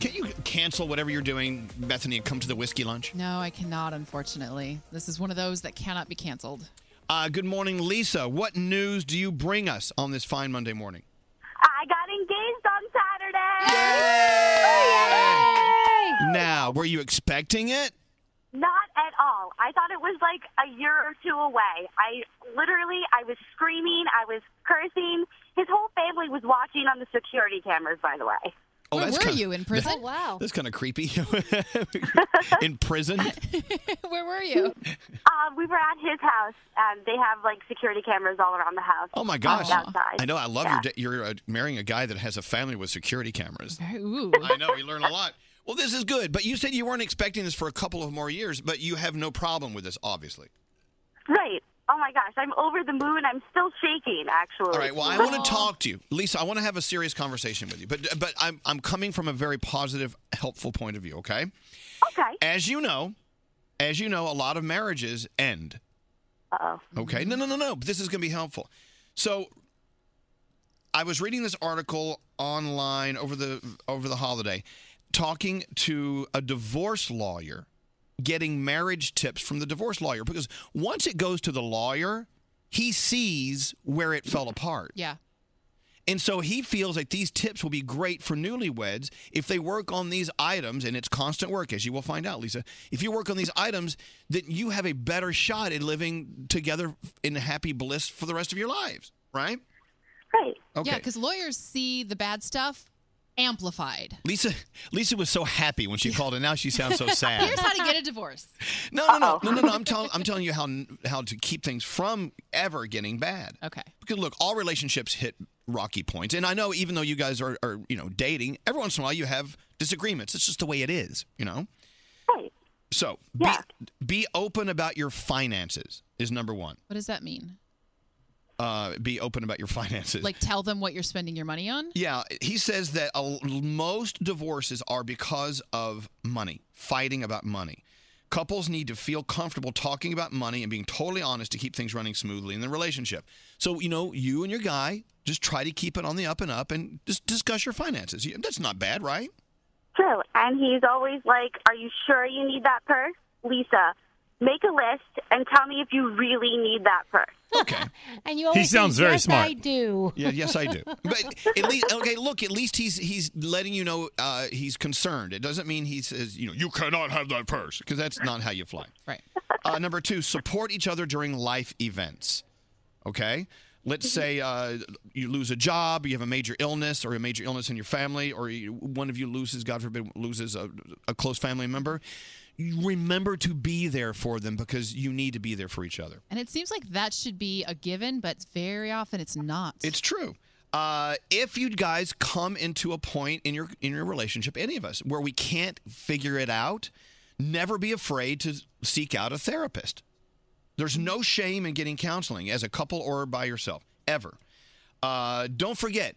Speaker 1: Can you cancel whatever you're doing, Bethany, and come to the whiskey lunch?
Speaker 6: No, I cannot, unfortunately. This is one of those that cannot be canceled.
Speaker 1: Uh, good morning, Lisa. What news do you bring us on this fine Monday morning?
Speaker 14: I got engaged on Saturday.
Speaker 1: Now, were you expecting it?
Speaker 14: Not at all. I thought it was like a year or two away. I literally, I was screaming, I was cursing. His whole family was watching on the security cameras, by the way.
Speaker 1: Oh, Where that's were kinda- you, in prison?
Speaker 14: Oh, wow.
Speaker 1: That's kind of creepy. In prison?
Speaker 14: Where were you? Uh, we were at his house. Um, they have like security cameras all around the house.
Speaker 1: Oh my gosh!
Speaker 14: Outside.
Speaker 1: I know. I love
Speaker 14: Yeah.
Speaker 1: your. da- You're uh, marrying a guy that has a family with security cameras. I know. We learn a lot. Well, this is good. But you said you weren't expecting this for a couple of more years, but you have no problem with this, obviously.
Speaker 14: Right. Oh my gosh. I'm over the moon. I'm still shaking, actually.
Speaker 1: All right. Well, I want to talk to you, Lisa. I want to have a serious conversation with you, but uh, but I'm I'm coming from a very positive, helpful point of view. Okay.
Speaker 14: Okay.
Speaker 1: As you know, as you know, a lot of marriages end.
Speaker 14: Uh
Speaker 1: oh. Okay. No, no, no, no. But this is going to be helpful. So, I was reading this article online over the over the holiday, talking to a divorce lawyer, getting marriage tips from the divorce lawyer because once it goes to the lawyer, he sees where it fell apart.
Speaker 6: Yeah.
Speaker 1: And so he feels that these tips will be great for newlyweds if they work on these items, and it's constant work, as you will find out, Lisa. If you work on these items, then you have a better shot at living together in happy bliss for the rest of your lives, right?
Speaker 14: Right.
Speaker 6: Yeah,
Speaker 1: Okay.
Speaker 6: because lawyers see the bad stuff amplified.
Speaker 1: Lisa, Lisa was so happy when she called, and now she sounds so sad.
Speaker 6: Here's how to get a divorce.
Speaker 1: No, no, no, no, no, no. I'm telling, I'm telling you how how to keep things from ever getting bad.
Speaker 6: Okay.
Speaker 1: Because look, all relationships hit rocky points, and I know even though you guys are, are you know dating, every once in a while you have disagreements. It's just the way it is, you know.
Speaker 14: Right.
Speaker 1: So be be open about your finances is number one.
Speaker 6: What does that mean?
Speaker 1: Uh, be open about your finances.
Speaker 6: Like tell them what you're spending your money on?
Speaker 1: Yeah, he says that a, most divorces are because of money, fighting about money. Couples need to feel comfortable talking about money and being totally honest to keep things running smoothly in the relationship. So, you know, you and your guy just try to keep it on the up and up and just discuss your finances. You- That's not bad, right?
Speaker 14: True. And he's always like, Are you sure you need that purse? Lisa, make a list and tell me if you really need that purse.
Speaker 1: Okay.
Speaker 11: And you always say,
Speaker 1: sounds very
Speaker 11: "Yes,
Speaker 1: smart."
Speaker 11: I do.
Speaker 1: Yeah, yes, I do. But at least, okay, look, at least he's he's letting you know uh, he's concerned. It doesn't mean he says, you know, you cannot have that purse because that's not how you fly.
Speaker 6: Right.
Speaker 1: Uh, number two, support each other during life events. Okay. Let's say uh, you lose a job, you have a major illness, or a major illness in your family, or you, one of you loses, God forbid, loses a, a close family member. You remember to be there for them because you need to be there for each other.
Speaker 6: And it seems like that should be a given, but very often it's not.
Speaker 1: It's true. Uh, if you guys come into a point in your in your relationship, any of us, where we can't figure it out, never be afraid to seek out a therapist. There's no shame in getting counseling as a couple or by yourself ever. Uh, don't forget,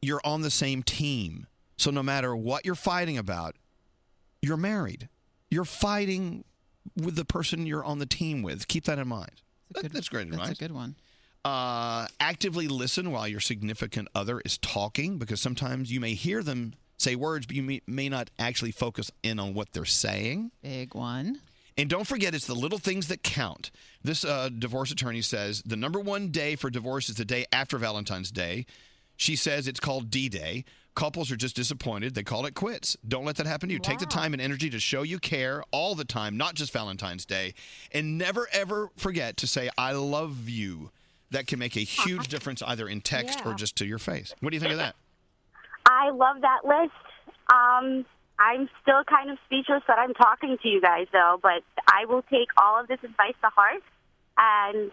Speaker 1: you're on the same team, so no matter what you're fighting about, you're married. You're fighting with the person you're on the team with. Keep that in mind. That- that's great advice. That's a
Speaker 6: good one.
Speaker 1: Uh, actively listen while your significant other is talking because sometimes you may hear them say words, but you may, may not actually focus in on what they're saying.
Speaker 6: Big one.
Speaker 1: And don't forget, it's the little things that count. This uh, divorce attorney says the number one day for divorce is the day after Valentine's Day. She says it's called D Day. Couples are just disappointed. They call it quits. Don't let that happen to you. Take the time and energy to show you care all the time, not just Valentine's Day. And never, ever forget to say, I love you. That can make a huge difference either in text or
Speaker 14: Yeah.
Speaker 1: just to your face. What do you think of that?
Speaker 14: I love that list. Um, I'm still kind of speechless that I'm talking to you guys, though, but I will take all of this advice to heart. And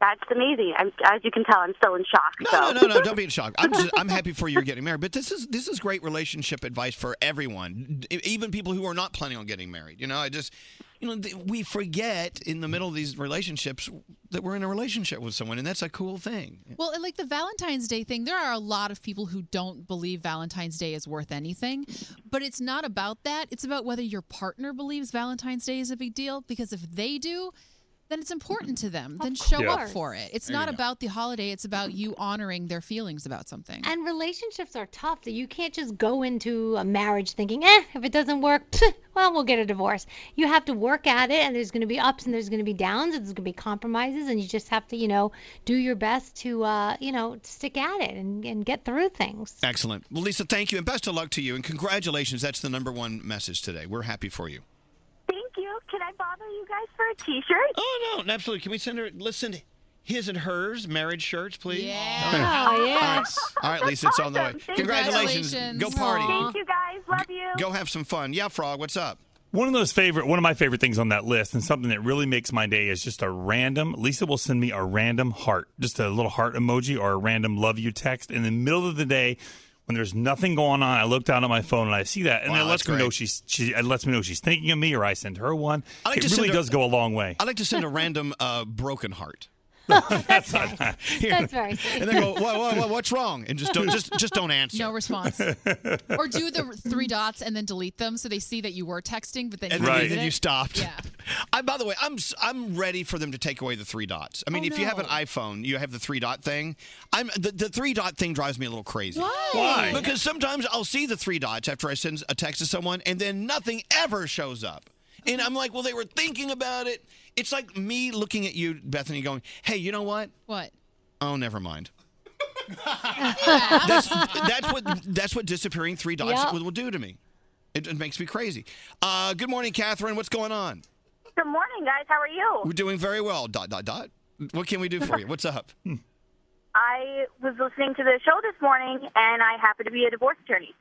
Speaker 14: That's amazing. I'm, as you can tell, I'm still in shock.
Speaker 1: No,
Speaker 14: so.
Speaker 1: no, no, no! Don't be in shock. I'm just, I'm happy for you getting married, but this is this is great relationship advice for everyone, e- even people who are not planning on getting married. You know, I just, you know, th- we forget in the middle of these relationships that we're in a relationship with someone, and that's a cool thing.
Speaker 6: Well, and like the Valentine's Day thing, there are a lot of people who don't believe Valentine's Day is worth anything, but it's not about that. It's about whether your partner believes Valentine's Day is a big deal because if they do, then it's important to them. Then show
Speaker 11: Yeah.
Speaker 6: up for it. It's
Speaker 11: There you
Speaker 6: not
Speaker 11: go.
Speaker 6: about the holiday, it's about you honoring their feelings about something.
Speaker 11: And relationships are tough. That you can't just go into a marriage thinking, eh, if it doesn't work, pff, well, we'll get a divorce. You have to work at it, and there's going to be ups and there's going to be downs, and there's going to be compromises, and you just have to, you know, do your best to, uh, you know, stick at it and, and get through things.
Speaker 1: Excellent. Well, Lisa, thank you, and best of luck to you, and congratulations. That's the number one message today. We're happy for you.
Speaker 14: Thank you. Can I bother you guys for a T-shirt?
Speaker 1: Oh no, absolutely. Can we send her? Listen, his and hers marriage shirts, please.
Speaker 14: Yeah.
Speaker 1: All
Speaker 14: Oh,
Speaker 1: right.
Speaker 14: yes.
Speaker 1: All right, Lisa, it's on the way. Congratulations. Go party.
Speaker 14: Thank you guys. Love you.
Speaker 1: Go have some fun. Yeah, Frog, what's up?
Speaker 9: One of those favorite, one of my favorite things on that list, and something that really makes my day is just a random. Lisa will send me a random heart, just a little heart emoji or a random love you text in the middle of the day when there's nothing going on. I look down at my phone and I see that, and
Speaker 1: Wow,
Speaker 9: it lets
Speaker 1: that's
Speaker 9: me know
Speaker 1: great.
Speaker 9: she's she it lets me know she's thinking of me, or I send her one.
Speaker 1: I like
Speaker 9: it
Speaker 1: to send
Speaker 9: really
Speaker 1: her-
Speaker 9: does go a long way.
Speaker 1: I like to send a random uh, broken heart.
Speaker 9: that's not
Speaker 6: That's very sweet.
Speaker 1: And then go, whoa, whoa, whoa, what's wrong? And just don't, just, just don't answer.
Speaker 6: No response. or do the three dots and then delete them so they see that you were texting, but then
Speaker 1: and
Speaker 6: you
Speaker 1: then,
Speaker 6: deleted
Speaker 1: then
Speaker 6: it.
Speaker 1: you stopped. I, by the way, I'm s- I'm ready for them to take away the three dots. I mean,
Speaker 6: Oh,
Speaker 1: if you have an
Speaker 6: no.
Speaker 1: iPhone, you have the three dot thing. I'm the, the three dot thing drives me a little crazy.
Speaker 6: Why? Why?
Speaker 1: Because sometimes I'll see the three dots after I send a text to someone, and then nothing ever shows up. And I'm like, well, they were thinking about it. It's like me looking at you, Bethany, going, hey, you know what?
Speaker 6: What?
Speaker 1: Oh, never mind.
Speaker 6: Yeah.
Speaker 1: that's that's what that's what disappearing three dots
Speaker 14: Yep.
Speaker 1: will, will do to me. It, it makes me crazy. Uh, good morning, Catherine. What's going on?
Speaker 14: Good morning, guys. How are you?
Speaker 1: We're doing very well. Dot dot dot. What can we do for you? What's up?
Speaker 14: Hmm. I was listening to the show this morning, and I happen to be a divorce attorney.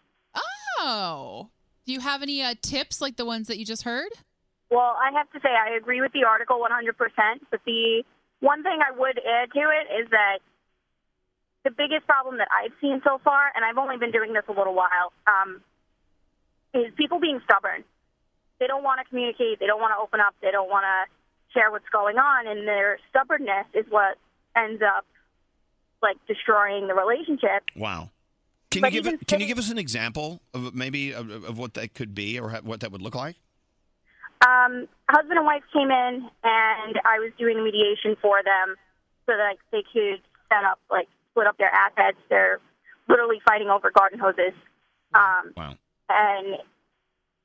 Speaker 6: Oh. Do you have any uh, tips like the ones that you just heard?
Speaker 14: Well, I have to say I agree with the article 100%, but the one thing I would add to it is that the biggest problem that I've seen so far, and I've only been doing this a little while, um, is people being stubborn. They don't want to communicate. They don't want to open up. They don't want to share what's going on, and their stubbornness is what ends up like destroying the relationship.
Speaker 1: Wow. Can
Speaker 14: But
Speaker 1: you give
Speaker 14: even
Speaker 1: it, can you give us an example of maybe of, of what that could be or ha- what that would look like?
Speaker 14: Um, husband and wife came in, and I was doing mediation for them so that like, they could set up, like, split up their assets. They're literally fighting over garden hoses. Um,
Speaker 1: wow.
Speaker 14: And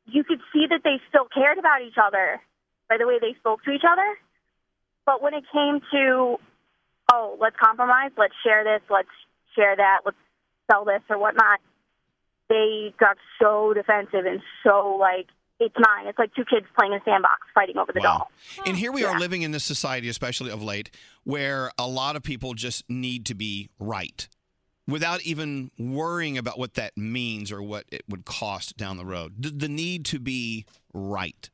Speaker 14: you could see that they still cared about each other by the way they spoke to each other. But when it came to, oh, let's compromise, let's share this, let's share that, let's sell this or whatnot, they got so defensive and so like it's mine. It's like two kids playing in a sandbox fighting over the doll.
Speaker 1: And here we are living in this society, especially of late, where a lot of people just need to be right without even worrying about what that means or what it would cost down the road. The, the need to be right.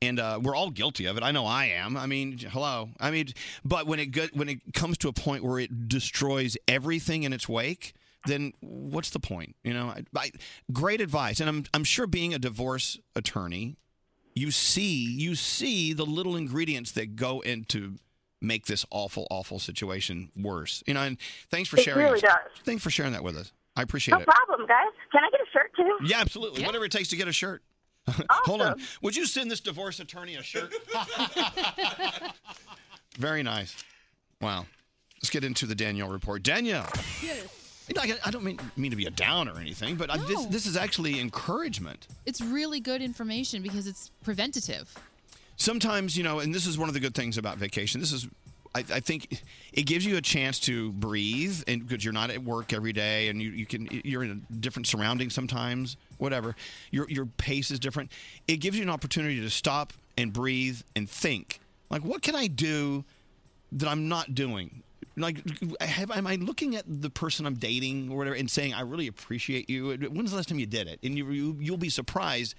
Speaker 1: And uh, we're all guilty of it. I know I am. I mean, hello. I mean, but when it go- when it comes to a point where it destroys everything in its wake, then what's the point? You know, I, I, great advice. And I'm I'm sure being a divorce attorney you see you see the little ingredients that go into make this awful awful situation worse you know and thanks for
Speaker 14: It
Speaker 1: sharing
Speaker 14: really
Speaker 1: us.
Speaker 14: does.
Speaker 1: thanks for sharing that with us i appreciate
Speaker 14: No
Speaker 1: it
Speaker 14: problem, guys. Can I get a shirt too?
Speaker 1: yeah absolutely whatever it takes to get a shirt hold on would you send this divorce attorney a shirt very nice wow let's get into the danielle report danielle you know, I I don't mean mean to be a down or anything but I, this,
Speaker 6: No.
Speaker 1: this is actually encouragement
Speaker 6: It's really good information because it's preventative.
Speaker 1: sometimes you know and this is one of the good things about vacation this is I, I think it gives you a chance to breathe and because you're not at work every day and you, you can you're in a different surrounding sometimes whatever your your pace is different it gives you an opportunity to stop and breathe and think like what can i do that i'm not doing like have, am i looking at the person i'm dating or whatever and saying i really appreciate you when's the last time you did it and you, you you'll be surprised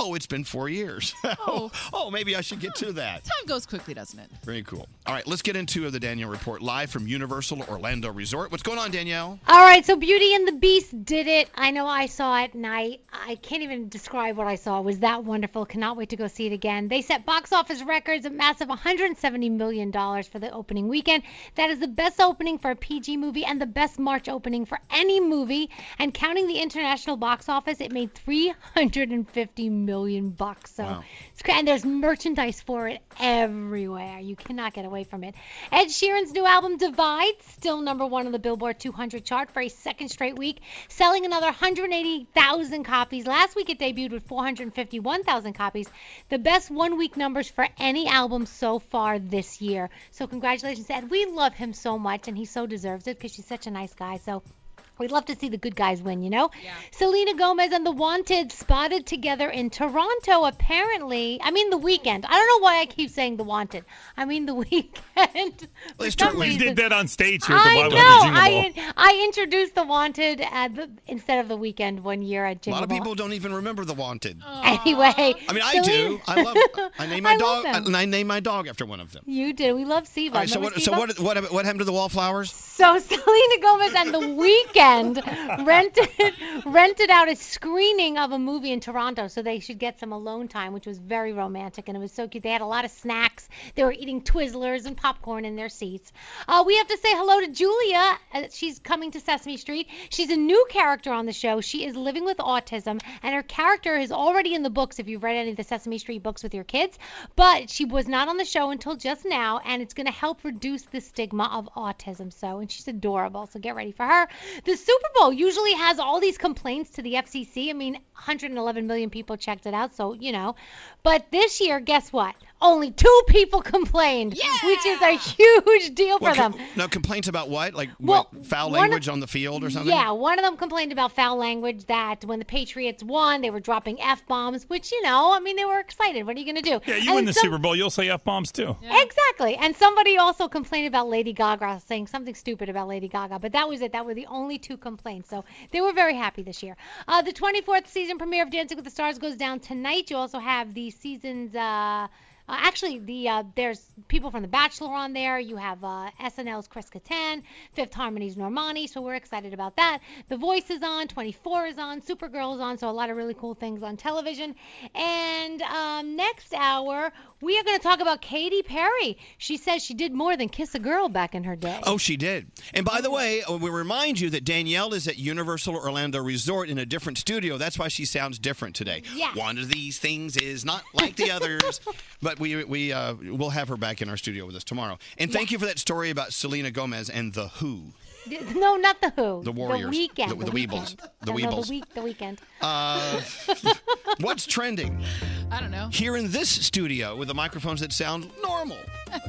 Speaker 1: oh, it's been four years. oh, maybe I should get to that.
Speaker 6: Time goes quickly, doesn't it?
Speaker 1: Very cool. All right, let's get into the Danielle report live from Universal Orlando Resort. What's going on, Danielle?
Speaker 11: All right, so Beauty and the Beast did it. I know I saw it, and I, I can't even describe what I saw. It was that wonderful. Cannot wait to go see it again. They set box office records, a massive $170 million for the opening weekend. That is the best opening for a PG movie and the best March opening for any movie. And counting the international box office, it made 350 million bucks. So
Speaker 34: Wow.
Speaker 11: it's cra- and there's merchandise for it everywhere. You cannot get away from it. Ed Sheeran's new album Divide still number 1 on the Billboard 200 chart for a second straight week, selling another 180,000 copies. Last week it debuted with 451,000 copies, the best one week numbers for any album so far this year. So congratulations to Ed. We love him so much and he so deserves it because he's such a nice guy. So We'd love to see the good guys win, you know? Selena Gomez and The Wanted spotted together in Toronto, apparently. I mean, the weekend. I don't know why I keep saying The Wanted. I mean, the weekend.
Speaker 9: We did that on stage here at the
Speaker 11: I
Speaker 9: Wild
Speaker 11: know.
Speaker 9: Virginia Bowl.
Speaker 11: I, I introduced The Wanted at the, instead of The Weekend one year at
Speaker 1: A
Speaker 11: Jingle
Speaker 1: lot of
Speaker 11: Ball.
Speaker 1: people don't even remember The Wanted.
Speaker 11: Anyway.
Speaker 1: I mean, I do.
Speaker 11: Selena-
Speaker 1: I love. I named my
Speaker 11: I love
Speaker 1: dog.
Speaker 11: them.
Speaker 1: I, I named my dog after one of them.
Speaker 11: You did. We love Siva.
Speaker 1: All right. So
Speaker 11: Remember
Speaker 1: what? So
Speaker 11: Siva?
Speaker 1: what? What? What happened to the wallflowers?
Speaker 11: So Selena Gomez and The Weeknd rented rented out a screening of a movie in Toronto, so they should get some alone time, which was very romantic and it was so cute. They had a lot of snacks. They were eating Twizzlers and popcorn in their seats. Uh, we have to say hello to Julia. Uh, she's coming to Sesame Street. She's a new character on the show. She is living with autism, and her character is already in the books. If you've read any of the Sesame Street books with your kids, but she was not on the show until just now, and it's going to help reduce the stigma of autism. So, and she's adorable. So get ready for her. The Super Bowl usually has all these complaints to the FCC. I mean, 111 million people checked it out, so you know. But this year, guess what? Only two people complained, which is a huge deal for
Speaker 1: What
Speaker 11: them.
Speaker 1: com- no complaints about what? Like
Speaker 11: Well,
Speaker 1: what, foul
Speaker 11: one of-
Speaker 1: language on the field or something?
Speaker 11: Yeah, one of them complained about foul language that when the Patriots won, they were dropping F bombs, which, you know, I mean, they were excited. What are you going to do?
Speaker 9: Yeah, you
Speaker 11: And
Speaker 9: win the
Speaker 11: some-
Speaker 9: Super Bowl, you'll say f bombs too.
Speaker 11: Exactly. And somebody also complained about Lady Gaga saying something stupid about Lady Gaga, but that was it. That were the only two complaints. So they were very happy this year. Uh, the 24th season premiere of Dancing with the Stars goes down tonight. You also have the season's. Uh, uh, actually, the uh, there's people from The Bachelor on there. You have uh, SNL's Chris Kattan, Fifth Harmony's Normani. So we're excited about that. The Voice is on, 24 is on, Supergirl is on. So a lot of really cool things on television. And um, next hour, we are going to talk about Katy Perry. She says she did more than kiss a girl back in her day.
Speaker 1: Oh, she did. And by the way, uh, we remind you that Danielle is at Universal Orlando Resort in a different studio. That's why she sounds different today.
Speaker 11: Yeah.
Speaker 1: One of these things is not like the others. But we we uh, we'll have her back in our studio with us tomorrow. And thank you for that story about Selena Gomez and the Who,
Speaker 11: No, not the Who.
Speaker 1: the Warriors,
Speaker 11: The weekend.
Speaker 1: the, the Weebles, the
Speaker 11: No, no,
Speaker 1: Weebles.
Speaker 11: the, week, the weekend.
Speaker 1: Uh, what's trending
Speaker 6: I don't know.
Speaker 1: here in this studio with the microphones that sound normal?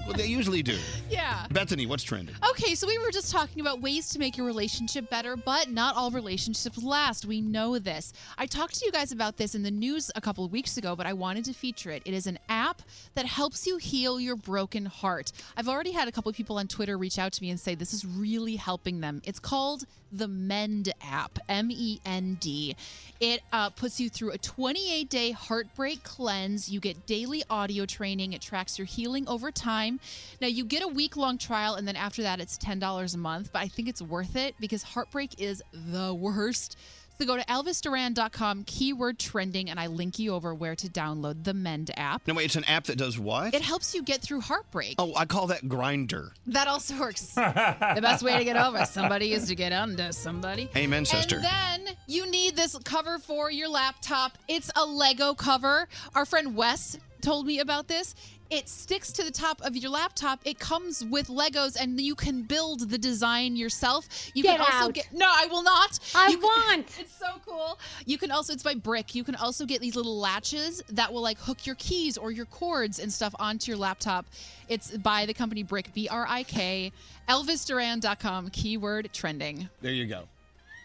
Speaker 1: What they usually do.
Speaker 6: Yeah.
Speaker 1: Bethany, what's trending?
Speaker 6: Okay, so we were just talking about ways to make your relationship better, but not all relationships last. We know this. I talked to you guys about this in the news a couple of weeks ago, but I wanted to feature it. It is an app that helps you heal your broken heart. I've already had a couple of people on Twitter reach out to me and say this is really helping them. It's called the Mend app, M E N D. It uh, puts you through a 28 day heartbreak cleanse. You get daily audio training. It tracks your healing over time. Now, you get a week long trial, and then after that, it's $10 a month. But I think it's worth it because heartbreak is the worst. So go to elvisduran.com, keyword trending, and I link you over where to download the Mend app.
Speaker 1: No, wait, it's an app that does what?
Speaker 6: It helps you get through heartbreak.
Speaker 1: Oh, I call that grinder.
Speaker 6: That also works. the best way to get over somebody is to get under somebody.
Speaker 1: Amen, sister.
Speaker 6: And then you need this cover for your laptop. It's a Lego cover. Our friend Wes told me about this. It sticks to the top of your laptop. It comes with Legos, and you can build the design yourself. You
Speaker 11: Get
Speaker 6: can also
Speaker 11: out.
Speaker 6: get. No, I will not.
Speaker 11: I
Speaker 6: You-
Speaker 11: want.
Speaker 6: It's so cool. You can also. It's by brick. You can also get these little latches that will like hook your keys or your cords and stuff onto your laptop. It's by the company Brick. B R I K. ElvisDuran.com. Keyword trending.
Speaker 1: There you go.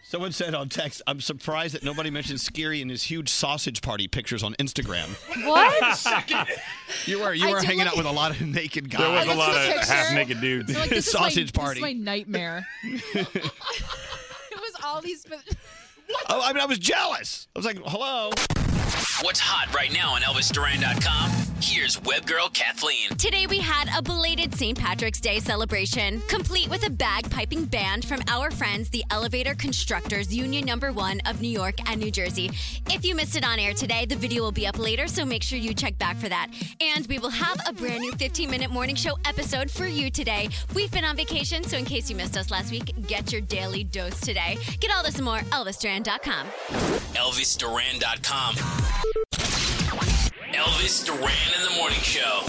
Speaker 1: Someone said on text, I'm surprised that nobody mentioned Scary and his huge sausage party pictures on Instagram.
Speaker 6: What?
Speaker 1: You were you
Speaker 6: I
Speaker 1: were
Speaker 6: do
Speaker 1: hanging
Speaker 6: like-
Speaker 1: out with a lot of naked guys.
Speaker 9: There was a I looked lot at the of picture. half-naked dudes.
Speaker 6: They're like, this
Speaker 1: sausage
Speaker 6: is my,
Speaker 1: party.
Speaker 6: This is my nightmare. it was all these.
Speaker 1: oh, I mean, I was jealous. I was like, hello.
Speaker 7: What's hot right now on ElvisDuran.com? Here's webgirl Kathleen.
Speaker 34: Today we had a belated St. Patrick's Day celebration, complete with a bagpiping band from our friends, the Elevator Constructors Union Number One of New York and New Jersey. If you missed it on air today, the video will be up later, so make sure you check back for that. And we will have a brand new 15 minute morning show episode for you today. We've been on vacation, so in case you missed us last week, get your daily dose today. Get all this and more, ElvisDuran.com.
Speaker 7: ElvisDuran.com. Elvis Duran in the Morning Show.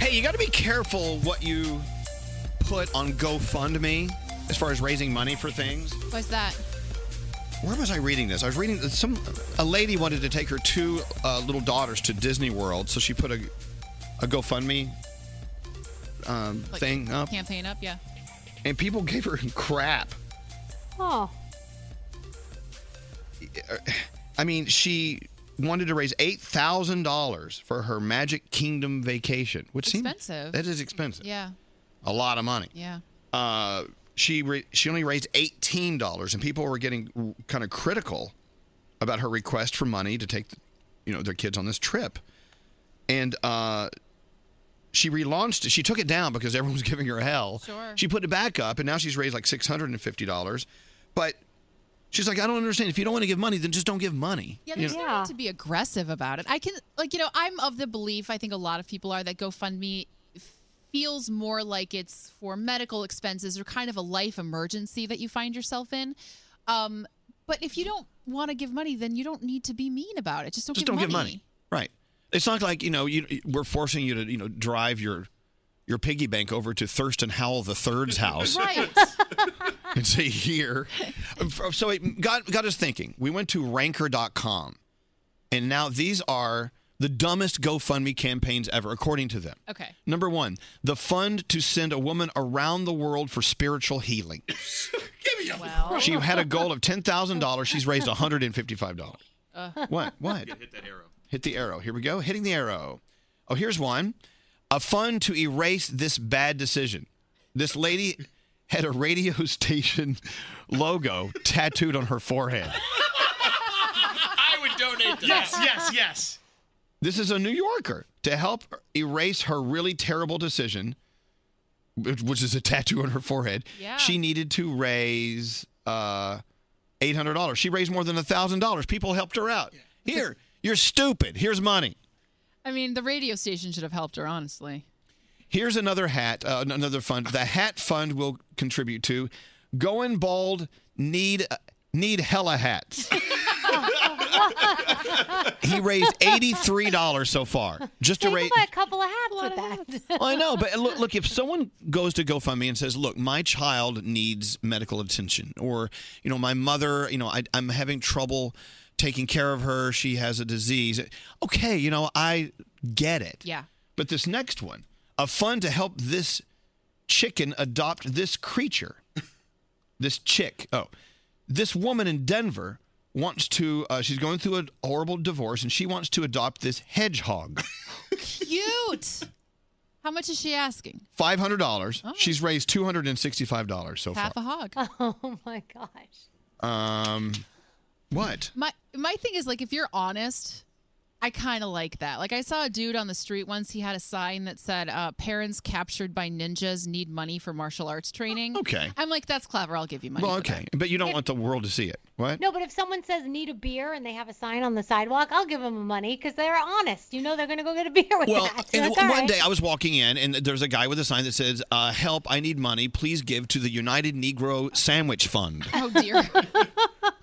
Speaker 1: Hey, you got to be careful what you put on GoFundMe as far as raising money for things.
Speaker 6: What's that?
Speaker 1: Where was I reading this? I was reading that some a lady wanted to take her two uh, little daughters to Disney World, so she put a a GoFundMe um,
Speaker 6: Like,
Speaker 1: thing up,
Speaker 6: Campaign up, yeah.
Speaker 1: and people gave her crap.
Speaker 6: Oh.
Speaker 1: Uh, I mean, she wanted to raise eight thousand dollars for her Magic Kingdom vacation, which seems
Speaker 6: Expensive.
Speaker 1: That is expensive.
Speaker 6: Yeah.
Speaker 1: a lot of money.
Speaker 6: Yeah.
Speaker 1: Uh, she re- she only raised eighteen dollars, and people were getting kind of critical about her request for money to take, you know, their kids on this trip. And uh, she relaunched it. She took it down because everyone was giving her hell.
Speaker 17: Sure.
Speaker 1: She put it back up, and now she's raised like six hundred and fifty dollars. But she's like, I don't understand. If you don't want to give money, then just don't give money.
Speaker 6: Yeah,
Speaker 1: You
Speaker 6: there's
Speaker 1: know?
Speaker 6: no need to be aggressive about it. I can, like, you know, I'm of the belief, I think a lot of people are, that GoFundMe feels more like it's for medical expenses or kind of a life emergency that you find yourself in. Um, but if you don't want to give money, then you don't need to be mean about it. Just don't,
Speaker 1: just
Speaker 6: give,
Speaker 1: don't
Speaker 6: money.
Speaker 1: give money. Right. It's not like you know you, we're forcing you to you know drive your your piggy bank over to Thurston Howell the Third's house
Speaker 6: Right.
Speaker 1: and say here. So it got got us thinking. We went to Ranker.com, and now these are the dumbest GoFundMe campaigns ever, according to them.
Speaker 6: Okay.
Speaker 1: Number one, the fund to send a woman around the world for spiritual healing.
Speaker 6: Well.
Speaker 1: She had a goal of ten thousand dollars. She's raised one hundred and fifty-five dollars.
Speaker 6: Uh.
Speaker 1: What? What? Hit the arrow. Here we go. Hitting the arrow. Oh, here's one. A fund to erase this bad decision. This lady had a radio station logo tattooed on her forehead.
Speaker 17: I
Speaker 24: would donate
Speaker 17: to
Speaker 24: yes,
Speaker 17: that.
Speaker 24: Yes, yes, yes.
Speaker 1: This is a New Yorker to help erase her really terrible decision, which which is a tattoo on her forehead.
Speaker 24: Yeah.
Speaker 1: She needed to raise uh, eight hundred dollars. She raised more than thousand dollars. People helped her out. Here, you're stupid. Here's money.
Speaker 6: I mean, the radio station should have helped her, honestly.
Speaker 1: Here's another hat, uh, an- another fund. The hat fund will contribute to. Going bald need uh, need hella hats. He raised eighty three dollars so far, just to
Speaker 11: They
Speaker 1: raise.
Speaker 11: could buy a couple of hats with that.
Speaker 1: I know, but uh, look, look, if someone goes to GoFundMe and says, "Look, my child needs medical attention," or you know, my mother, you know, I, I'm having trouble taking care of her. She has a disease. Okay, you know, I get it.
Speaker 6: Yeah.
Speaker 1: But this next one, a fund to help this chicken adopt this creature. this chick. Oh, this woman in Denver wants to. Uh, she's going through a horrible divorce, and she wants to adopt this hedgehog.
Speaker 6: Cute. How much is she asking?
Speaker 1: Five hundred dollars.
Speaker 6: Oh.
Speaker 1: She's raised two hundred and sixty-five dollars so
Speaker 6: Half a hog. Oh my gosh.
Speaker 1: far. Um, what?
Speaker 6: My my thing is like if you're honest, I kind of like that. Like I saw a dude on the street once. He had a sign that said, uh, "Parents captured by ninjas need money for martial arts training."
Speaker 1: Okay.
Speaker 6: I'm like, that's clever. I'll give you money.
Speaker 1: Well,
Speaker 6: for
Speaker 1: okay, but you don't want the world to see it. What?
Speaker 11: No, but if someone says need a beer and they have a sign on the sidewalk, I'll give them money because they're honest. You know they're going to go get a beer with
Speaker 1: Well,
Speaker 11: that. So
Speaker 1: and
Speaker 11: that's
Speaker 1: one
Speaker 11: all right.
Speaker 1: day I was walking in, and there's a guy with a sign that says, uh, "Help! I need money. Please give to the United Negro Sandwich Fund."
Speaker 6: that. Oh dear.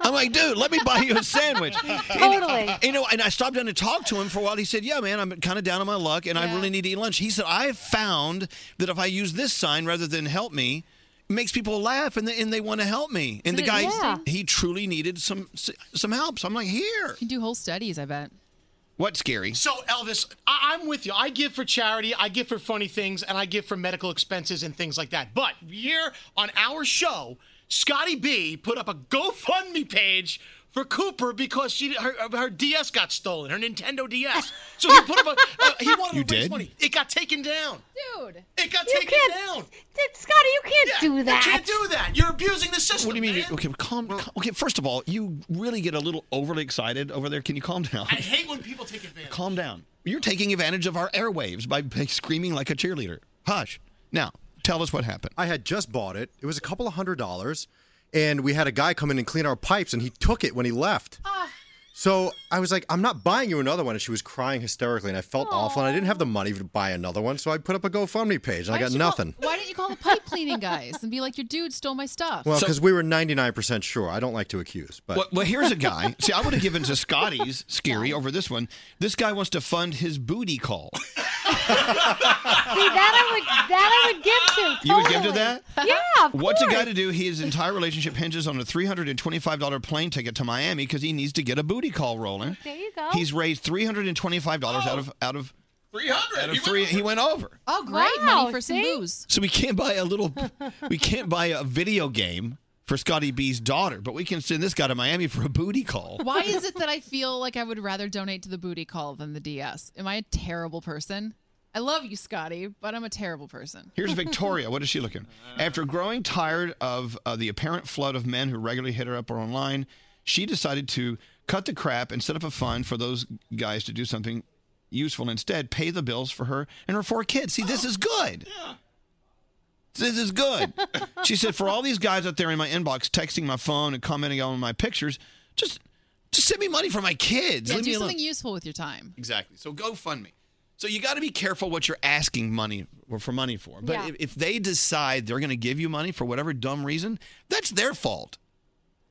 Speaker 1: I'm like, dude, let me buy you a sandwich. And-
Speaker 6: Totally.
Speaker 1: you know, and I stopped down and talked to him for a while. He said, yeah, man, I'm kind of down on my luck and I really need to eat lunch. He said, I have found that if I use this sign rather than help me, it makes people laugh and they, and they want to help me. And
Speaker 6: Isn't
Speaker 1: the guy,
Speaker 6: it interesting?
Speaker 1: he truly needed some some help. So I'm like, here.
Speaker 6: You do whole studies, I bet.
Speaker 1: What's scary?
Speaker 24: So, Elvis, I- I'm with you. I give for charity, I give for funny things, and I give for medical expenses and things like that. But here on our show, Scotty B put up a GoFundMe page for Cooper because she her, her DS got stolen, her Nintendo DS. So he put up a uh, he wanted
Speaker 1: You
Speaker 24: to raise
Speaker 1: did?
Speaker 24: money. It got taken
Speaker 19: taken down.
Speaker 6: Dude.
Speaker 19: It got
Speaker 6: You
Speaker 19: taken
Speaker 6: can't-
Speaker 19: down.
Speaker 11: Scotty, you can't
Speaker 19: do
Speaker 1: that.
Speaker 19: You can't do that. You're abusing the system.
Speaker 1: What do you mean? you- Okay, calm, calm. Okay, first of all, you really get a little overly excited over there. Can you calm down?
Speaker 19: I hate when people take advantage.
Speaker 1: calm down. You're taking advantage of our airwaves by, by screaming like a cheerleader. Hush. Now, tell us what happened.
Speaker 13: I had just bought it. It was a couple of hundred dollars, and we had a guy come in and clean our pipes, and he took it when he left.
Speaker 6: Ah.
Speaker 13: So I was like, I'm not buying you another one. And she was crying hysterically, and I felt awful, and I didn't have the money to buy another one. So I put up a GoFundMe page, and
Speaker 6: Why
Speaker 13: I got
Speaker 6: don't you call-
Speaker 13: nothing.
Speaker 6: why didn't you call the pipe cleaning guys and be like, your dude stole my stuff?
Speaker 13: Well, because we were 99% sure. I don't like to accuse, but
Speaker 1: Well, well, here's a guy. See, I would have given to Scotty's scary over this one. This guy wants to fund his booty call.
Speaker 11: See, that I would that I would give to.
Speaker 1: You would give to
Speaker 11: totally.
Speaker 1: that?
Speaker 11: Yeah. Of
Speaker 1: What's a
Speaker 11: course.
Speaker 1: guy to do? His entire relationship hinges on a $325 plane ticket to Miami because he needs to get a booty call rolling.
Speaker 11: There you go.
Speaker 1: He's raised $325 out of out of
Speaker 19: 300.
Speaker 1: out of three. he went over.
Speaker 6: Oh, great money for some booze.
Speaker 1: So we can't buy a little we can't buy a video game for Scotty B's daughter, but we can send this guy to Miami for a booty call.
Speaker 6: Why is it that I feel like I would rather donate to the booty call than the DS? Am I a terrible person? I love you, Scotty, but I'm a terrible person.
Speaker 1: Here's Victoria. What is she looking? After growing tired of uh, the apparent flood of men who regularly hit her up or online, she decided to cut the crap and set up a fund for those guys to do something useful instead. Pay the bills for her and her four kids. See, this is good. This is good. she said, for all these guys out there in my inbox texting my phone and commenting on my pictures, just just send me money for my kids.
Speaker 6: yeah,
Speaker 1: Leave
Speaker 6: do
Speaker 1: me alone.
Speaker 6: something useful with your time.
Speaker 1: Exactly. So GoFundMe. So you got to be careful what you're asking money or for money for. But
Speaker 6: Yeah.
Speaker 1: if, if they decide they're going to give you money for whatever dumb reason, that's their fault.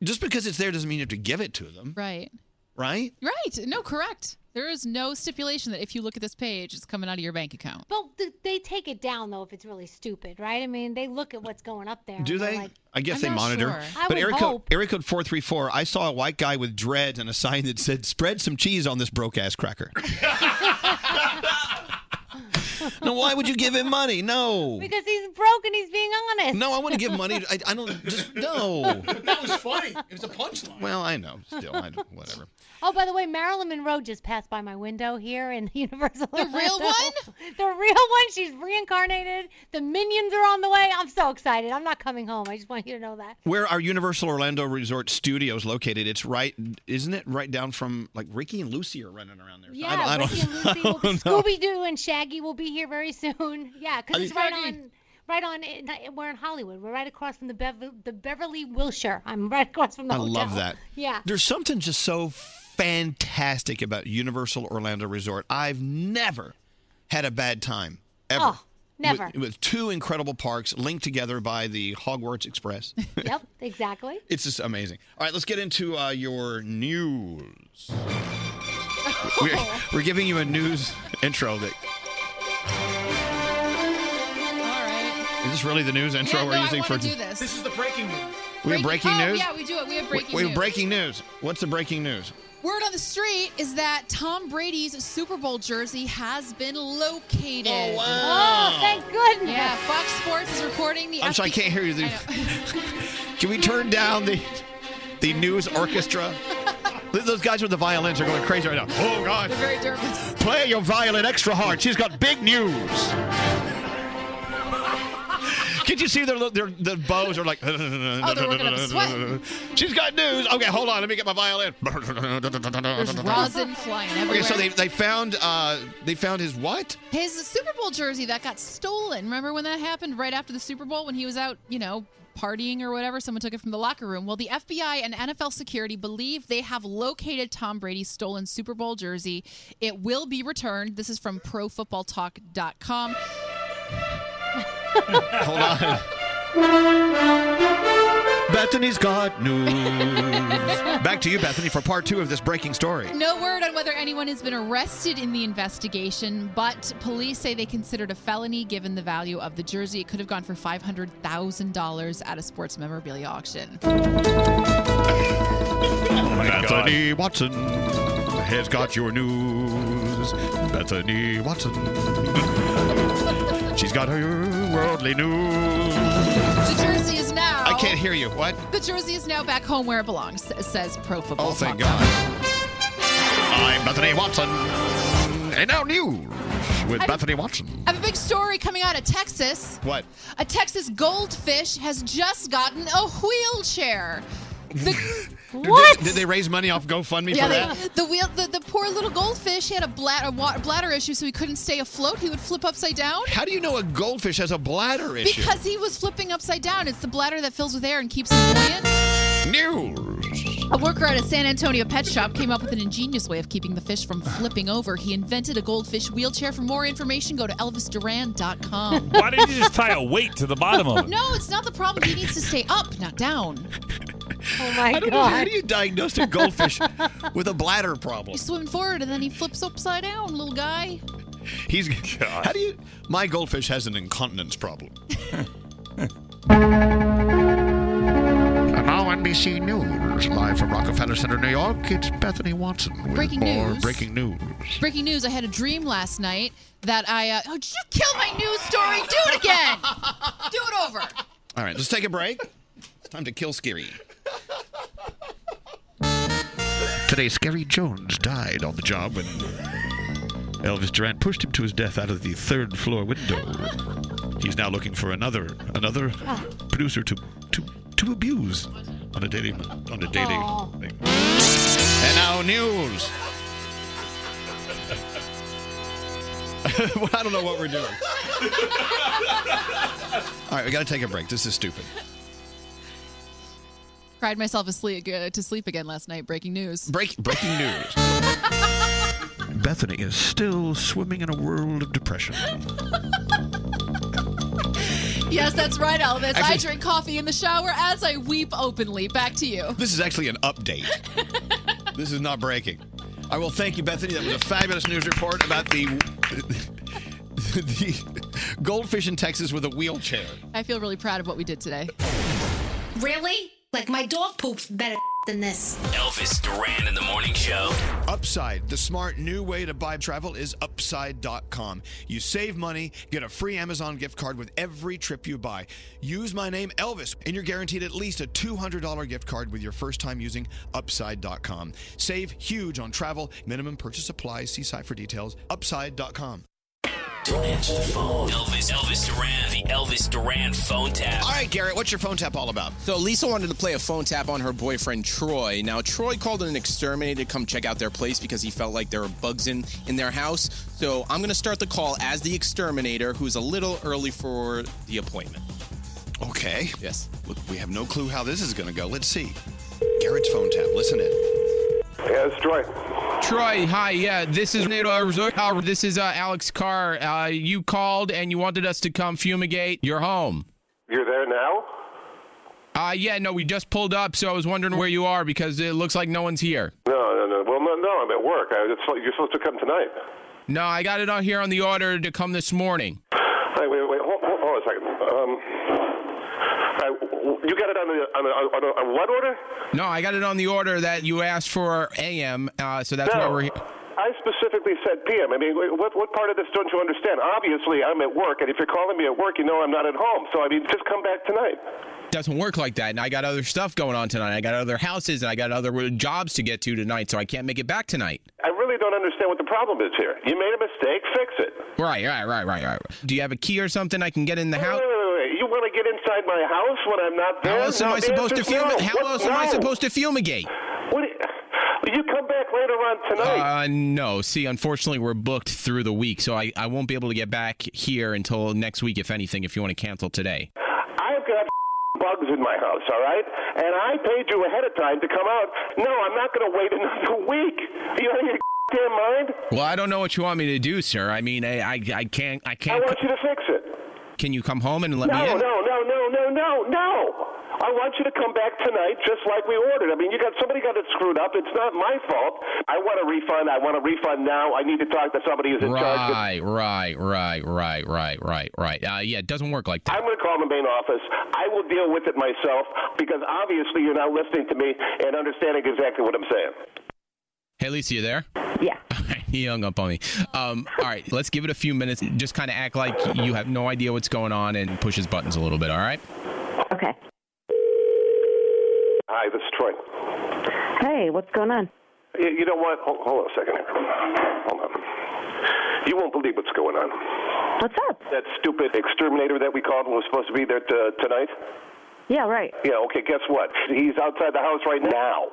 Speaker 1: Just because it's there doesn't mean you have to give it to them,
Speaker 6: Right.
Speaker 1: right?
Speaker 6: Right. No, correct. There is no stipulation that if you look at this page, it's coming out of your bank account.
Speaker 11: But th- they take it down though if it's really stupid, right? I mean, they look at what's going up there.
Speaker 1: Do
Speaker 11: and they're
Speaker 1: they?
Speaker 11: Like,
Speaker 1: I guess
Speaker 11: I'm
Speaker 1: they
Speaker 11: not
Speaker 1: monitor.
Speaker 11: sure. I
Speaker 1: But
Speaker 11: would
Speaker 1: area code,
Speaker 11: hope.
Speaker 1: area code 434, I saw a white guy with dreads and a sign that said, spread some cheese on this broke ass cracker. now, why would you give him money? No.
Speaker 11: because he's broke and he's being honest.
Speaker 1: No, I want to give money. to- I, I don't just, no.
Speaker 19: That was funny. It was a punchline.
Speaker 1: Well, I know. Still, I don't, whatever.
Speaker 11: Oh, by the way, Marilyn Monroe just passed by my window here in Universal. The
Speaker 6: real
Speaker 11: one? The real one. She's reincarnated. The minions are on the way. I'm so excited. I'm not coming home. I just want you to know that.
Speaker 1: Where our Universal Orlando Resort studio is located, it's right, isn't it? Right down from like Ricky and Lucy are running around there.
Speaker 11: Yeah, Ricky and Lucy will be, Scooby Doo and Shaggy will be here very soon. Yeah,
Speaker 1: I
Speaker 11: because it's
Speaker 1: mean-
Speaker 11: right
Speaker 1: Shaggy.
Speaker 11: on. Right on, eh, we're in Hollywood. We're right across from the, Bev- the Beverly Wilshire. I'm right across from the
Speaker 1: I
Speaker 11: hotel.
Speaker 1: love that.
Speaker 11: Yeah.
Speaker 1: There's something just so fantastic about Universal Orlando Resort. I've never had a bad time ever.
Speaker 11: Oh, never.
Speaker 1: With, with two incredible parks linked together by the Hogwarts Express.
Speaker 11: yep, exactly.
Speaker 1: it's just amazing. All right, let's get into uh, your news. We're, we're giving you a news intro that Is this really the news intro
Speaker 6: yeah,
Speaker 1: we're
Speaker 6: no,
Speaker 1: using
Speaker 6: I
Speaker 1: for?
Speaker 6: wanna do this. This
Speaker 19: is the breaking news.
Speaker 1: We have breaking
Speaker 6: oh,
Speaker 1: news.
Speaker 6: Yeah, we do it. We have
Speaker 1: We-
Speaker 6: breaking
Speaker 1: we have
Speaker 6: news.
Speaker 1: breaking news. What's the breaking news?
Speaker 6: Word on the street is that Tom Brady's Super Bowl jersey has been located. Oh,
Speaker 1: wow.
Speaker 11: Oh, thank goodness.
Speaker 6: Yeah, Fox Sports is reporting the.
Speaker 1: I'm sorry, I
Speaker 6: FBI
Speaker 1: can't hear you.
Speaker 6: I
Speaker 1: Can we turn down the the news orchestra? Those guys with the violins are going crazy right now. Oh God!
Speaker 6: They're very nervous.
Speaker 1: Play your violin extra hard. She's got big news. Can you see their their the bows are like? Oh,
Speaker 6: they're working up a sweat.
Speaker 1: She's got news. Okay, hold on. Let me get my violin.
Speaker 6: There's rosin flying everywhere.
Speaker 1: Okay, so they, they found uh, they found his what?
Speaker 6: His Super Bowl jersey that got stolen. Remember when that happened right after the Super Bowl when he was out, you know, partying or whatever? Someone took it from the locker room. Well, the FBI and NFL security believe they have located Tom Brady's stolen Super Bowl jersey. It will be returned. This is from profootballtalk.com.
Speaker 1: Hold on. Bethany's got news. Back to you, Bethany, for part two of this breaking story.
Speaker 6: No word on whether anyone has been arrested in the investigation, but police say they considered a felony given the value of the jersey. It could have gone for $500,000 at a sports memorabilia auction.
Speaker 1: Bethany Watson has got your news. Bethany Watson. She's got her worldly news. Oh,
Speaker 6: The jersey is now.
Speaker 1: I can't hear you. What?
Speaker 6: The jersey is now back home where it belongs, says Pro Football.
Speaker 1: Oh, thank God. I'm Bethany Watson. And now news. with
Speaker 6: I-
Speaker 1: Bethany Watson.
Speaker 6: I have a big story coming out of Texas.
Speaker 1: What?
Speaker 6: A Texas goldfish has just gotten a wheelchair.
Speaker 1: What? Did, they raise money off GoFundMe for
Speaker 6: yeah,
Speaker 1: that?
Speaker 6: they, the wheel, the, the poor little goldfish. He had a, bladder, a wa- bladder issue, so he couldn't stay afloat. He would flip upside down.
Speaker 1: How do you know a goldfish has a bladder issue?
Speaker 6: Because he was flipping upside down. It's the bladder that fills with air and keeps him buoyant.
Speaker 1: News.
Speaker 6: A worker at a San Antonio pet shop came up with an ingenious way of keeping the fish from flipping over. He invented a goldfish wheelchair. For more information, go to elvisduran.com.
Speaker 9: Why didn't you just tie a weight to the bottom of it?
Speaker 6: No, it's not the problem. He needs to stay up, not down. Oh my
Speaker 1: I don't know. How do you diagnose a goldfish with a bladder problem?
Speaker 6: He's swimming forward and then he flips upside down, little guy.
Speaker 1: He's. How do you? My goldfish has an incontinence problem. And now NBC News, live from Rockefeller Center, New York. It's Bethany Watson with
Speaker 6: Breaking
Speaker 1: more
Speaker 6: news.
Speaker 1: breaking news.
Speaker 6: Breaking news: I had a dream last night that I. Uh, oh, did you kill my news story? Do it again. Do it over.
Speaker 1: All right, let's take a break. It's time to kill Scary. Today, Scary Jones died on the job when Elvis Duran pushed him to his death out of the third floor window. He's now looking for another another producer to to to abuse on a daily on a daily thing. And now news. Well, I don't know what we're doing. All right, we got to take a break. This is stupid.
Speaker 6: Cried myself asleep uh, to sleep again last night. Breaking news.
Speaker 1: Break breaking news. Bethany is still swimming in a world of depression.
Speaker 6: Yes, that's right, Elvis. I
Speaker 1: Actually-
Speaker 6: drink coffee in the shower as I weep openly. Back to you.
Speaker 1: This is actually an update. this is not breaking. I will thank you, Bethany. That was a fabulous news report about the the goldfish in Texas with a wheelchair.
Speaker 6: I feel really proud of what we did today.
Speaker 38: Really? Like my dog poops better than this.
Speaker 7: Elvis Duran in the morning show.
Speaker 1: Upside, the smart new way to buy travel is upside.com. You save money, get a free Amazon gift card with every trip you buy. Use my name, Elvis, and you're guaranteed at least a $200 gift card with your first time using upside.com. Save huge on travel. Minimum purchase applies. See site for details. Upside.com.
Speaker 7: Don't answer the phone. Elvis, Elvis Duran, the Elvis Duran phone tap.
Speaker 39: All
Speaker 1: right, Garrett, what's your phone tap all about?
Speaker 39: So Lisa wanted to play a phone tap on her boyfriend Troy. Now Troy called an exterminator to come check out their place because he felt like there were bugs in in their house. So I'm going to start the call as the exterminator, who's a little early for the appointment.
Speaker 1: Okay. Yes. Look, we have no clue how this is going to go. Let's see. Garrett's phone tap. Listen in.
Speaker 28: Yeah, it's Troy.
Speaker 29: Troy, hi. Yeah, this is NATO Resort. Uh, This is uh, Alex Carr. Uh, you called and you wanted us to come fumigate your home.
Speaker 28: You're there now?
Speaker 29: Uh, yeah, no, we just pulled up, so I was wondering where you are because it looks like no one's here.
Speaker 28: No, no, no. Well, no, no. I'm at work. I, it's, like- you're supposed to come tonight.
Speaker 29: No, I got it on here on the order to come this morning.
Speaker 28: Hey, wait, wait. Hold, hold, hold on a second. Um, I, you got it on, the, on, a, on, a, on what order?
Speaker 29: No, I got it on the order that you asked for AM, uh, so that's why
Speaker 28: No.
Speaker 29: we're here.
Speaker 28: I specifically said PM. I mean, wait, what, what part of this don't you understand? Obviously, I'm at work, and if you're calling me at work, you know I'm not at home. So, I mean, just come back tonight.
Speaker 29: Doesn't work like that, and I got other stuff going on tonight. I got other houses and I got other uh, jobs to get to tonight, so I can't make it back tonight.
Speaker 28: I really don't understand what the problem is here. You made a mistake. Fix it.
Speaker 29: Right, right, right, right, right. Do you have a key or something I can get in the house?
Speaker 28: Wait, wait, wait. You want to get inside my house when I'm not there?
Speaker 29: How else am
Speaker 28: No,
Speaker 29: I
Speaker 28: the
Speaker 29: supposed to
Speaker 28: answer's no.
Speaker 29: fumigate? How
Speaker 28: What?
Speaker 29: else am I
Speaker 28: No.
Speaker 29: supposed to fumigate?
Speaker 28: What, you come back later on tonight.
Speaker 29: Uh, no. See, unfortunately, we're booked through the week, so I, I won't be able to get back here until next week, if anything, if you want to cancel today.
Speaker 28: I've got bugs in my house, all right? And I paid you ahead of time to come out. No, I'm not going to wait another week. Are you out of your damn mind?
Speaker 29: Well, I don't know what you want me to do, sir. I mean, I, I, I can't. I can't.
Speaker 28: I want you to fix it.
Speaker 29: Can you come home and let
Speaker 28: no,
Speaker 29: me in?
Speaker 28: no, no, no, no, no, no. I want you to come back tonight just like we ordered. I mean, you got somebody got it screwed up. It's not my fault. I want a refund. I want a refund now. I need to talk to somebody who's in charge. of-
Speaker 29: Right, right, right, right, right, right, right. Uh, yeah, it doesn't work like that.
Speaker 28: I'm going to call the main office. I will deal with it myself because obviously you're not listening to me and understanding exactly what I'm saying.
Speaker 29: Hey, Lisa, you there? Yeah. he hung up on me. Um, all right, let's give it a few minutes. Just kind of act like you have no idea what's going on and push his buttons a little bit. All right.
Speaker 28: Hi, this is Troy.
Speaker 2: Hey, what's going on?
Speaker 28: You, you know what? Hold, hold on a second here. Hold on. You won't believe what's going on.
Speaker 14: What's up?
Speaker 28: That stupid exterminator that we called was supposed to be there t- tonight.
Speaker 14: Yeah, right.
Speaker 28: Yeah. Okay. Guess what? He's outside the house right now.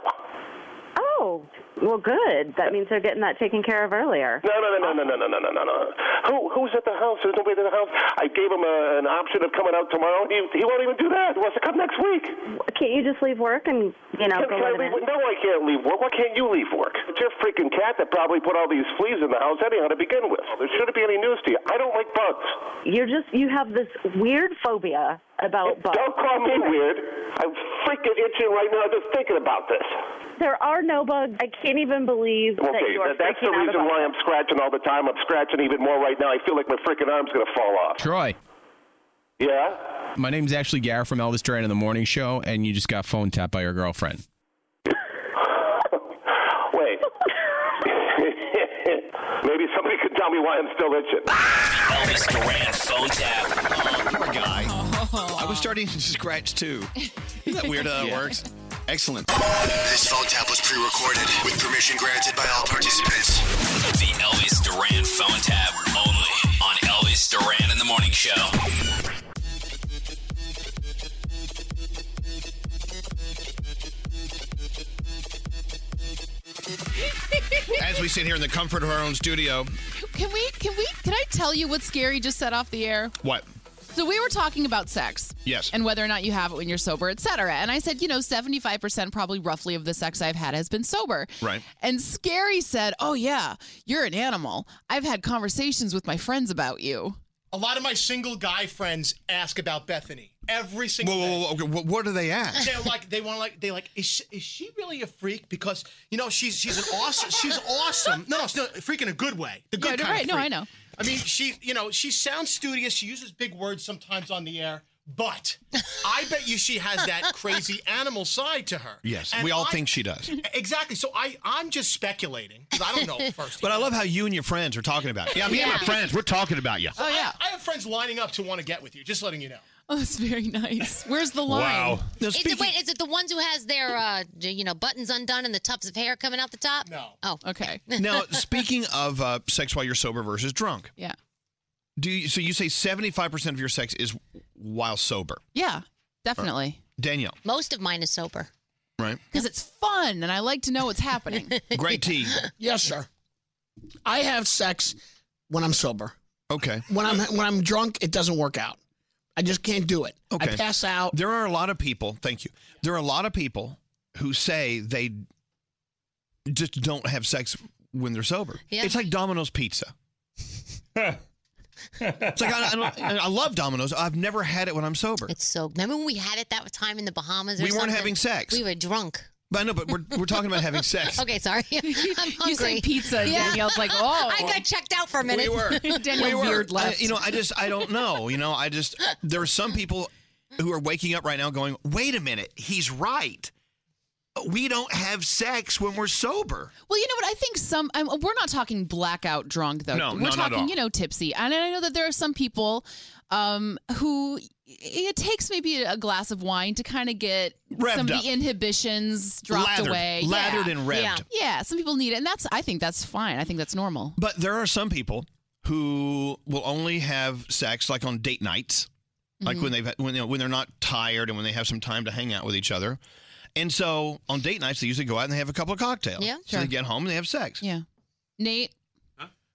Speaker 14: Oh, well, good. That means they're getting that taken care of earlier.
Speaker 28: No, no, no, no, no, no, no, no, no, no. Who, who's at the house? There's nobody at the house. I gave him a, an option of coming out tomorrow. He, he won't even do that. He wants to come next week.
Speaker 14: Can't you just leave work and, you know,
Speaker 28: Can-
Speaker 14: go
Speaker 28: can I
Speaker 14: let 'em
Speaker 28: leave
Speaker 14: in?
Speaker 28: work? No, I can't leave work. Why can't you leave work? It's your freaking cat that probably put all these fleas in the house anyhow to begin with. There shouldn't be any news to you. I don't like bugs.
Speaker 14: You're just, you have this weird phobia about bugs.
Speaker 28: Don't call me weird. I'm freaking itching right now just thinking about this.
Speaker 14: There are no bugs. I can't even believe that
Speaker 28: Okay,
Speaker 14: you are
Speaker 28: that- that's the
Speaker 14: freaking out
Speaker 28: reason
Speaker 14: about
Speaker 28: why I'm scratching all the time. I'm scratching even more right now. I feel like my freaking arm's going to fall off.
Speaker 29: Troy.
Speaker 28: Yeah?
Speaker 29: My name's actually Garrett from Elvis Duran in the Morning Show, and you just got phone tapped by your girlfriend.
Speaker 28: Wait. Maybe somebody could tell me why I'm still itching.
Speaker 7: Elvis Duran phone tap.
Speaker 1: Poor guy. I was starting to scratch too. Isn't that weird how that works? Excellent.
Speaker 30: This phone tap was pre-recorded with permission granted by all participants.
Speaker 7: The Elvis Duran phone tap only on Elvis Duran in the Morning Show.
Speaker 1: As we sit here in the comfort of our own studio,
Speaker 6: Can we? Can we? Can I tell you what Scary just said off the air?
Speaker 1: what?
Speaker 6: So we were talking about sex.
Speaker 1: Yes.
Speaker 6: And whether or not you have it when you're sober, et cetera. And I said, you know, 75% probably roughly of the sex I've had has been sober.
Speaker 1: Right.
Speaker 6: And Scary said, oh, yeah, you're an animal. I've had conversations with my friends about you.
Speaker 19: A lot of my single guy friends ask about Bethany every single
Speaker 1: Whoa,
Speaker 19: day.
Speaker 1: whoa, whoa, okay, wh- what do they ask?
Speaker 19: They're like they want to like they like is she, is she really a freak? Because you know she's she's an awesome she's awesome. No, no, it's not- freak in a good way. The
Speaker 6: Yeah,
Speaker 19: good
Speaker 6: no,
Speaker 19: kind
Speaker 6: right,
Speaker 19: of
Speaker 6: no,
Speaker 19: freak.
Speaker 6: I know.
Speaker 19: I mean, she you know she sounds studious. She uses big words sometimes on the air, but I bet you she has that crazy animal side to her.
Speaker 1: Yes,
Speaker 19: And
Speaker 1: we all
Speaker 19: I-
Speaker 1: think she does.
Speaker 19: Exactly. So I I'm just speculating 'cause I don't know first.
Speaker 1: But I love how you and your friends are talking about. it. Yeah, me and my
Speaker 19: Yeah.
Speaker 1: friends, we're talking about you.
Speaker 19: So I- I have friends lining up to want to get with you. Just letting you know.
Speaker 6: Oh, that's very nice. Where's the line?
Speaker 1: Wow.
Speaker 19: Now,
Speaker 11: Is it, wait, is it the ones who has their uh, j- you know buttons undone and the tufts of hair coming out the top? No. Oh,
Speaker 6: okay.
Speaker 1: Now, speaking of uh, sex while you're sober versus drunk,
Speaker 6: yeah.
Speaker 1: do you, so you say 75% of your sex is while sober.
Speaker 6: Yeah, definitely.
Speaker 1: Danielle,
Speaker 11: Most of mine is sober.
Speaker 1: right?
Speaker 6: Because it's fun and I like to know what's happening.
Speaker 1: Great tea.
Speaker 12: Yes, sir. I have sex when I'm sober.
Speaker 1: Okay.
Speaker 12: When I'm when I'm drunk, it doesn't work out. I just can't do it. I pass out.
Speaker 1: There are a lot of people, thank you. There are a lot of people who say they just don't have sex when they're sober.
Speaker 11: Yeah.
Speaker 1: It's like Domino's Pizza. it's like, I, I, don't, I love Domino's. I've never had it when I'm sober.
Speaker 11: It's so. Remember when we had it that time in the Bahamas? Or
Speaker 1: We weren't
Speaker 11: something?
Speaker 1: having sex.
Speaker 11: We were drunk.
Speaker 1: But I know, but we're, we're talking about having sex.
Speaker 11: Okay, sorry. I'm hungry.
Speaker 6: say pizza, and Danielle's like, "Oh."
Speaker 11: I got checked out for a minute.
Speaker 1: We were. we were.
Speaker 6: Beard
Speaker 1: I-
Speaker 6: left.
Speaker 1: you know, I just, I don't know. You know, I just, there are some people who are waking up right now going, wait a minute, he's right. We don't have sex when we're sober.
Speaker 6: Well, you know what? I think some. I'm, we're not talking blackout drunk though.
Speaker 1: No,
Speaker 6: we're
Speaker 1: no, not at
Speaker 6: talking
Speaker 1: all.
Speaker 6: you know tipsy. And I know that there are some people um, who it takes maybe a glass of wine to kind of get
Speaker 1: Revved
Speaker 6: some
Speaker 1: up.
Speaker 6: of the inhibitions dropped
Speaker 1: Lathered.
Speaker 6: away,
Speaker 1: Lathered
Speaker 6: yeah.
Speaker 1: and revved.
Speaker 6: Yeah. Yeah, some people need it, and that's. I think that's fine. I think that's normal.
Speaker 1: But there are some people who will only have sex like on date nights, like
Speaker 6: Mhm.
Speaker 1: when they've when, you know, when they're not tired and when they have some time to hang out with each other. And so on date nights, they usually go out and they have a couple of cocktails.
Speaker 6: Yeah,
Speaker 1: so
Speaker 6: sure.
Speaker 1: they get home and they have sex.
Speaker 6: Yeah, Nate.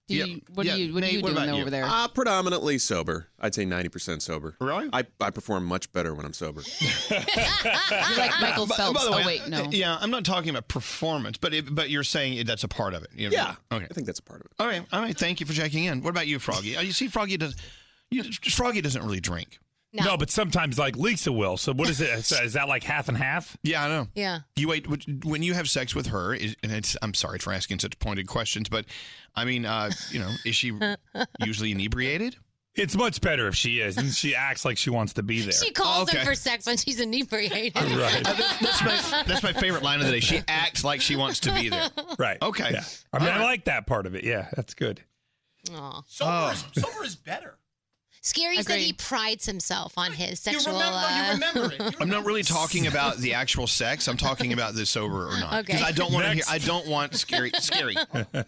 Speaker 6: Do you, What
Speaker 1: Yeah.
Speaker 6: do you? What
Speaker 1: Nate,
Speaker 6: are you
Speaker 1: what
Speaker 6: doing
Speaker 1: about you?
Speaker 6: over there?
Speaker 21: Uh, predominantly sober. I'd say 90% sober.
Speaker 1: Really?
Speaker 21: I, I perform much better when I'm sober.
Speaker 6: You're like Michael
Speaker 1: By- by
Speaker 6: Phelps.
Speaker 1: the
Speaker 6: Oh,
Speaker 1: way,
Speaker 6: wait, no.
Speaker 1: Yeah, I'm not talking about performance, but it, but you're saying that's a part of it. You know?
Speaker 21: Yeah,
Speaker 1: Okay.
Speaker 21: I think that's a part of it.
Speaker 1: All right. All right. Thank you for checking in. What about you, Froggy? Uh, You see, Froggy does. You, Froggy doesn't really drink.
Speaker 11: No.
Speaker 9: but sometimes like Lisa will. So what is it? Is is that like half and half?
Speaker 1: Yeah, I know.
Speaker 11: Yeah.
Speaker 1: You wait would- when you have sex with her, is, and it's, I'm sorry for asking such pointed questions, but I mean, uh, you know, is she usually inebriated?
Speaker 9: It's much better if she is, and she acts like she wants to be there.
Speaker 11: She calls
Speaker 1: Oh, Okay.
Speaker 11: him for sex when she's inebriated.
Speaker 9: Right.
Speaker 1: That's my, that's my favorite line of the day. She acts like she wants to be there.
Speaker 9: Right.
Speaker 1: Okay.
Speaker 9: Yeah. I mean, I like that part of it. Yeah, that's good.
Speaker 11: Aw.
Speaker 37: Oh.
Speaker 19: Sober, is, sober is better.
Speaker 35: Scary is that he prides himself on his sexual. uh,
Speaker 1: I'm not really talking about the actual sex. I'm talking about the sober or not. Because
Speaker 35: Okay.
Speaker 1: I don't want to hear.
Speaker 35: Next.
Speaker 1: I don't want scary. Scary. no, no.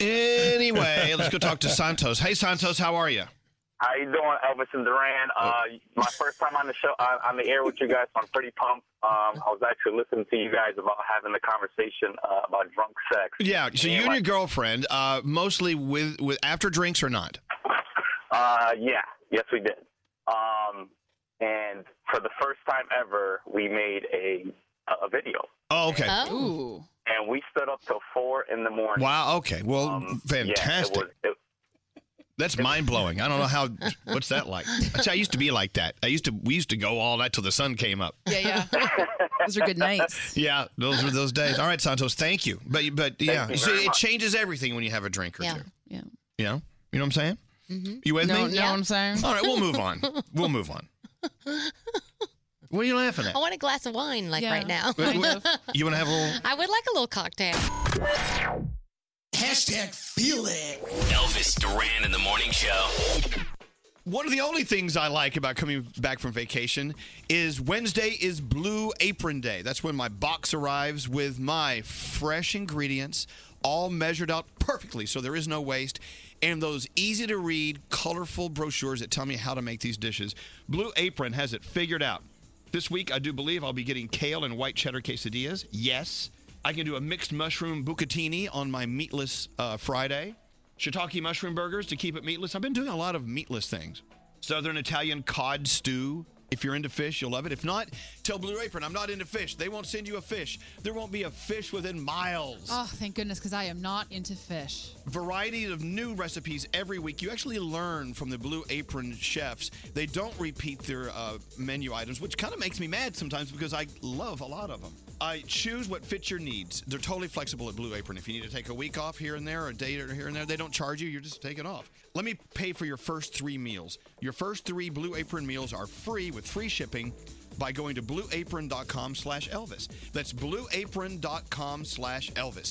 Speaker 1: Anyway, let's go talk to Santos. Hey, Santos, how are you?
Speaker 22: How you doing, Elvis and Duran? Uh, my first time on the show, uh, on the air with you guys, so I'm pretty pumped. Um, I was actually listening to you guys about having the conversation uh, about drunk sex.
Speaker 1: Yeah. So you and your girlfriend, uh, mostly with with after drinks or not?
Speaker 22: Uh, yeah, yes, we did. Um, and for the first time ever, we made a a video,
Speaker 1: Oh, okay.
Speaker 6: Ooh.
Speaker 22: and we stood up till four in the morning.
Speaker 1: Wow. Okay. Well, fantastic.
Speaker 22: Yeah, it was, it,
Speaker 1: That's mind blowing. I don't know how. What's that like? See, I used to be like that. I used to. We used to go all night till the sun came up.
Speaker 37: Yeah, yeah. Those are good nights.
Speaker 1: Yeah, those were those days. All right, Santos, thank you. But but yeah,
Speaker 37: you
Speaker 1: so
Speaker 37: very
Speaker 1: it
Speaker 37: much.
Speaker 1: changes everything when you have a drink or
Speaker 37: Yeah.
Speaker 1: two.
Speaker 37: Yeah.
Speaker 1: You know, you know what I'm saying?
Speaker 37: Mhm.
Speaker 1: You with
Speaker 37: Know-
Speaker 1: me?
Speaker 37: know what I'm saying?
Speaker 1: All right, we'll move on. We'll move on. What are you laughing at?
Speaker 35: I want a glass of wine, like right now.
Speaker 1: Wait, wait, you want to have a little?
Speaker 35: I would like a little cocktail.
Speaker 12: Hashtag feel it.
Speaker 7: Elvis Duran in the morning show.
Speaker 1: One of the only things I like about coming back from vacation is Wednesday is Blue Apron Day. That's when my box arrives with my fresh ingredients, all measured out perfectly so there is no waste, and those easy to read, colorful brochures that tell me how to make these dishes. Blue Apron has it figured out. This week, I do believe I'll be getting kale and white cheddar quesadillas. Yes. I can do a mixed mushroom bucatini on my meatless uh, Friday. Shiitake mushroom burgers to keep it meatless. I've been doing a lot of meatless things. Southern Italian cod stew. If you're into fish, you'll love it. If not, tell Blue Apron, I'm not into fish. They won't send you a fish. There won't be a fish within miles.
Speaker 6: Oh, thank goodness, because I am not into fish.
Speaker 1: Variety of new recipes every week. You actually learn from the Blue Apron chefs. They don't repeat their uh, menu items, which kind of makes me mad sometimes because I love a lot of them. I choose what fits your needs. They're totally flexible at Blue Apron. If you need to take a week off here and there, or a day here and there, they don't charge you. You're just taking off. Let me pay for your first three meals. Your first three Blue Apron meals are free with free shipping by going to blueapron.com slash Elvis. That's blueapron.com slash Elvis.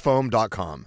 Speaker 18: coffeetoppersfoam.com.